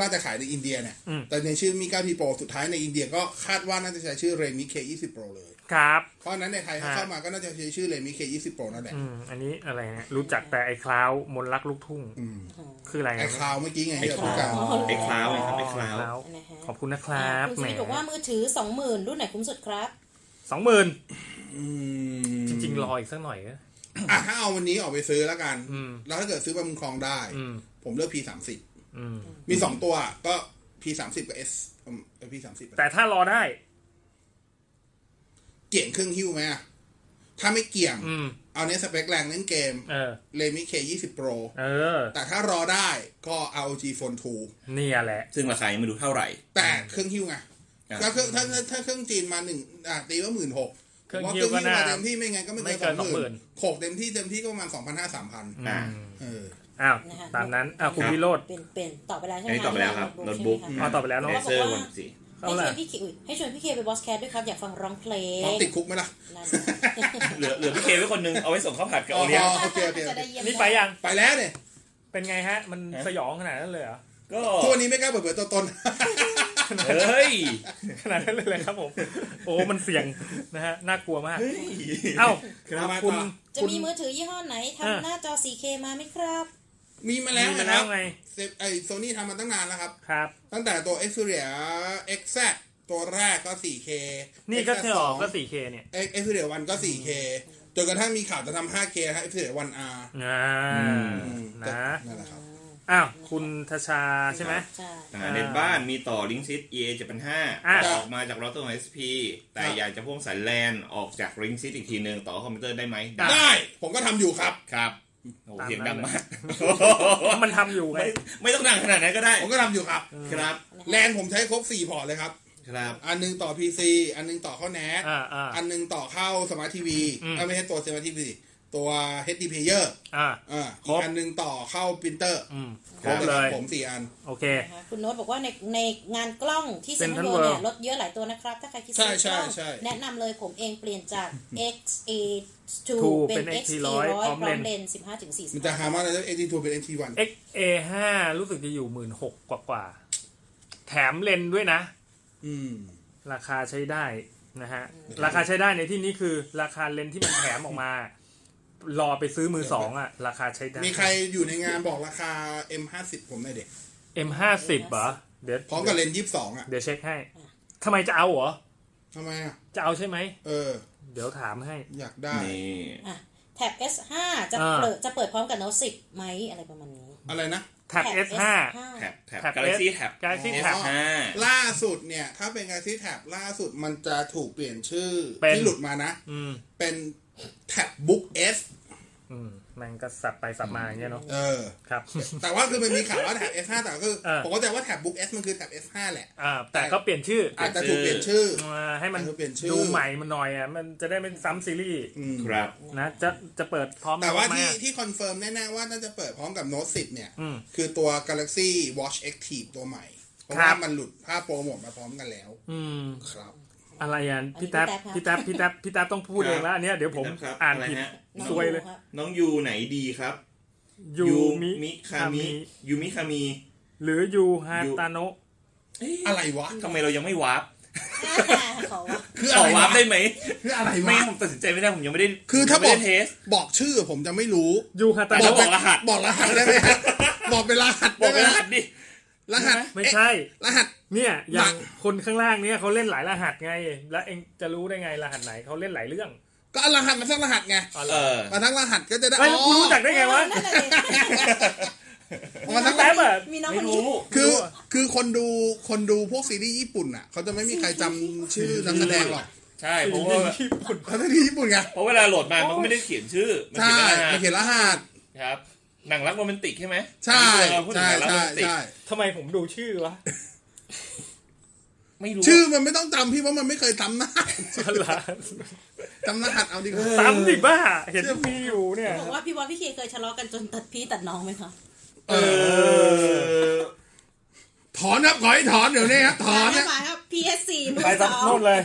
[SPEAKER 7] น่าจะขายในอินเดียเนี่ย
[SPEAKER 4] อืม
[SPEAKER 7] แต่ในชื่อมี9 T Pro สุดท้ายในอินเดียก็คาดว่าน่าจะใช้ชื่อ Redmi K20 Pro เลย
[SPEAKER 4] ครับ
[SPEAKER 7] เพราะฉะนั้นในไทยถ้า
[SPEAKER 4] ฮะ
[SPEAKER 7] เข้ามาก็น่าจะใช้ชื่อ Redmi K20 Pro นั่นแหละ
[SPEAKER 4] อืมอันนี้อะไรนะรู้จักแต่ไอ้คลาวมนต์รักลูกทุ่งคืออะไร
[SPEAKER 7] ไอ้
[SPEAKER 4] นะ
[SPEAKER 7] คลาวเมื่อกี้ไงที่เราพูดกัน
[SPEAKER 6] ไอ้คลาวไงครับไอ้คลาว
[SPEAKER 4] วขอบคุณนะครับ
[SPEAKER 5] คุณ
[SPEAKER 4] แห
[SPEAKER 5] สุ
[SPEAKER 4] ม
[SPEAKER 5] ริบอกว่ามือถือ 20,000 รุ่นไหนคุ้มสุดครับ
[SPEAKER 4] สองหมื่นจ
[SPEAKER 7] จ
[SPEAKER 4] ริ
[SPEAKER 7] ริ
[SPEAKER 4] ง
[SPEAKER 7] ง
[SPEAKER 4] ๆรออีกสักหน่อยนะ
[SPEAKER 7] ๆอ่ะถ้าเอาวันนี้ออกไปซื้อแล้วกัน
[SPEAKER 4] อืม
[SPEAKER 7] แล้วถ้าเกิดซื้อไปมุมครองได้
[SPEAKER 4] อืม
[SPEAKER 7] ผมเลือก P30
[SPEAKER 4] อืม
[SPEAKER 7] มี 2 ตัวก็ P30 กับ S อืมเอ่อ P30
[SPEAKER 4] แต่ถ้ารอได้
[SPEAKER 7] เกี่ยงเครื่องหิ้วไหมอะถ้าไม่เกี่ยง
[SPEAKER 4] อืม
[SPEAKER 7] เอาเน้นสเปคแรงเน้นเกม
[SPEAKER 4] เออ
[SPEAKER 7] Redmi K20 Pro
[SPEAKER 4] เออ
[SPEAKER 7] แต่ถ้ารอได้ก็ ROG Phone
[SPEAKER 4] เนี่ยแหละ
[SPEAKER 6] ซึ่งราคายังไม่รู้เท่าไหร่
[SPEAKER 7] 2 แต่เครื่องหิ้วไง
[SPEAKER 6] อ่ะ
[SPEAKER 7] แล้วเครื่องถ้าถ้าถ้าเครื่องจีนมาหนึ่งอ่ะตีว่าหมื่นหก
[SPEAKER 4] เครื่อง
[SPEAKER 7] ว่า
[SPEAKER 4] หิ้
[SPEAKER 7] เค
[SPEAKER 4] ว
[SPEAKER 7] รื่อง
[SPEAKER 4] ก็
[SPEAKER 7] หิ้วมา
[SPEAKER 4] น่า
[SPEAKER 7] เต็มที่ไม่งั้นก็ไม่
[SPEAKER 4] ไม่เกิ
[SPEAKER 7] เกิ
[SPEAKER 4] น
[SPEAKER 7] น
[SPEAKER 4] สอ
[SPEAKER 7] สอง ง
[SPEAKER 4] ห
[SPEAKER 7] ห
[SPEAKER 4] มื่
[SPEAKER 7] มื่
[SPEAKER 4] น
[SPEAKER 7] นโขกเต็มที่เต็มที่ก็ประมาณสองพันห้าสามพัน
[SPEAKER 6] อ่า
[SPEAKER 7] เออ
[SPEAKER 4] อ้าว
[SPEAKER 5] นะคะ
[SPEAKER 4] ตามนั้นอ้าวคุณวิโรธ
[SPEAKER 5] เป็นเป็นตอบไปแล้วใช่
[SPEAKER 6] อั
[SPEAKER 5] ไหม
[SPEAKER 6] นนี้ตอบไปแล้วครับโน้ตบุ๊ก
[SPEAKER 5] ใช่ไหม
[SPEAKER 4] อ๋
[SPEAKER 5] คะ
[SPEAKER 4] อตอบไปแล้วเนอะ
[SPEAKER 6] เลเซอร์วันสี่
[SPEAKER 5] ให้ชวนพี่เคอุ๊ยให้ชวนพี่เคไปบอสแคทด้วยครับ อยากฟังร้องเพลง
[SPEAKER 7] ต้องติดคุกไหมล่ะ
[SPEAKER 5] นั่น
[SPEAKER 6] เหลือเหลือพี่เคไว้คนหนึงเอาไว้ส่งข้าวผัดกับโอเลี้ยง
[SPEAKER 7] โอเคโอเค
[SPEAKER 5] จะได้เยี่ยม
[SPEAKER 4] นี่ไปยัง
[SPEAKER 7] ไปแล้วเนี่ย
[SPEAKER 4] เป็นไงฮะ มัน
[SPEAKER 6] ฮะ
[SPEAKER 4] สยองขนาดนั้นเลยเหรอ
[SPEAKER 6] ก็
[SPEAKER 7] ทุกวันนี้ไม่กล้าเปิดเผยตัวตน
[SPEAKER 6] เฮ้ย
[SPEAKER 4] ขนาดนั้นเลยเลยครับผม โอ้ มันเสี่ยงนะฮะ น่ากลัวมาก
[SPEAKER 6] เฮ้ย
[SPEAKER 4] เอ้า
[SPEAKER 7] ครับ
[SPEAKER 4] คุณ
[SPEAKER 7] มาต่อ
[SPEAKER 5] จะ
[SPEAKER 4] คุณ
[SPEAKER 5] มีมือถือยี่ห้อไหน
[SPEAKER 4] อ่า
[SPEAKER 5] ทำหน้าจอ 4K มาไหมครับ
[SPEAKER 7] มีมาแล้ว
[SPEAKER 4] มีมา
[SPEAKER 7] นะค
[SPEAKER 4] แล้
[SPEAKER 7] รั
[SPEAKER 4] ว
[SPEAKER 7] บ
[SPEAKER 4] ไง
[SPEAKER 7] เซฟไอโซนี่ทำมาตั้งนานแล้วครับ
[SPEAKER 4] ครับ
[SPEAKER 7] ตั้งแต่ตัว Xperia XZ ตัวแรกก็ 4K
[SPEAKER 4] นี่ก็
[SPEAKER 7] XZ
[SPEAKER 4] เธอออก
[SPEAKER 7] สง
[SPEAKER 4] ก็ 4K เนี่ย
[SPEAKER 7] Xperia 1ก็ 4K จนกระทั่งมีข่าวจะทำ 5K ฮะ Xperia 1R
[SPEAKER 4] อ่า
[SPEAKER 7] อืม
[SPEAKER 4] นะ
[SPEAKER 7] นั่นแหละครับ
[SPEAKER 4] อ้าว คุณทชาใช่ไหม
[SPEAKER 5] ใช่
[SPEAKER 6] อ่าในบ้านมีต่อลิงซิต EA
[SPEAKER 4] อ่ะ
[SPEAKER 6] 7,500ออกมาจากเราตัวของ SP แต่
[SPEAKER 7] ครับ
[SPEAKER 6] อยากจะพ่วงสายแลนออกจากลิงซิตอีกทีหนึ่งต่อคอมพิวเตอร์ได้ไหม
[SPEAKER 7] ได้ ผมก็ทำอยู่ครับ
[SPEAKER 6] ครับโอ้โหเสียงดังมาก
[SPEAKER 4] มันทำอยู่ไง
[SPEAKER 6] ไม่ไม่ต้องดังขนาดนั้นก็ได้
[SPEAKER 7] ผมก็ทำอยู่ครับ
[SPEAKER 6] ครับ
[SPEAKER 7] แลนผมใช้ครบ 4 พอร์ตเลยครับ
[SPEAKER 6] ครับ
[SPEAKER 7] อันหนึงต่อ PC อันหนึงต่อเข้าแนท
[SPEAKER 4] อ่าอ่า
[SPEAKER 7] อันหนึงต่อเข้าสมาร์ททีวี
[SPEAKER 4] อืม
[SPEAKER 7] ไม่ใช่ตัวสมาร์ททีวีตัว HD player
[SPEAKER 4] อ่า
[SPEAKER 7] อ่า
[SPEAKER 4] คร
[SPEAKER 7] อี
[SPEAKER 4] บ
[SPEAKER 7] กอันหนึงต่อเข้าปรินเตอร์
[SPEAKER 4] อืม ค
[SPEAKER 6] ครั
[SPEAKER 4] ร
[SPEAKER 6] บ
[SPEAKER 4] บเลย
[SPEAKER 7] ผมสี่อัน
[SPEAKER 4] โอเค
[SPEAKER 5] นะคะคุณโน้ตบอกว่าในในงานกล้องที่เซ็นทรัล
[SPEAKER 4] Central
[SPEAKER 5] เวิลด์เนี่ย
[SPEAKER 4] World
[SPEAKER 5] ลดเยอะหลายตัวนะครับ ถ้าใครคิด
[SPEAKER 7] ใช่
[SPEAKER 5] ซื้อกล้อง
[SPEAKER 7] ใช่ใช่
[SPEAKER 5] แนะนำเลยผมเองเปลี่ยนจาก XA2
[SPEAKER 4] Two
[SPEAKER 5] เป็น
[SPEAKER 4] เป็น
[SPEAKER 5] XT100
[SPEAKER 4] XT100
[SPEAKER 5] พร้อม
[SPEAKER 4] พร้อมเล
[SPEAKER 5] เล
[SPEAKER 4] น
[SPEAKER 5] น
[SPEAKER 4] ส์
[SPEAKER 5] ส์15ถึง
[SPEAKER 7] มันจะหามาแล้ว HD2 เป็น HD1
[SPEAKER 4] XA 5รู้สึกจะอยู่หมื่นหกกว่ากว่าๆแถมเลนส์ด้วยนะ
[SPEAKER 7] อืม
[SPEAKER 4] ราคาใช้ได้นะฮะ ราคาใช้ได้ในที่นี้คือ ราคาเลนส์ที่มันแถมออกมา รอไปซื้อมือสองอะราคาใช้ได้
[SPEAKER 7] มีใครอยู่ในงานบอกราคา M50 ผมหน่อยเด็ก
[SPEAKER 4] M ห้าสิบเหรอเดี๋ยว
[SPEAKER 7] พร้อมกับเลนส์22อ่ะ
[SPEAKER 4] เดี๋ยวเช็คให้ทำไมจะเอาเหรอ
[SPEAKER 7] ทำไมอ่ะ
[SPEAKER 4] จะเอาใช่ไหม
[SPEAKER 7] เออ
[SPEAKER 4] เดี๋ยวถามให้
[SPEAKER 7] อยากได้
[SPEAKER 6] นี่
[SPEAKER 5] อ่ะแท็บ S5 จะ
[SPEAKER 4] อ่า
[SPEAKER 5] เปิดจะเปิดพร้อมกับโน้ต10ไหมอะไรประมาณนี้
[SPEAKER 7] อะไรนะ
[SPEAKER 4] แท็บ S ห้า
[SPEAKER 6] แท็บแท็บ
[SPEAKER 4] Tab S
[SPEAKER 6] Galaxy แท็บ
[SPEAKER 4] Galaxy
[SPEAKER 7] อ๋อ
[SPEAKER 4] Tab
[SPEAKER 6] ห้า
[SPEAKER 7] ล่าสุดเนี่ย ถ้าเป็น Galaxy Tab ล่าสุดมันจะถูกเปลี่ยนชื่อ
[SPEAKER 4] เป็น
[SPEAKER 7] ที่หลุดมานะ
[SPEAKER 4] อืม
[SPEAKER 7] เป็น Tab Book S
[SPEAKER 4] อืมมันก็สับไปสับมาอย่างเงี้ยเนาะ
[SPEAKER 7] เออ
[SPEAKER 4] ครับ
[SPEAKER 7] แต่ว่าคือมันมีข่าวว่าแท็บ S5 แต่ก็คือ
[SPEAKER 4] เออ
[SPEAKER 7] ผมก็จะว่าแท็บ Book S มันคือแท็บ S5 แหละ
[SPEAKER 4] อ่าแต่ก็เปลี่ยนชื่ออ
[SPEAKER 7] อาจจะถูกเปลี่ยนชื่อ
[SPEAKER 4] อ่าให้มัน
[SPEAKER 7] เปลี่ยนชื่อ
[SPEAKER 4] ดูใหม่มันหน่อยอ่ะมันจะได้เป็นซ้ำซีรีส์
[SPEAKER 7] อืม
[SPEAKER 6] ครับ
[SPEAKER 4] นะจะจะเปิดพร้อม
[SPEAKER 7] แต่ว่า
[SPEAKER 4] ไหม
[SPEAKER 7] ที่
[SPEAKER 4] อะ
[SPEAKER 7] ที่คอนเฟิร์มแน่ๆว่าน่าจะเปิดพร้อมกับ Note 10 เนี่ย
[SPEAKER 4] อืม
[SPEAKER 7] คือตัว Galaxy Watch Active ตัวใหม่ เพราะ
[SPEAKER 4] ครั
[SPEAKER 7] ว่า
[SPEAKER 4] บ
[SPEAKER 7] มันหลุดภาพโปรโมทมาพร้อมกันแล้ว
[SPEAKER 4] อืม
[SPEAKER 7] ครับ
[SPEAKER 4] อะไรอ่ะพี่แท็บพี่แท็บพี่แท็บพี่แท็บต้องพูดเองแล้วอันเนี้ยเดี๋ยวผม
[SPEAKER 6] พี่แท็บครับ
[SPEAKER 4] อ่าน
[SPEAKER 6] อะไร
[SPEAKER 4] ผิด
[SPEAKER 6] ฮะ
[SPEAKER 4] ซวยเลย
[SPEAKER 5] ครับ
[SPEAKER 6] น้องยูไหนดีครับ
[SPEAKER 4] ยูมิ
[SPEAKER 6] มิคามิยูมิคามิ
[SPEAKER 4] หรือยูฮาตาโนะ
[SPEAKER 7] อะไรวะ
[SPEAKER 6] ทำไมเรายังไม่วาร์ป
[SPEAKER 5] ขอว่า
[SPEAKER 7] คือ
[SPEAKER 6] ข
[SPEAKER 7] อะ
[SPEAKER 6] อวาว
[SPEAKER 7] ไระ
[SPEAKER 6] ร์ปได้ไห ม
[SPEAKER 7] คืออะไร
[SPEAKER 6] ไม่
[SPEAKER 7] วะ
[SPEAKER 6] งั้นผมตัดสินใจไม่ได้ผมยังไม่ได้
[SPEAKER 7] คือถ้าบอก
[SPEAKER 6] ยังไม่ได้เทส
[SPEAKER 7] บอกชื่อผมจะไม่รู้
[SPEAKER 4] ยูฮาตา
[SPEAKER 6] แต่
[SPEAKER 4] โนะ
[SPEAKER 6] บอกรหัส
[SPEAKER 7] บอกรหัสได้ไหมฮะบอกเป็นรหัส
[SPEAKER 6] บอก
[SPEAKER 7] ได้ไหม
[SPEAKER 6] ร
[SPEAKER 7] ฮะ
[SPEAKER 6] หัสดิ
[SPEAKER 7] รหัส
[SPEAKER 4] ไม่
[SPEAKER 7] เอ๊ะ
[SPEAKER 4] ใช่
[SPEAKER 7] รหัส
[SPEAKER 4] เนี่ยอย่าง
[SPEAKER 7] หนัก
[SPEAKER 4] คนข้างล่างเนี่ยเขาเล่นหลายรหัสไง แล้วเองจะรู้ได้ไงรหัสไหนเขาเล่นหลายเรื่อง
[SPEAKER 7] ก็เอารหัสมาสักรหัสไง
[SPEAKER 4] อ๋อเหร
[SPEAKER 6] เอ
[SPEAKER 4] อ
[SPEAKER 6] อ
[SPEAKER 7] มาทั้งรหัสก็จะได้
[SPEAKER 4] เฮ้ยแล้วกูรู้จักได้ไงวะ
[SPEAKER 5] นั่นแหละดิ
[SPEAKER 7] มาทั้ง
[SPEAKER 4] แป๊บอะ
[SPEAKER 5] มีน้องค
[SPEAKER 6] ไม่
[SPEAKER 5] นนี้
[SPEAKER 6] รู้
[SPEAKER 7] คือคือคนดูคนดูพวกซีรีส์ญี่ปุ่นอ่ะเขาจะไม่มีใครจำชื่อนักแสดงหรอก
[SPEAKER 6] ใช่เพราะว่า
[SPEAKER 4] ญี่ปุ่น
[SPEAKER 7] เขาจะที่ญี่ปุ่นไง
[SPEAKER 6] เพราะเวลาโหลดมามันก็ไม่ได้เขียนชื่อมัน
[SPEAKER 7] ใช่
[SPEAKER 6] เขียนรหั
[SPEAKER 7] มา
[SPEAKER 6] ส
[SPEAKER 7] เขีย
[SPEAKER 6] ค
[SPEAKER 7] นรหัส
[SPEAKER 6] รับหนังรักโรแมนติกใช่ไหม
[SPEAKER 7] ใช่
[SPEAKER 6] เออพูดถึง
[SPEAKER 7] ใช่
[SPEAKER 6] หนังรักโร
[SPEAKER 7] ใช่
[SPEAKER 6] แมนติก
[SPEAKER 7] ใช่
[SPEAKER 4] ทำไมผมดูชื่อวะ
[SPEAKER 6] ไม่รู้
[SPEAKER 7] ชื่อมันไม่ต้องจำพี่เพราะมันไม่เคยจำหน้า
[SPEAKER 4] ฉลาด
[SPEAKER 7] จำรหัสเอาดีกว่า
[SPEAKER 4] ซ้ำดิบ้า เห็นมีอยู่เนี่ย
[SPEAKER 5] บอกว่าพี่บอลพี่เคเคยทะเลาะกันจนตัดพี่ตัดน้องไหมคะ
[SPEAKER 6] เออ
[SPEAKER 7] ถอนครับขอให้ถอนเดี๋ยวนี้ครับถอน
[SPEAKER 5] ไม่
[SPEAKER 7] นะ
[SPEAKER 5] มาครับ PS4 มือ
[SPEAKER 4] ไป
[SPEAKER 5] ส
[SPEAKER 4] ซับ
[SPEAKER 5] อง
[SPEAKER 4] โน่นเลย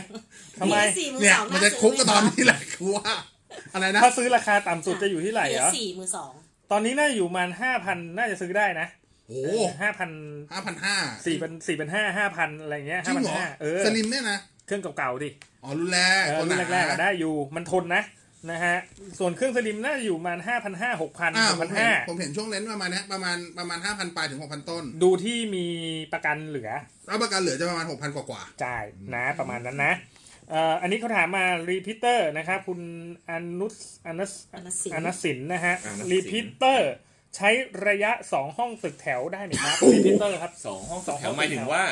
[SPEAKER 4] ทำไม
[SPEAKER 5] PS4 มือ
[SPEAKER 7] เนี่ย
[SPEAKER 5] สอง
[SPEAKER 7] มันจะคุกก็ตอนนี้แหละคือว่าอะไรนะ
[SPEAKER 4] ถ้าซื้อราคาต่ำสุดจะอยู่ที่ไหนเหรอ
[SPEAKER 5] สี่มือสอง
[SPEAKER 4] ตอนนี้น่าจะอยู่ประมาณห้าพันน่าจะซื้อได้นะ
[SPEAKER 7] โอ้
[SPEAKER 4] ห้าพัน
[SPEAKER 7] ห้าพันห้า
[SPEAKER 4] สี่พันสี่พันห้าห้าพันอะไรเงี้ย
[SPEAKER 7] จริ
[SPEAKER 4] ห้าง พัน
[SPEAKER 7] เหรอ
[SPEAKER 4] ห้าเออ
[SPEAKER 7] สลิมเนี่ยนะ
[SPEAKER 4] เครื่องเก่าๆดิ
[SPEAKER 7] อ๋อรุ่นแรก
[SPEAKER 4] เออ
[SPEAKER 7] คน
[SPEAKER 4] รุ่น
[SPEAKER 7] ห
[SPEAKER 4] แร
[SPEAKER 7] นา
[SPEAKER 4] กๆอะได้อยู่มันทนนะนะฮะส่วนเครื่องสลิมน่าจะอยู่ประมาณห้าพันห้าหกพัน
[SPEAKER 7] อ่าผม
[SPEAKER 4] พัน
[SPEAKER 7] เห็น
[SPEAKER 4] ห้า
[SPEAKER 7] ผมเห็นช่วงเลนส์ประมาณเนี้ยประมาณประมาณห้าพันปลายถึงหกพันต้น
[SPEAKER 4] ดูที่มีประกันเหลือ
[SPEAKER 7] แล้วประกันเหลือจะประมาณหกพันกว่า
[SPEAKER 4] จ่ายนะประมาณนั้นนะเอ่ออันนี้เขาถามมารีพิเตอร์นะครับคุณอนุสอนุส
[SPEAKER 5] อันนั้นสี่
[SPEAKER 4] อนุสินนะฮะรีพิเตอร์ ใช้ระยะสองห้องตึกแถวได้ไหมครับรีพิเตอร์ครับ
[SPEAKER 6] สองห้องสองแถวหมายถึงว่า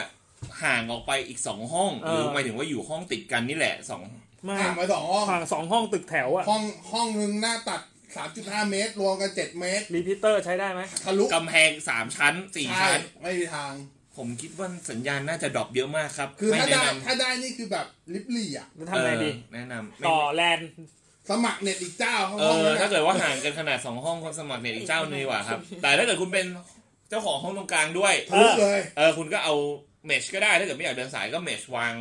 [SPEAKER 6] ห่างออกไปอีกสองห้อง
[SPEAKER 4] เออ
[SPEAKER 6] หรือหมายถึงว่าอยู่ห้องติดกันนี่แหละสอง
[SPEAKER 4] ไม่
[SPEAKER 7] ห่างไปสองห้อง
[SPEAKER 4] ห่างสองห้องตึกแถวอะ
[SPEAKER 7] ห้องห้องหนึ่งหน้าตัดสามจุดห้าเมตร รวมกันเจ็ดเมตร
[SPEAKER 4] รีพิเตอร์ใช้ได้ไหม
[SPEAKER 7] ทะลุ
[SPEAKER 6] กำแพงสามชั้นสี่
[SPEAKER 7] ใช่
[SPEAKER 6] ชั้น
[SPEAKER 7] ไม่มีทาง
[SPEAKER 6] ผมคิดว่าสัญญาณน่าจะดรอปเยอะมากครับ
[SPEAKER 7] คือ
[SPEAKER 6] ไม่
[SPEAKER 7] ถ้า
[SPEAKER 6] แนะ
[SPEAKER 7] ได้
[SPEAKER 6] น
[SPEAKER 7] ถ้าได้นี่คือแบบลิบลี่อ่ะ
[SPEAKER 4] แล้ว
[SPEAKER 6] ำ
[SPEAKER 4] ทำไงดี
[SPEAKER 6] เออแนะนำไม่
[SPEAKER 4] ต่อแลน
[SPEAKER 7] สมัครเน็ตอีกเจ้าห้อง
[SPEAKER 6] เอ
[SPEAKER 7] ห้อง
[SPEAKER 6] อ
[SPEAKER 7] นั้น
[SPEAKER 6] ถ้า
[SPEAKER 7] อะ
[SPEAKER 6] เกิดว่าห่างกันขนาดสองห้องคนสมัครเนี่ยอีกเจ้าหนึงดีกว่าครับ แต่ถ้าเกิดคุณเป็นเจ้าของห้องตรงกลางด้วย
[SPEAKER 7] ทะลุเลย
[SPEAKER 6] เออคุณก็เอาเมชก็ได้ถ้าเกิดไม่อยากเดินสายก็เมชวาง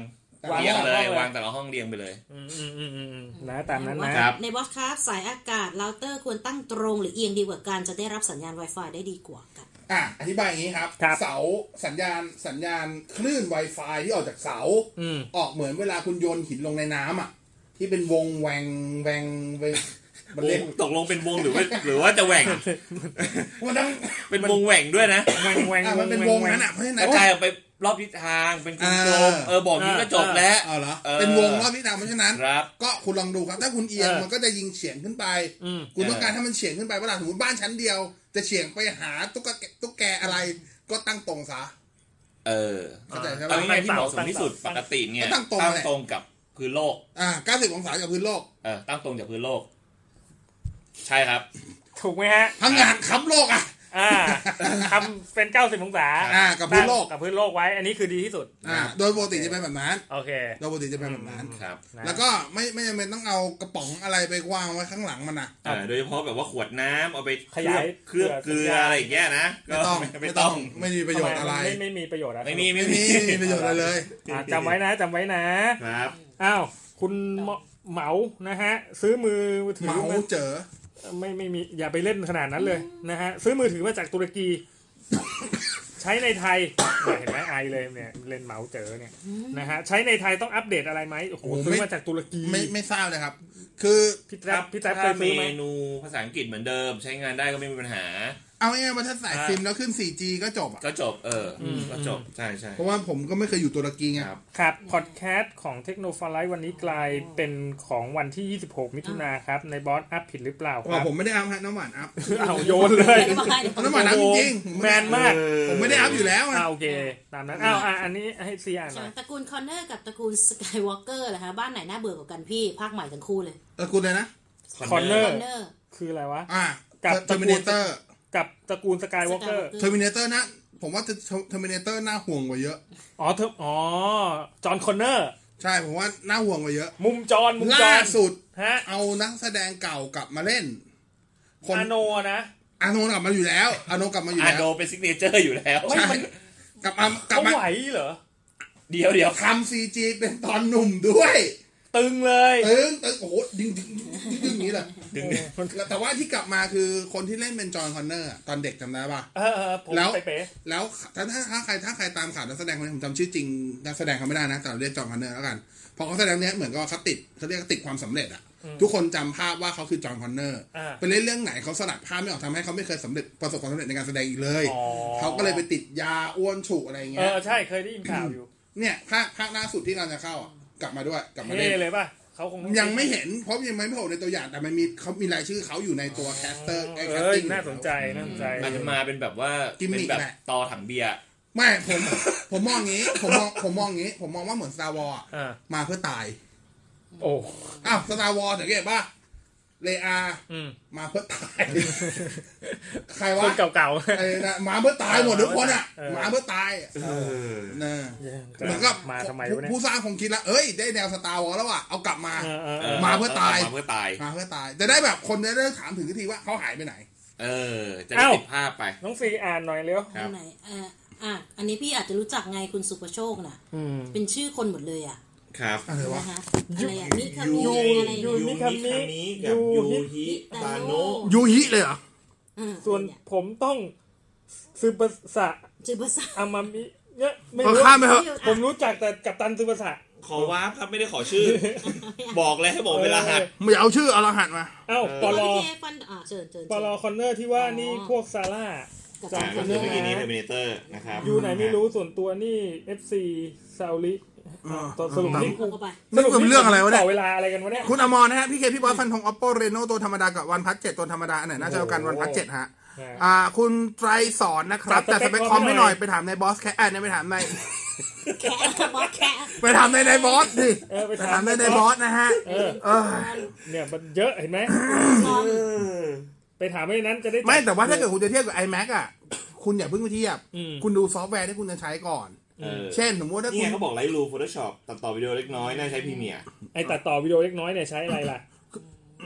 [SPEAKER 7] วาง
[SPEAKER 6] เรียง
[SPEAKER 7] แต่
[SPEAKER 6] เล
[SPEAKER 7] ละห้
[SPEAKER 6] ย
[SPEAKER 7] อง
[SPEAKER 6] วางแต่ละห้องเรียงไปเลย
[SPEAKER 4] อืมอืมอืมอืมนะตามนั้นนะ
[SPEAKER 6] ครับ
[SPEAKER 5] ในบอสครับสายอากาศเราเตอร์ควรตั้งตรงหรือเอียงดีกว่ากันจะได้รับสัญญาณ Wi-Fi ได้ดีกว่ากัน
[SPEAKER 7] อ่ะอธิบายอย่างนี้ครับ
[SPEAKER 4] ครับ
[SPEAKER 7] เสาสัญญาณสัญญาณคลื่น Wi-Fi ที่ออกจากเสา
[SPEAKER 4] อืม
[SPEAKER 7] ออกเหมือนเวลาคุณโยนหินลงในน้ำอ่ะ ที่เป็นวงแหวงแหวงแหวงมันเรียก
[SPEAKER 6] ตกลงเป็นวงหรือว่าหรือว่าจะแห ว่ง
[SPEAKER 7] มันต้อง
[SPEAKER 6] เป็นวงแหว่งด้วยนะ
[SPEAKER 4] แหวงแหวง
[SPEAKER 7] อ่ะมันเป็นวงนั้นอ่ะเพราะฉะ
[SPEAKER 6] ก
[SPEAKER 7] นั้น
[SPEAKER 6] ระจายออกไปรอบทิศทางเป็นกลมๆเออบอกนี้ก็จบแล้ว
[SPEAKER 7] เอาเหรอ
[SPEAKER 6] เออ
[SPEAKER 7] เป็นวงรอบทิศทางเพราะฉะนั้น
[SPEAKER 6] ครับ
[SPEAKER 7] ก็คุณลองดูครับ ถ้าคุณเอียง
[SPEAKER 6] เออ
[SPEAKER 7] มันก็จะยิงเฉียงขึ้นไป
[SPEAKER 4] อืม
[SPEAKER 7] คุณต้องการให้มันเฉียงขึ้นไปเวลาสมมติบ้านชั้นเดียว จะเฉียงไปหาตุ๊กแกตุ๊กแกอะไร ก็ตั้งตรงซะ
[SPEAKER 6] เออ
[SPEAKER 7] เข้าใจใช่ไหม
[SPEAKER 6] ตอนนี้ไงที่เหมาะสมที่สุดปกติเนี่ย
[SPEAKER 7] ก็ตั้งตรงแหละ
[SPEAKER 6] ตรงกับพื้นโลก
[SPEAKER 7] อ่า90องศากับพื้นโลก
[SPEAKER 6] เออตั้งตรงจากพื้นโลก ใช่ครับ
[SPEAKER 4] ถูกไหมฮะ
[SPEAKER 7] พังงานขับโลกอ่ะ
[SPEAKER 4] อ่า ทำเป็น 90องศา
[SPEAKER 7] อ่ากับพื้นโลก
[SPEAKER 4] ตั้งกับพื้นโลกไว้ อันนี้คือดีที่สุด
[SPEAKER 7] อ่าโดยปกติจะเป็นแบบนั้น
[SPEAKER 4] โอเค
[SPEAKER 7] โดยปกติจะเป็นแบบนั้น
[SPEAKER 6] ครับ
[SPEAKER 4] นะ
[SPEAKER 7] แล้วก็ไม่ไม่จำเป็นต้องเอากระป๋องอะไรไปวางไว้ข้างหลังมันนะ
[SPEAKER 6] เออโดยเฉพาะแบบว่าขวดน้ำเอาไปเคลือบเคลือบเกลืออะไรอย่างเงี้ยนะก็
[SPEAKER 7] ไม่ต้อง
[SPEAKER 6] ไม่
[SPEAKER 7] ไม่
[SPEAKER 6] ต้
[SPEAKER 7] ต้
[SPEAKER 6] อ
[SPEAKER 7] อง งไม่มีประโยชน์อะไร
[SPEAKER 4] ทำไมม่ไม่มีประโยชน์อะ
[SPEAKER 6] ไม่มี
[SPEAKER 4] ส
[SPEAKER 6] ไม่
[SPEAKER 7] ไม่
[SPEAKER 6] มี
[SPEAKER 7] มีไม่มีประโยชน์อะไรเลย
[SPEAKER 4] รุปอ่าจำไว้นะจำไว้นะ
[SPEAKER 6] ครับ
[SPEAKER 4] อ้าว คุณเหมาเหมา นะฮะ ซื้อมือถือ
[SPEAKER 7] เหมาเจอ
[SPEAKER 4] ไม่ไม่มี อย่าไปเล่นขนาดนั้นเลยนะฮะ ซื้อมือถือมาจากตุรกี ใช้ในไทยเนี่ยเห็นไหมไอเลยเนี่ยเล่นเหมาเจอเนี่ยนะฮะ ใช้ในไทยต้องอัปเดตอะไรไหมโอ้โหซื้อมาจากตุรกี
[SPEAKER 7] ไม่ไม่ทราบเลยครับ คือ
[SPEAKER 4] พี่แท็บพี่แท็บเค
[SPEAKER 6] ถ้าย เม
[SPEAKER 4] ซื้อไหม
[SPEAKER 6] นูภาษาอังกฤษเหมือนเดิม ใช้งานได้ก็ไม่มีปัญหา
[SPEAKER 7] เอาง่ายๆว่าถ้าสาย
[SPEAKER 6] อ่า
[SPEAKER 7] ซิมแล้วขึ้น 4G ก็จบอะ
[SPEAKER 6] ก็จบ เอออ
[SPEAKER 4] ม
[SPEAKER 6] ก็จบ ใช่ใช่
[SPEAKER 7] เพราะว่าผมก็ไม่เคยอยู่ตุรกีไง
[SPEAKER 6] ครับ
[SPEAKER 4] ครับ พอดแคสต์ของเทคโนโลยีวันนี้กลายเป็นของวันที่ 26 มิถุนาครับ ในบอสอัพผิดหรือเปล่าค
[SPEAKER 7] ว่า
[SPEAKER 4] รับ
[SPEAKER 7] ผมไม่ได้อัพฮะน้ำหวานอัพ
[SPEAKER 4] เอาโยนเลย
[SPEAKER 5] ไม่ได้บอกให้
[SPEAKER 7] น้ำหวานอัพจริง
[SPEAKER 4] แมนมาก
[SPEAKER 7] ๆผมไม่ได้อัพอยู่แล้วอะ
[SPEAKER 4] อ่าโอเค ตามนั้นอ้าวอ่ะอันนี้ให้ซีอ่านหน่อย
[SPEAKER 5] ตระกูลคอนเนอร์กับตระกูลสกายวอล์กเกอร์เหรอคะบ้านไหนน่าเบื่อกว่ากันพี่ภาคใหม่ทั้งคู่เลย
[SPEAKER 7] ตระกูลเลยนะ
[SPEAKER 4] คอนเนอ
[SPEAKER 5] ค
[SPEAKER 4] ร์
[SPEAKER 5] อนเนอร์
[SPEAKER 4] คืออะไรวะ
[SPEAKER 7] อ่า
[SPEAKER 4] กับ
[SPEAKER 7] เท
[SPEAKER 4] ต
[SPEAKER 7] อ
[SPEAKER 4] ระกู
[SPEAKER 7] ร์มิ
[SPEAKER 4] ล
[SPEAKER 7] นเตอร์
[SPEAKER 4] กับตระกูลสกายวอล์กเกอร์
[SPEAKER 5] Skywalker
[SPEAKER 7] เทอร์มินเตอร์นะผมว่าเทอร์มินเตอร์น่าห่วงกว่าเยอะ
[SPEAKER 4] อ๋อเธออ๋อ จอห์นคอนเนอร์
[SPEAKER 7] ใช่ผมว่าน่าห่วงกว่าเยอะ
[SPEAKER 4] มุมจอห์นมุมจอ
[SPEAKER 7] ล่า
[SPEAKER 4] ห์น
[SPEAKER 7] สุด
[SPEAKER 4] ฮะ
[SPEAKER 7] เอานักแสดงเก่ากลับมาเล่น คน
[SPEAKER 4] อาโนนะ
[SPEAKER 7] อาโนกลับมาอยู่แล้วอาโนกลับมาอยู่
[SPEAKER 6] อา
[SPEAKER 7] แล้
[SPEAKER 6] โด
[SPEAKER 7] ว
[SPEAKER 6] เป็นซิกเนเจอร์อยู่แล้ว
[SPEAKER 4] ไม่มัน
[SPEAKER 7] กลับมากลับ
[SPEAKER 4] เขา
[SPEAKER 7] มา
[SPEAKER 4] ไหวเหรอ
[SPEAKER 6] เดี๋ยวเดี๋ยว
[SPEAKER 7] ทำซีจีเป็นตอนหนุ่มด้วย
[SPEAKER 4] ตึงเลย
[SPEAKER 7] ตึงตึงโอ้โหดึงดึงดึงดึงอย่างเงี้ย นี้เลย
[SPEAKER 6] ดึง
[SPEAKER 7] แล้วแต่ว่าที่กลับมาคือคนที่เล่นเป็นจอห์นคอนเนอร์อะตอนเด็กจำได้ปะ
[SPEAKER 4] เออเออผม
[SPEAKER 7] แล้ว
[SPEAKER 4] เป๋
[SPEAKER 7] แล้วถ้าถ้าถ้าใครถ้าใครตามข่าวนักแสดงคนนี้ผมจำชื่อจริงนักแสดงเขาไม่ได้นะแต่เราเรียกจอห์นคอนเนอร์แล้วกันเพอเขาแสดงเนี้ยเหมือนกับว่าเขาติดเขาเรียกว่าติดความสำเร็จอะทุกคนจำภาพว่าเขาคือจอห์นคอนเนอร์
[SPEAKER 4] ๆอ่า
[SPEAKER 7] ไปเล่นเรื่องไหนเขาสลัดภาพไม่ออกทำให้เขาไม่เคยสำเร็จประสบความสำเร็จในการแสดงอีกเลย
[SPEAKER 4] อ๋อ
[SPEAKER 7] เขาก็เลยไปติดยาอ้วนฉุอะไร
[SPEAKER 4] เอ
[SPEAKER 7] เงี้ย
[SPEAKER 4] อใช่เคยได้ยินข่าวอยู่
[SPEAKER 7] เนี่ยภาคภาคล่าสุดที่เราจะเข้าอะกลับมาด้วยกลับมา
[SPEAKER 4] เฮ้
[SPEAKER 7] เล่น
[SPEAKER 4] เลยป่ะเขาคงต้อ
[SPEAKER 7] ยังไม่เห็นเพราะยังไม่โผล่ในตัวอย่างแต่มันมีเขามีรายชื่อเขาอยู่ในตัวแคสเตอร์ไอ้แค
[SPEAKER 4] เอ
[SPEAKER 7] ส
[SPEAKER 4] อ
[SPEAKER 7] ติ้ง
[SPEAKER 4] น่าสนใจน่าสนใจ
[SPEAKER 6] อาจจะมาเป็นแบบว่า
[SPEAKER 7] กิมมิ
[SPEAKER 6] เป็
[SPEAKER 7] คน
[SPEAKER 6] แบบ
[SPEAKER 7] แหละ
[SPEAKER 6] ต่อถังเบียร์
[SPEAKER 7] ไม่ผมผมมองงี้ ผมมองผมมองงี้ ผมมองว่าเหมือน Star Wars อะ
[SPEAKER 4] อ่า
[SPEAKER 7] มาเพื่อตาย
[SPEAKER 4] โอ้
[SPEAKER 7] อ้าว Star Wars สังเกตป่ะเลอา
[SPEAKER 4] อืม
[SPEAKER 7] มาเพื่อตาย ใครวะ
[SPEAKER 4] คนเก่า
[SPEAKER 7] ไอ้นะมาเพื่อตายหมดทุกคนอ่ะ
[SPEAKER 4] เออ
[SPEAKER 7] มาเพื่อตายอะนะ
[SPEAKER 4] ๆ
[SPEAKER 7] เหมือนกับ
[SPEAKER 4] มาทำไมวะเนี่ย
[SPEAKER 7] ผู้สร้างคงคิดแล้วเอ้ยได้แนว Star Wars แล้วอ่ะเอากลับมา
[SPEAKER 4] เออเออเอ
[SPEAKER 6] เอ
[SPEAKER 4] อ
[SPEAKER 6] อ
[SPEAKER 7] มาเพื่อตาย
[SPEAKER 6] มาเพื่อตาย
[SPEAKER 7] มาเพื่อตายจะได้แบบคนจะได้ถามถึงทีว่าเขาหายไปไหน
[SPEAKER 6] เออ จะได้
[SPEAKER 4] เอ้า
[SPEAKER 6] ติดภาพไป
[SPEAKER 4] น้องซีอ่านหน่อยเร็ว
[SPEAKER 6] ครั
[SPEAKER 5] อั
[SPEAKER 6] บ
[SPEAKER 5] นไหนอ่ะอ่ะอันนี้พี่อาจจะรู้จักไงคุณสุประโชคน่ะ
[SPEAKER 4] อืม
[SPEAKER 5] เป็นชื่อคนหมดเลยอ่ะ
[SPEAKER 6] ครับ
[SPEAKER 7] อะไรวะ
[SPEAKER 5] นะคะอะไรอ่ะมิคามิ
[SPEAKER 4] ยู
[SPEAKER 5] อะไร
[SPEAKER 4] ยู
[SPEAKER 5] เนี่ย
[SPEAKER 4] นิคามิ
[SPEAKER 1] กับ
[SPEAKER 4] ยู
[SPEAKER 1] ยูฮิตาโนะ
[SPEAKER 7] ยูฮิเลยเหรอ
[SPEAKER 5] อ่า
[SPEAKER 4] ส่วน
[SPEAKER 5] เย
[SPEAKER 4] ผมต้องซึบะสะ
[SPEAKER 5] ชื่อภาษา
[SPEAKER 4] อามามิเนี่ยไม่
[SPEAKER 7] เอา
[SPEAKER 4] รู้
[SPEAKER 7] ข้ามไปเถอะ
[SPEAKER 4] ผมรู้จักแต่กัปตันซึบะสะ
[SPEAKER 1] ขอวาร์ปครับไม่ได้ขอ ชื่อ บอกแล้วให้บอกเวลาหัด
[SPEAKER 7] ไม่เอาชื่ออรหันต์มา
[SPEAKER 4] เอ้าป
[SPEAKER 5] ป
[SPEAKER 4] ล
[SPEAKER 5] ล
[SPEAKER 4] อ
[SPEAKER 5] อฟันอ่าเชิญเชิญ
[SPEAKER 4] ป
[SPEAKER 5] เชิญ
[SPEAKER 4] ลอคอนเนอร์ที่ว่านี่พวกซาร่า
[SPEAKER 5] กับ
[SPEAKER 4] จอ
[SPEAKER 5] สา
[SPEAKER 4] ห์
[SPEAKER 5] ม
[SPEAKER 4] น
[SPEAKER 5] คน
[SPEAKER 4] เรื่
[SPEAKER 5] เรื่อง ง
[SPEAKER 4] อะ
[SPEAKER 5] น
[SPEAKER 4] นี้
[SPEAKER 6] Terminator นะครับ
[SPEAKER 4] อยู่ไหนไม่รู้ส่วนตัวนี่ FC ซาอุลิอ่ะตอนสรุปนี่กู
[SPEAKER 5] เข้าไป
[SPEAKER 7] นี่คือเรื่องอะไรวะเนี่ย
[SPEAKER 4] ต่อเวลาอะไรกันวะเนี่ย
[SPEAKER 7] คุณอมรนะฮะ พี่เคพี่บอสฟันธง oppo reno ตัวธรรมดากับวันพัทเจ็ดตัวธรรมดา อันไหนน่าจะเอากัน
[SPEAKER 4] โอ้โห
[SPEAKER 7] วันพัทเจ็ดฮะ
[SPEAKER 4] อ่ะ
[SPEAKER 7] อ่า คุณไตรสอนนะครับ
[SPEAKER 4] จัด
[SPEAKER 7] แต่ส
[SPEAKER 4] ส
[SPEAKER 7] เป
[SPEAKER 4] เป
[SPEAKER 7] ค
[SPEAKER 4] ค
[SPEAKER 7] คอ
[SPEAKER 4] ค
[SPEAKER 7] ม
[SPEAKER 4] อมให้
[SPEAKER 7] ไม่ห
[SPEAKER 4] หน่
[SPEAKER 7] น่อ
[SPEAKER 4] อย ย
[SPEAKER 7] ไปถามนายบอสแค่อ่านยไปถามนาย
[SPEAKER 5] แค่บอสแค่
[SPEAKER 7] ไปถามนายนายบอสดิ
[SPEAKER 4] เออ
[SPEAKER 7] ไป
[SPEAKER 4] ไป
[SPEAKER 7] ถา
[SPEAKER 4] ถาม
[SPEAKER 7] นายนาน
[SPEAKER 4] มาย ย
[SPEAKER 7] บบอ
[SPEAKER 4] อ
[SPEAKER 7] ส
[SPEAKER 4] ส
[SPEAKER 7] นะฮะ
[SPEAKER 4] เออ
[SPEAKER 7] เออ
[SPEAKER 4] เนี่ยมันเยอะเห็นไหม
[SPEAKER 5] คอม
[SPEAKER 4] ไปถามไอ้นั้นจะได้จัด
[SPEAKER 7] ไม่แต่ว่าถ้าเกิดคุณจะเทียบกับ iMac อ่ะ คุณอย่าเพิ่งไปเทียบ
[SPEAKER 4] อืม
[SPEAKER 7] คุณดูซอฟต์แวร์ที่คุณจะใช้ก่อน
[SPEAKER 6] เออ
[SPEAKER 7] เช่นสมมติถ้า
[SPEAKER 6] นี่
[SPEAKER 7] คุ
[SPEAKER 6] ไง
[SPEAKER 7] ณ
[SPEAKER 6] เขาบอกไลท์รู Photoshop ตัดต่อวิดีโอเล็กน้อย น่าใช้พรีเมียร์
[SPEAKER 4] ไอ้ตัดต่อวิดีโอเล็กน้อยเนี่ยใช้อะไรล่ะ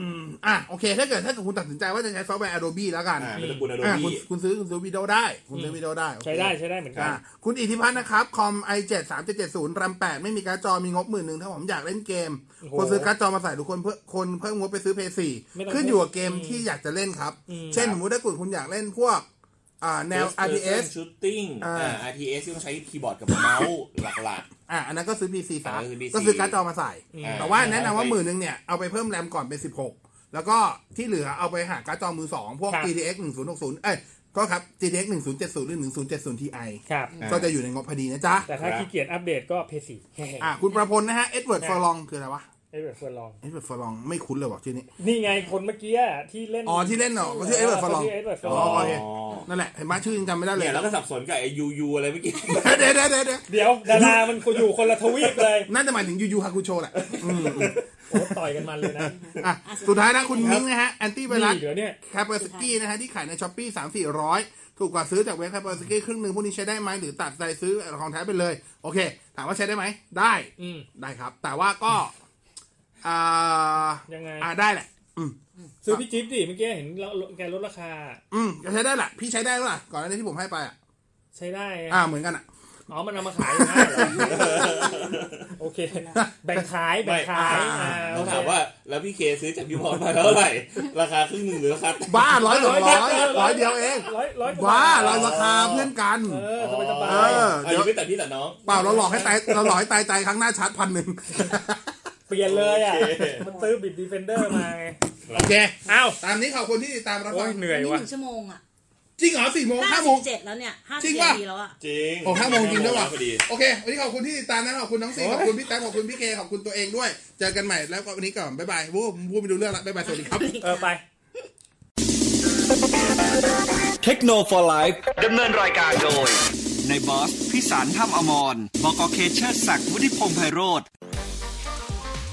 [SPEAKER 7] อืมอ่ะโอเค ถ้าเกิดถ้าเกิดคุณตัดสินใจว่าจะใช้ซอฟต์แวร์ Adobe แล้วกัน
[SPEAKER 6] อ่าเป็นตระกูล
[SPEAKER 7] อ่ะคุณ
[SPEAKER 6] Adobe
[SPEAKER 7] คุณซื้อคุณซื้อวิดีโอได้ คุณซื้อวิดีโอได้โอเค
[SPEAKER 4] ใช้ได้ใช้ได้เหมือนกัน
[SPEAKER 7] อ่ะคุณอิทธิพัฒน์นะครับ คอม i7 3770 RAM 8 ไม่มีการ์ดจอมีงบหมื่นหนึ่งถ้าผมอยากเล่นเกม
[SPEAKER 4] โอ้โห
[SPEAKER 7] ควรซื้อการ์ดจอมาใส่ทุกคนเพื่อคนเพิ่มงบไปซื้อ PS4
[SPEAKER 4] ไม่ต้อง
[SPEAKER 7] ขึ้นอยู่กับเกมที่อยากจะเล่นครับ
[SPEAKER 4] อืม
[SPEAKER 7] เช่นสมมติถ้าคุณคุณอยากเล่นพวกอ่าแนว RTS
[SPEAKER 6] shooting
[SPEAKER 7] อ่า
[SPEAKER 6] อ่า RTS ที่ต้องใช้คีย์บอร์ดกับเมาส์หลัก
[SPEAKER 7] อ่ะอันนั้นก็ซื้อ PC ซะ
[SPEAKER 6] อ่าซื้อ PC
[SPEAKER 7] ก็ซื้อการ์ดจอมาใส่
[SPEAKER 6] อ่า
[SPEAKER 7] แต่ว่าแนะนำว่า
[SPEAKER 6] ใช่
[SPEAKER 7] หมื่นหนึ่งเนี่ยเอาไปเพิ่มแรมก่อนเป็น 16 แล้วก็ที่เหลือเอาไปหาการ์ดจอมือสองพวก
[SPEAKER 4] ครับ
[SPEAKER 7] GTX 1060เอ้ยก็ครับ GTX 1070หรือ1070 Ti
[SPEAKER 4] ครับ
[SPEAKER 7] ก็จะอยู่ในงบพอดีนะจ๊ะ
[SPEAKER 4] แต่ถ้าขี้เกียจอัปเดตก็เพสีแฮ่
[SPEAKER 7] อ่ะคุณประพลนะฮะ เอ็ดเวิร์ดฟอลองคืออะไรวะ
[SPEAKER 4] ไอ้แบบควรลอง
[SPEAKER 7] เอ็ดเวิร์ดฟอลองไม่คุ้นเลยว่ะชื่อนี้
[SPEAKER 4] นี่ไงคนเมื่อกี้ที่เล่น
[SPEAKER 7] อ๋อ ที่เล่นเหรอเขาชื่อเอ็ดเวิร์ดฟอลอง
[SPEAKER 4] ขาชื่ Edward
[SPEAKER 6] ๆ
[SPEAKER 7] อ๋
[SPEAKER 4] Furlong
[SPEAKER 7] อโอเค นั่นแหละ เห็นไหมชื่อยังจำไม่ได้เล
[SPEAKER 6] เนี่ย ยแล้วก็สับสนกับไอ้ยูยูอะไรเมื่อกี้
[SPEAKER 7] เดี๋ยวเดี๋ยวเดี๋ยวเดี๋ยว
[SPEAKER 4] เดี๋ยวดารามันกูอยู่คนละทวีปเลย
[SPEAKER 7] น่าจะหมายถึงยูยูฮากุโชแหละอืมอืม
[SPEAKER 4] โอ้ต่อยกันมันเลยนะ
[SPEAKER 7] อ่ะ สุดท้ายนะคุณมิ้งนะฮะ แอนตี้ไวรัส
[SPEAKER 4] นี่เดี๋ยวเนี่ย
[SPEAKER 7] แคปเปอร์สกี้นะฮะ ที่ขายในช้อปปี้สามสี่ร้อยถูกกว่าซื้อจากเว็บแคปเปอร์สกี้ครึ่งหนึ่งพวกนี้ใช้ได้ไหมหรือตัดใจซื้อของแท้ไปเลย โอเค ถามว่าใช้ได้ไหมได้
[SPEAKER 4] อืม
[SPEAKER 7] ได้ครับ แต่ว่าก็อ่า
[SPEAKER 4] ยังไง
[SPEAKER 7] อ่าได้แหละ อืม
[SPEAKER 4] ซื้อพี่จิ๊บดิเมื่อกี้เห็นเราแกลดราคา
[SPEAKER 7] อืมก็ใช้ได้แหละพี่ใช้ได้ป่ะก่อนหน้านี้ที่ผมให้ไปอ่ะ
[SPEAKER 4] ใช้ได้
[SPEAKER 7] อ่าเหมือนกันอ่ะ
[SPEAKER 4] อ๋อมันเอามาขายอย่างนั้นเหรอโอเค แบ่งขายแบ่งขาย
[SPEAKER 7] ไม่
[SPEAKER 4] อ่า
[SPEAKER 6] ต้องถามว่าแล้วพี่เคซื้อจากพี่พรมาเท่าไหร่ ราคาครึ่งหนึ่งหรือราคา
[SPEAKER 7] บ้าร้อยสองร้อยร้อยเดียวเอง
[SPEAKER 4] ร้อยร้อยก
[SPEAKER 7] บ้า
[SPEAKER 4] บท
[SPEAKER 7] ร้อยราคาเพื่อนกัน
[SPEAKER 4] เออสบายสบา
[SPEAKER 7] เอย อ
[SPEAKER 6] อา
[SPEAKER 7] เดี๋ย
[SPEAKER 6] ยุ
[SPEAKER 7] ว
[SPEAKER 6] ไม่ตัดพี่ตัดน้อง
[SPEAKER 7] เปล่าเราหลอกให้ตายเราหลอกให้ตายใจครั้งหน้าชาร์จพันหนึ่ง
[SPEAKER 4] เปลี่ยนเลยอ่ะ
[SPEAKER 6] โอเค
[SPEAKER 4] มันซื้อบิดดีเฟนเดอร์มาไง
[SPEAKER 7] โอเค
[SPEAKER 4] อ้าว
[SPEAKER 7] ตามนี้ขอบคุณที่ติดตามรับ
[SPEAKER 4] โอ้
[SPEAKER 7] ฟัง
[SPEAKER 4] ยเหนื่อย
[SPEAKER 5] นี่ห
[SPEAKER 4] ว่ะ
[SPEAKER 5] นึ่งชั่วโมงอ่ะ
[SPEAKER 7] จริงเหรอสี่โมง
[SPEAKER 5] ห้า
[SPEAKER 7] ห้าโม
[SPEAKER 5] สิ
[SPEAKER 7] ง
[SPEAKER 5] บเจ็ดแล้วเนี่ยห้า
[SPEAKER 7] จริ
[SPEAKER 5] สิบ
[SPEAKER 7] ง
[SPEAKER 5] เจ็ด
[SPEAKER 7] ป่ะ
[SPEAKER 5] นาทีแล้วอ่ะ
[SPEAKER 6] จริง
[SPEAKER 7] โอ้ห้าโมงจริงด้วยว่ะ
[SPEAKER 6] พอดี
[SPEAKER 7] โอเค วันนี้ขอบคุณที่ติดตามนะขอบคุณน้องซีขอบคุณพี่แต้มขอบคุณพี่เคขอบคุณตัวเองด้วย เจอกันใหม่แล้วก็วันนี้ก่อนบ๊ายบายวู้วู้ไม่รู้เรื่องละบ๊ายบายสวัสดีครับ
[SPEAKER 4] เออไป
[SPEAKER 3] เทคโนโลยี
[SPEAKER 8] ดำเนินรายการโดย
[SPEAKER 3] ในบอสพิสารถ้ำอมรบกเคเชอร์ศักดิ์วุฒิพงษ์ไพโรธ